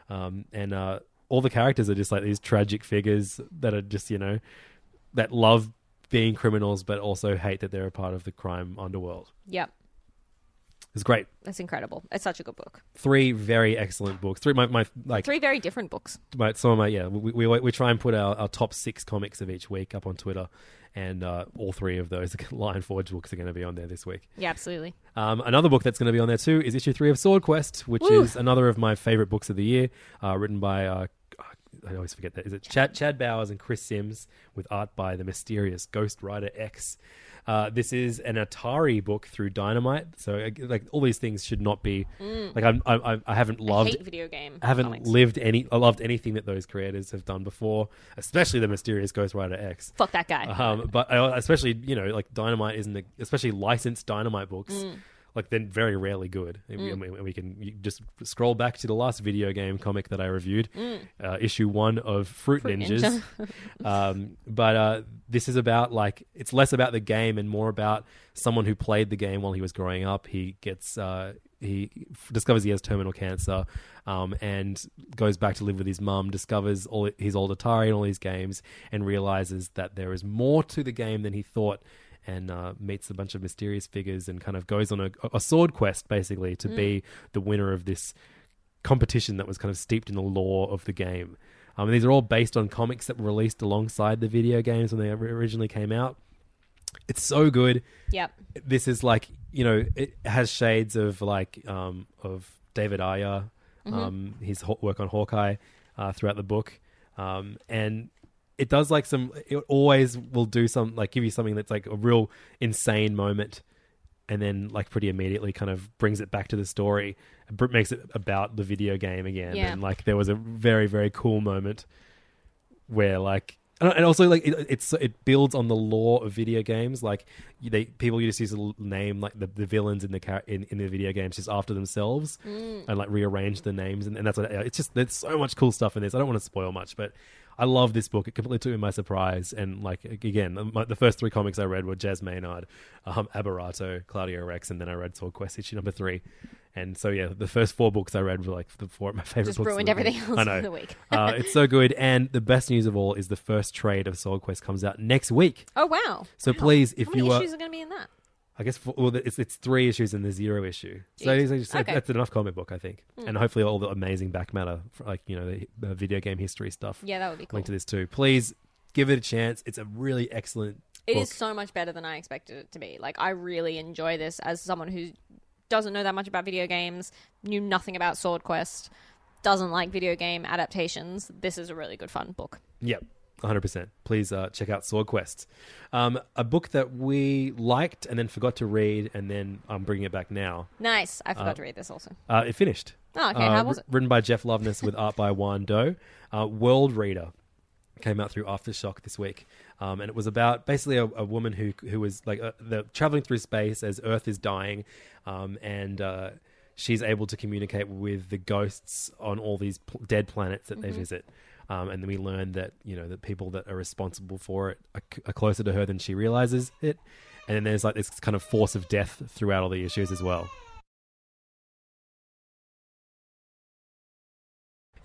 C: Um, and uh, all the characters are just like these tragic figures that are just you know that love being criminals, but also hate that they're a part of the crime underworld.
G: Yep,
C: It's great.
G: that's incredible. It's such a good book.
C: Three very excellent books. Three my, my like
G: Three very different books.
C: my, some of my yeah we, we, we try and put our, our top six comics of each week up on twitter and uh, all three of those lion forge books are going to be on there this week
G: Yeah, absolutely.
C: um, another book that's going to be on there too is issue three of sword quest which
G: Woo.
C: is another of my favorite books of the year uh, written by uh, i always forget that is it chad, chad bowers and chris sims with art by the mysterious ghost rider x Uh, this is an Atari book through Dynamite. So, uh, like, all these things should not be
D: Mm.
C: like I'm, I, I, I haven't loved
D: hate video game
C: I haven't
D: comics.
C: lived any. I loved anything that those creators have done before, especially the mysterious Ghost Rider X.
D: Fuck that guy.
C: Um, but I, especially you know, like Dynamite isn't, the, especially licensed Dynamite books.
D: Mm.
C: Like they're very rarely good. And we-
D: Mm.
C: and we, and we can you just scroll back to the last video game comic that I reviewed,
D: Mm.
C: uh, issue one of Fruit,
D: Fruit
C: Ninjas. um, but uh, this is about like it's less about the game and more about someone who played the game while he was growing up. He gets uh, he f- discovers he has terminal cancer, um, and goes back to live with his mum. Discovers all his old Atari and all these games, and realizes that there is more to the game than he thought. And uh, meets a bunch of mysterious figures and kind of goes on a, a sword quest basically to
D: Mm.
C: be the winner of this competition that was kind of steeped in the lore of the game. Um, these are all based on comics that were released alongside the video games when they or- originally came out. It's so good.
D: Yep.
C: This is like you know it has shades of like um, of David Ayer,
D: Mhm.
C: um, his ho- work on Hawkeye uh, throughout the book, um, and it does like some. It always will do some like give you something that's like a real insane moment and then like pretty immediately kind of brings it back to the story br- makes it about the video game again
D: Yeah.
C: and like there was a very very cool moment where like and and also like it, it's it builds on the lore of video games like you- they people just used to l- name like the, the villains in the char- in, in the video games just after themselves
D: Mm.
C: and like rearrange the names and, and that's what uh, it's just there's so much cool stuff in this i don't want to spoil much but i love this book it completely took me by surprise and like again my, the first three comics i read were jazz maynard um, aberrato claudio rex and then i read sword quest issue number three and so yeah the first four books i read were like the four of my favorite
D: Just
C: books of
D: ruined
C: the week.
D: everything else
C: i know
D: in the week.
C: uh, it's so good and the best news of all is the first trade of soul quest comes out next week
D: Oh wow.
C: so
D: Wow.
C: please if
D: How
C: you
D: many
C: are
D: issues are going to be in that?
C: I guess for, well, it's it's three issues and the zero issue. So
D: Jeez.
C: it's like- so
D: Okay.
C: that's enough comic book, I think,
D: Mm.
C: and hopefully all the amazing back matter, for, like you know, the, the video game history stuff.
D: Yeah, that would be cool.
C: Linked to this too. Please give it a chance. It's a really excellent.
D: It
C: book.
D: is so much better than I expected it to be. Like I really enjoy this as someone who doesn't know that much about video games, knew nothing about Sword Quest, doesn't like video game adaptations. This is a really good fun book.
C: Yep, 100%. Please uh, check out Sword Quest. Um, a book that we liked and then forgot to read, and then I'm bringing it back now.
D: Nice. I forgot
C: Uh,
D: to read this also.
C: Uh, it finished.
D: Oh, okay.
C: Uh,
D: How was
C: wr-
D: it?
C: Written by Jeff Loveness with art by Juan Doe. Uh, World Reader came out through Aftershock this week, um, and it was about basically a, a woman who who was like uh, the, traveling through space as Earth is dying, um, and uh, she's able to communicate with the ghosts on all these pl- dead planets that they
D: Mhm.
C: visit. Um, and then we learn that you know the people that are responsible for it are, c- are closer to her than she realizes it, and then there's like this kind of force of death throughout all the issues as well.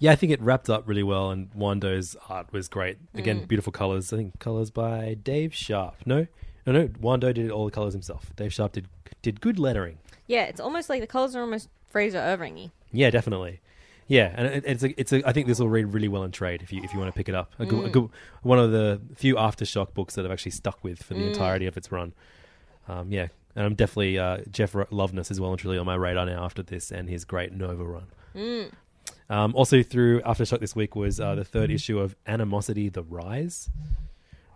C: Yeah, I think it wrapped up really well, and Wando's art was great. Again,
D: Mm.
C: beautiful colors. I think colors by Dave Sharp. No, no, no. Wando did all the colors himself. Dave Sharp did did good lettering.
D: Yeah, it's almost like the colors are almost Fraser Irvingy.
C: Yeah, definitely. Yeah, and it, it's a, it's a, I think this will read really well in trade if you if you want to pick it up. A good, a
D: Mm.
C: good, one of the few aftershock books that I've actually stuck with for the
D: Mm.
C: entirety of its run. Um, yeah, and I'm definitely uh, Jeff Ro- Loveness is well and truly on my radar now after this and his great Nova run.
D: Mm.
C: Um, also through Aftershock this week was uh, the third issue of Animosity: The Rise.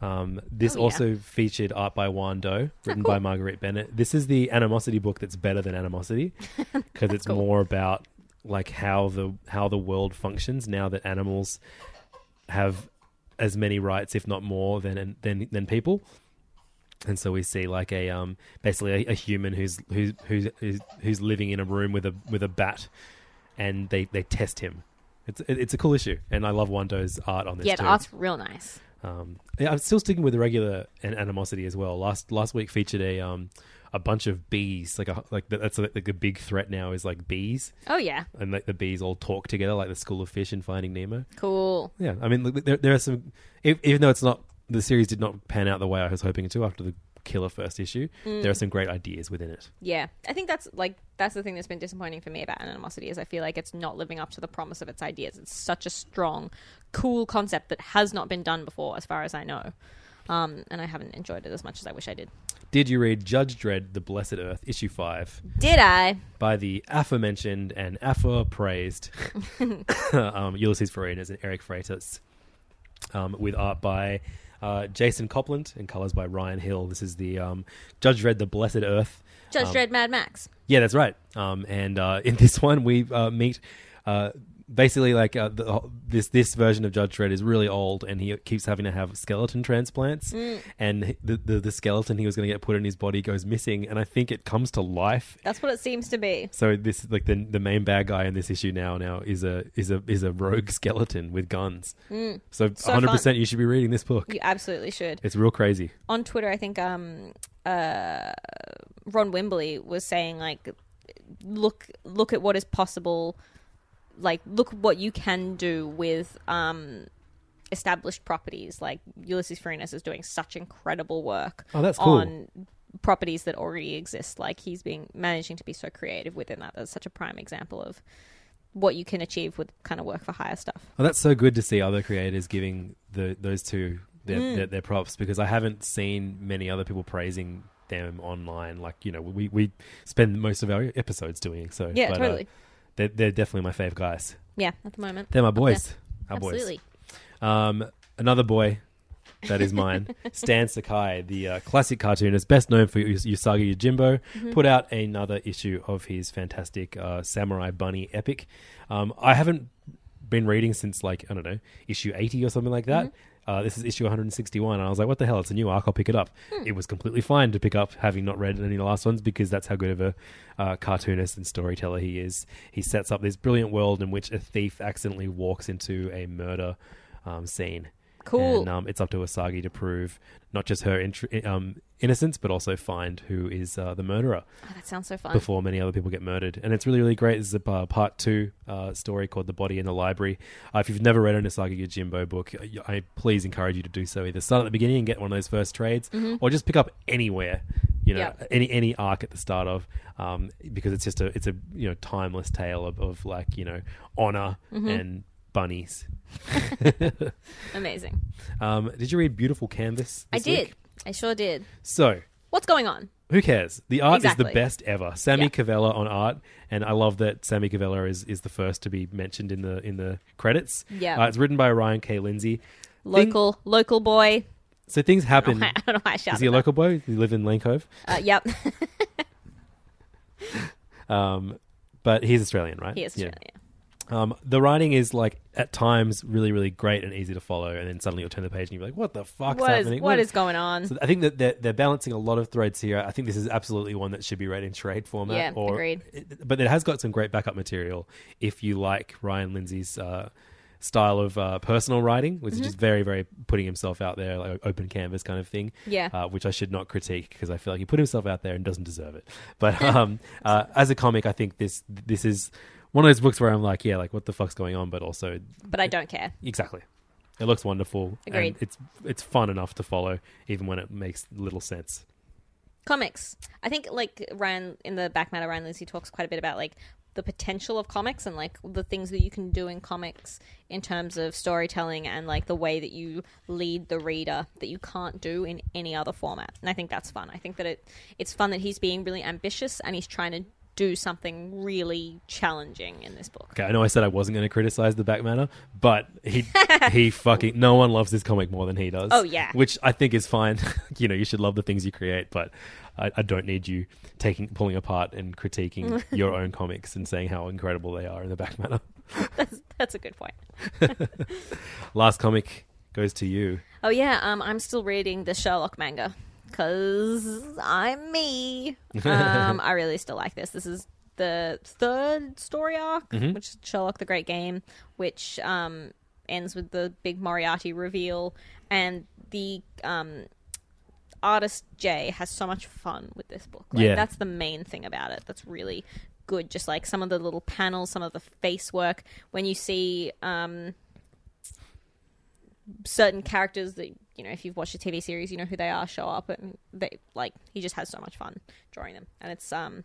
C: Um, this
D: Oh, yeah. Oh,
C: also featured art by Wando, written by Marguerite Bennett. This is the Animosity book that's better than Animosity because it's more about like how the how the world functions now that animals have as many rights, if not more, than than than people. And so we see like a um basically a, a human who's who's who's who's- who's living in a room with a with a bat, and they they test him. It's it- it's a cool issue, and I love Wando's art on this.
D: Yeah,
C: too.
D: the art's real nice.
C: Um, yeah, I'm still sticking with the regular and animosity as well. Last last week featured a um a bunch of bees, like a like the, that's like a big threat now is like bees.
D: Oh, yeah.
C: and like the bees all talk together, like the School of Fish in Finding Nemo.
D: Cool.
C: Yeah, I mean look, there there are some, if, even though it's not the series did not pan out the way I was hoping it to after the killer first issue.
D: Mm.
C: There are some great ideas within it.
D: Yeah, I think that's like that's the thing that's been disappointing for me about Animosity is I feel like it's not living up to the promise of its ideas. It's such a strong, cool concept that has not been done before, as far as I know, um, and I haven't enjoyed it as much as I wish I did.
C: Did you read Judge Dredd: The Blessed Earth, issue five?
D: Did I?
C: by the aforementioned and affa praised um, Ulysses Farinas and Eric Freitas, um, with art by Uh, Jason Copland and colors by Ryan Hill. This is the um, Judge Dredd, The Blessed Earth.
F: Judge
C: um,
F: Dredd, Mad Max.
C: Yeah, that's right. Um, and uh, in this one, we uh, meet uh, basically like uh, the, this this version of Judge Dredd is really old, and he keeps having to have skeleton transplants.
F: Mm.
C: And the, the the skeleton he was going to get put in his body goes missing, and I think it comes to life.
D: That's what it seems to be.
C: So this like the the main bad guy in this issue now now is a is a is a rogue skeleton with guns.
D: Mm.
C: So
D: So
C: hundred
D: fun.
C: percent, you should be reading this book.
D: You absolutely should.
C: It's real crazy.
D: on Twitter, I think um, uh, Ron Wimbley was saying like, look look at what is possible, like look what you can do with um, established properties. Like Ulysses Furness is doing such incredible work.
C: Oh, that's cool.
D: On properties that already exist. Like he's being managing to be so creative within that. That's such a prime example of what you can achieve with kind of work for hire stuff.
C: Oh, that's so good to see other creators giving the those two their,
D: Mm.
C: their, their props because I haven't seen many other people praising them online. Like you know, we we spend most of our episodes doing so.
D: Yeah,
C: uh,
D: totally.
C: they're they're definitely my fave guys.
D: Yeah, at the moment.
C: They're my
D: Up
C: boys.
D: there.
C: Our
D: Absolutely.
C: boys. Um, another boy that is mine, Stan Sakai, the uh, classic cartoonist, best known for Us- Usagi Yojimbo,
J: Mhm.
C: put out another issue of his fantastic uh, Samurai Bunny epic. Um, I haven't been reading since, like, I don't know, issue 80 or something like that. Uh, this is issue 161, and I was like, what the hell? It's a new arc. I'll pick it up. It was completely fine to pick up, having not read any of the last ones, because that's how good of a uh, cartoonist and storyteller he is. He sets up this brilliant world in which a thief accidentally walks into a murder um, scene.
D: Cool.
C: And um, it's up to Asagi to prove not just her intr um, innocence, but also find who is uh, the murderer.
D: Oh, that sounds so fun.
C: Before many other people get murdered. And it's really, really great. This is a uh, part two uh, story called The Body in the Library. Uh, if you've never read an Asagi Yojimbo book, I, I please encourage you to do so. Either start at the beginning and get one of those first trades,
F: Mm-hmm.
J: Mhm.
C: or just pick up anywhere. You know,
J: Yeah.
C: any any arc at the start of, um, because it's just a it's a you know timeless tale of, of like you know honor
F: Mhm.
C: and bunnies.
F: Amazing.
C: Um, did you read Beautiful Canvas?
F: I
C: this
F: did.
C: week?
F: I sure did.
C: So,
F: What's going on?
C: who cares? The art is
F: Exactly.
C: the best ever. Sammy Cavella on art, and I love that Sammy Cavella is, is the first to be mentioned in the in the credits.
D: Yeah.
C: uh, it's written by Ryan K. Lindsay.
D: Local local boy.
C: So things happen.
D: I don't know why I shouted
C: Is he a local boy? Does he live in Lane Cove?
D: Uh, yep.
C: Um, but he's Australian, right?
D: He is
C: Yeah. Um, the writing is like at times really, really great and easy to follow, and then suddenly you'll turn the page and you're like, "What the fuck's
D: What is-
C: happening?
D: what is going on?
C: So I think that they're, they're balancing a lot of threads here. I think this is absolutely one that should be read in trade format.
D: Yeah,
C: or,
D: agreed.
C: it- but it has got some great backup material if you like Ryan Lindsay's uh, style of uh, personal writing, which
D: Mhm.
C: is just very, very putting himself out there, like open canvas kind of thing.
D: Yeah.
C: uh, which I should not critique because I feel like he put himself out there and doesn't deserve it. But um, uh, as a comic, I think this this is one of those books where I'm like, yeah, like what the fuck's going on, but also
D: But I don't care.
C: exactly. It looks wonderful. and
D: Agreed.
C: it's it's fun enough to follow, even when it makes little sense.
D: Comics. I think like Ryan in the back matter, Ryan Lindsay talks quite a bit about like the potential of comics and like the things that you can do in comics in terms of storytelling and like the way that you lead the reader that you can't do in any other format. And I think that's fun. I think that it it's fun that he's being really ambitious and he's trying to do something really challenging in this book.
C: Okay, I know I said I wasn't going to criticize the back matter, but he he fucking no one loves this comic more than he does.
D: Oh, yeah.
C: which I think is fine. you know, you should love the things you create, but I, I don't need you taking pulling apart and critiquing your own comics and saying how incredible they are in the back matter.
D: that's that's a good point.
C: Last comic goes to you.
D: Oh yeah, um, I'm still reading the Sherlock manga because I'm me. Um, I really still like this. This is the third story arc,
F: Mhm.
D: which is Sherlock the Great Game, which um, ends with the big Moriarty reveal, and the um, artist Jay has so much fun with this book. Like,
F: Yeah.
D: that's the main thing about it. That's really good. Just like some of the little panels, some of the face work. When you see um, certain characters that you know, if you've watched a TV series, you know who they are show up, and they like he just has so much fun drawing them, and it's um,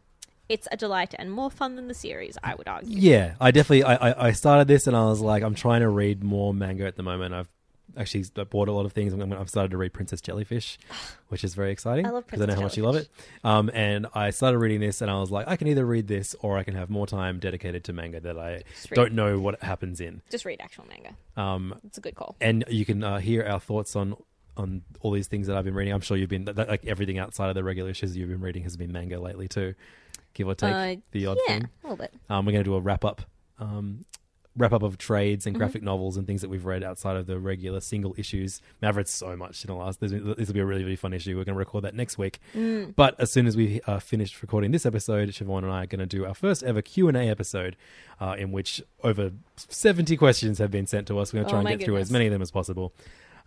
D: it's a delight and more fun than the series, I would argue.
C: Yeah, I definitely. I, I, I started this and I was like, I'm trying to read more manga at the moment. I've actually s- I bought a lot of things. I'm, gonna- I've started to read Princess Jellyfish, which is very exciting.
J: I love
C: because I know
J: Princess
C: how much you love it. Um, and I started reading this and I was like, I can either read this or I can have more time dedicated to manga that I
D: Just read.
C: don't know what happens in.
D: Just read actual manga.
C: Um,
D: It's a good call.
C: And you can uh, hear our thoughts on on all these things that I've been reading. I'm sure you've been th- th- like everything outside of the regular issues you've been reading has been manga lately too, give or take
D: Uh,
C: the odd
D: yeah,
C: thing.
D: a little bit.
C: Um, we're going to do a wrap up, um, wrap up of trades and
H: Mm-hmm.
D: Mhm.
C: graphic novels and things that we've read outside of the regular single issues. I've read so much in the last. This will be a really really fun issue. We're going to record that next week.
H: Mm.
C: But as soon as we uh, finished recording this episode, Siobhan and I are going to do our first ever Q and A episode, uh, in which over seventy questions have been sent to us. We're going to
H: Oh
C: try and
H: my
C: get through as
H: goodness.
C: many of them as possible,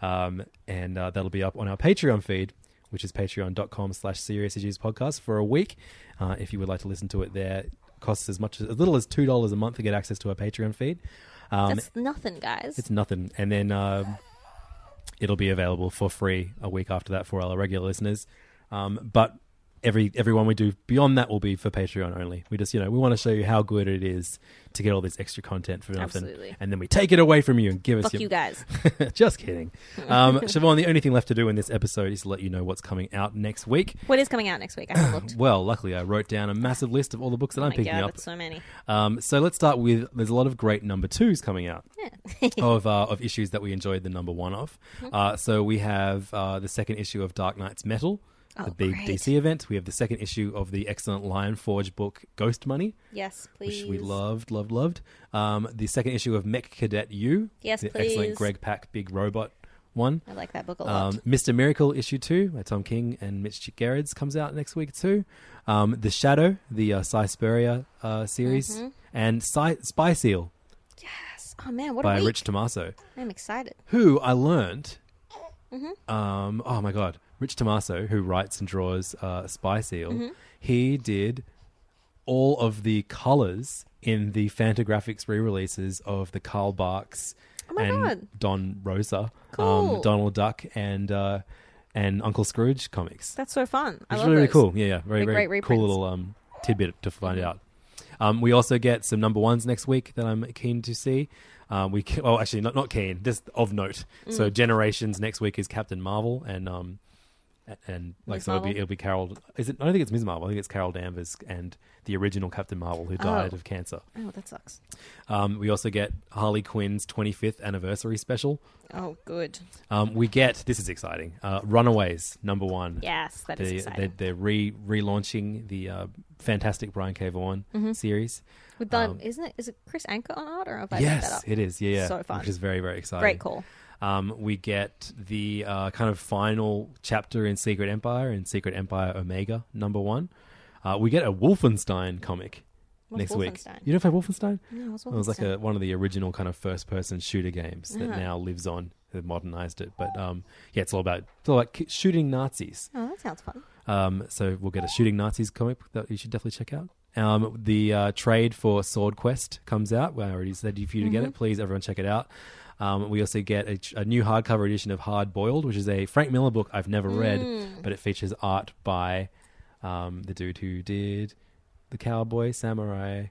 C: um, and uh, that'll be up on our Patreon feed. Which is patreon.com slash serious issues podcast for a week. Uh, if you would like to listen to it there, costs as much as, as little as two dollars a month to get access to our Patreon feed. Um,
D: That's nothing, guys.
C: it's nothing, and then um, it'll be available for free a week after that for all our regular listeners. Um, but every everyone we do beyond that will be for Patreon only. We just you know we want to show you how good it is to get all this extra content for nothing,
H: Absolutely.
C: and then we take it away from you and give us
H: Fuck
C: your-
H: you guys.
C: Just kidding, um, Siobhan. The only thing left to do in this episode is to let you know what's coming out next week.
D: What is coming out next week? I haven't looked.
C: Well, luckily I wrote down a massive list of all the books that
D: Oh
C: I'm
D: my
C: picking
D: God,
C: up.
D: that's so many.
C: Um, so let's start with there's a lot of great number twos coming out of uh, of issues that we enjoyed the number one of.
H: Mhm.
C: Uh, so we have uh, the second issue of Dark Knight's Metal,
H: Oh,
C: the big
H: great.
C: DC event. We have the second issue of the excellent Lion Forge book Ghost Money.
G: Yes,
C: Which we
G: please.
C: loved, loved, loved. Um, the second issue of Mech Cadet U.
G: Yes,
C: the Excellent
G: please.
C: Greg Pack Big Robot one.
G: I like that book
C: um,
G: a lot.
C: Mr. Miracle issue two by Tom King and Mitch Gerrards comes out next week too. Um, the Shadow, the uh, Cy Spurrier uh, series,
G: Mhm.
C: and Cy- Spy Seal
G: Yes. Oh man, what
C: by
G: a week.
C: Rich Tomaso,
G: I'm excited.
C: who I learned.
G: Mhm.
C: Um, oh my god, Rich Tomaso, who writes and draws uh, Spy Seal,
H: Mhm.
C: he did all of the colors in the Fantagraphics re-releases of the Carl Barks
H: Oh my
C: and
H: God.
C: Don Rosa,
H: Cool.
C: um, Donald Duck, and uh, and Uncle Scrooge comics.
G: That's so fun. I
C: It's
G: love
C: really, really
G: those.
C: cool. Yeah, yeah. Very,
G: They're
C: very
G: great
C: cool
G: reprints.
C: little um, tidbit to find out. Um, we also get some number ones next week that I'm keen to see. Um, we ca- well, actually, not not keen, just of note. So
H: Mm.
C: Generations next week is Captain Marvel and um a- and like
H: Ms.
C: so it'll be
H: Marvel?
C: it'll be Carol. Is it? I don't think it's Ms. Marvel. I think it's Carol Danvers and the original Captain Marvel who died
G: Oh.
C: of cancer.
G: Oh, that sucks.
C: Um, we also get Harley Quinn's 25th anniversary special.
G: Oh, good.
C: Um, we get this is exciting. Uh, Runaways number one.
G: Yes, that
C: that
G: is
C: is
G: exciting.
C: They're, they're re relaunching the uh, fantastic Brian K. Vaughan
D: Mhm.
C: series.
D: With the,
C: Um,
D: isn't it? Is it Chris Anker on art, or have I made that
C: yes,
D: up?
C: it is. Yeah, yeah.
D: So fun.
C: Which is very very exciting.
D: Great call.
C: Um, we get the uh, kind of final chapter in Secret Empire and Secret Empire Omega number one. Uh, we get a Wolfenstein comic.
H: What's
C: Next week,
H: Wolfenstein?
C: you never play Wolfenstein?
H: No, what's
C: It was like a,
H: Wolfenstein?
C: one of the original kind of first-person shooter games that
H: Uh-huh.
C: now lives on. They've modernized it, but um, yeah, it's all about it's all about ki- shooting Nazis.
D: Oh, that sounds fun.
C: Um, so we'll get a Shooting Nazis comic that you should definitely check out. Um, the uh, trade for Sword Quest comes out. Well, I already said if you to get
H: Mhm.
C: it, please everyone check it out. Um, we also get a, tr- a new hardcover edition of Hard Boiled, which is a Frank Miller book I've never
H: Mm.
C: read, but it features art by um, the dude who did the Cowboy Samurai.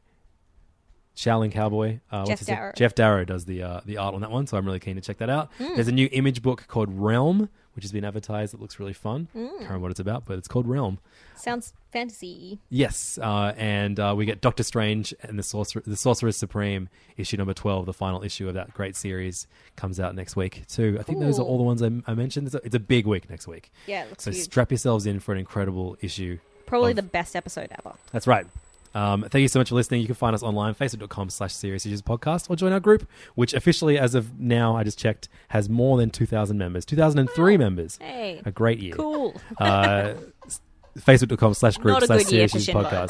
C: Shaolin Cowboy, uh,
H: Jeff
C: what's his name?
H: Darrow.
C: Jeff Darrow does the uh, the art on that one, so I'm really keen to check that out.
H: Mm.
C: There's a new image book called Realm, which has been advertised. That looks really fun.
H: Hmm.
G: Mm.
C: Can't remember what it's about, but it's called Realm.
G: Sounds fantasy.
C: Yes, uh, and uh, we get Doctor Strange and the Sorcerer, the Sorcerer Supreme issue number twelve, the final issue of that great series, comes out next week too. I think those are
H: Cool.
C: all the ones I, I mentioned. It's a, it's a big week next week.
G: Yeah, it looks
C: so
G: huge.
C: strap yourselves in for an incredible issue.
G: Probably the best episode ever.
C: That's right. Um, thank you so much for listening. You can find us online, facebook.com slash serious issues podcast, or join our group, which officially, as of now, I just checked, has more than 2,000 members. 2003 members.
H: hey.
C: A great year.
H: Cool.
C: Uh, s- facebook.com slash group
D: Not a
C: slash
D: good year
C: serious
D: for
C: issues
D: Shinbo.
C: podcast.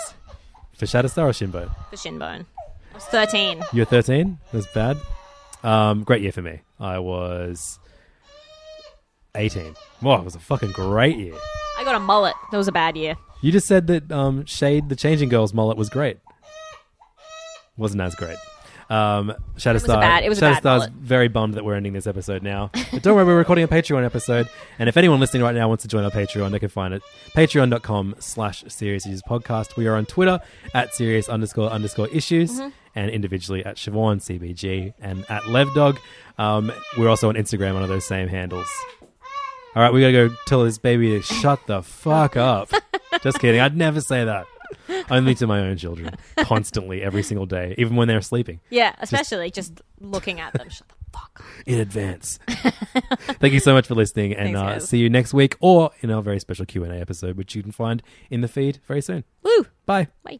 C: For Shatterstar or Shinbo?
D: For Shinbone. I was 13.
C: You're 13? That's bad. Um, great year for me. I was 18. Whoa, it was a fucking great year.
D: I got a mullet. That was a bad year.
C: You just said that um, Shade, the Changing Girls mullet, was great. Wasn't as great. Um, Shadow
D: was a bad- it was a bad mullet.
C: very bummed that we're ending this episode now. But don't worry, we're recording a Patreon episode. And if anyone listening right now wants to join our Patreon, they can find it. Patreon.com slash serious issues podcast. We are on Twitter at serious underscore underscore issues
D: Mm-hmm.
H: Mhm.
C: and individually at Siobhan CBG and at LevDog. Um, we're also on Instagram under those same handles. All right, we gotta go tell this baby to shut the fuck up. Just kidding. I'd never say that. Only to my own children, constantly, every single day, even when they're sleeping.
D: Yeah,
C: Just-
D: especially just, looking at them. Shut the
C: in advance. Thank you so much for listening, and uh, see you next week or in our very special Q and A episode, which you can find in the feed very soon.
D: Woo!
C: Bye.
D: Bye.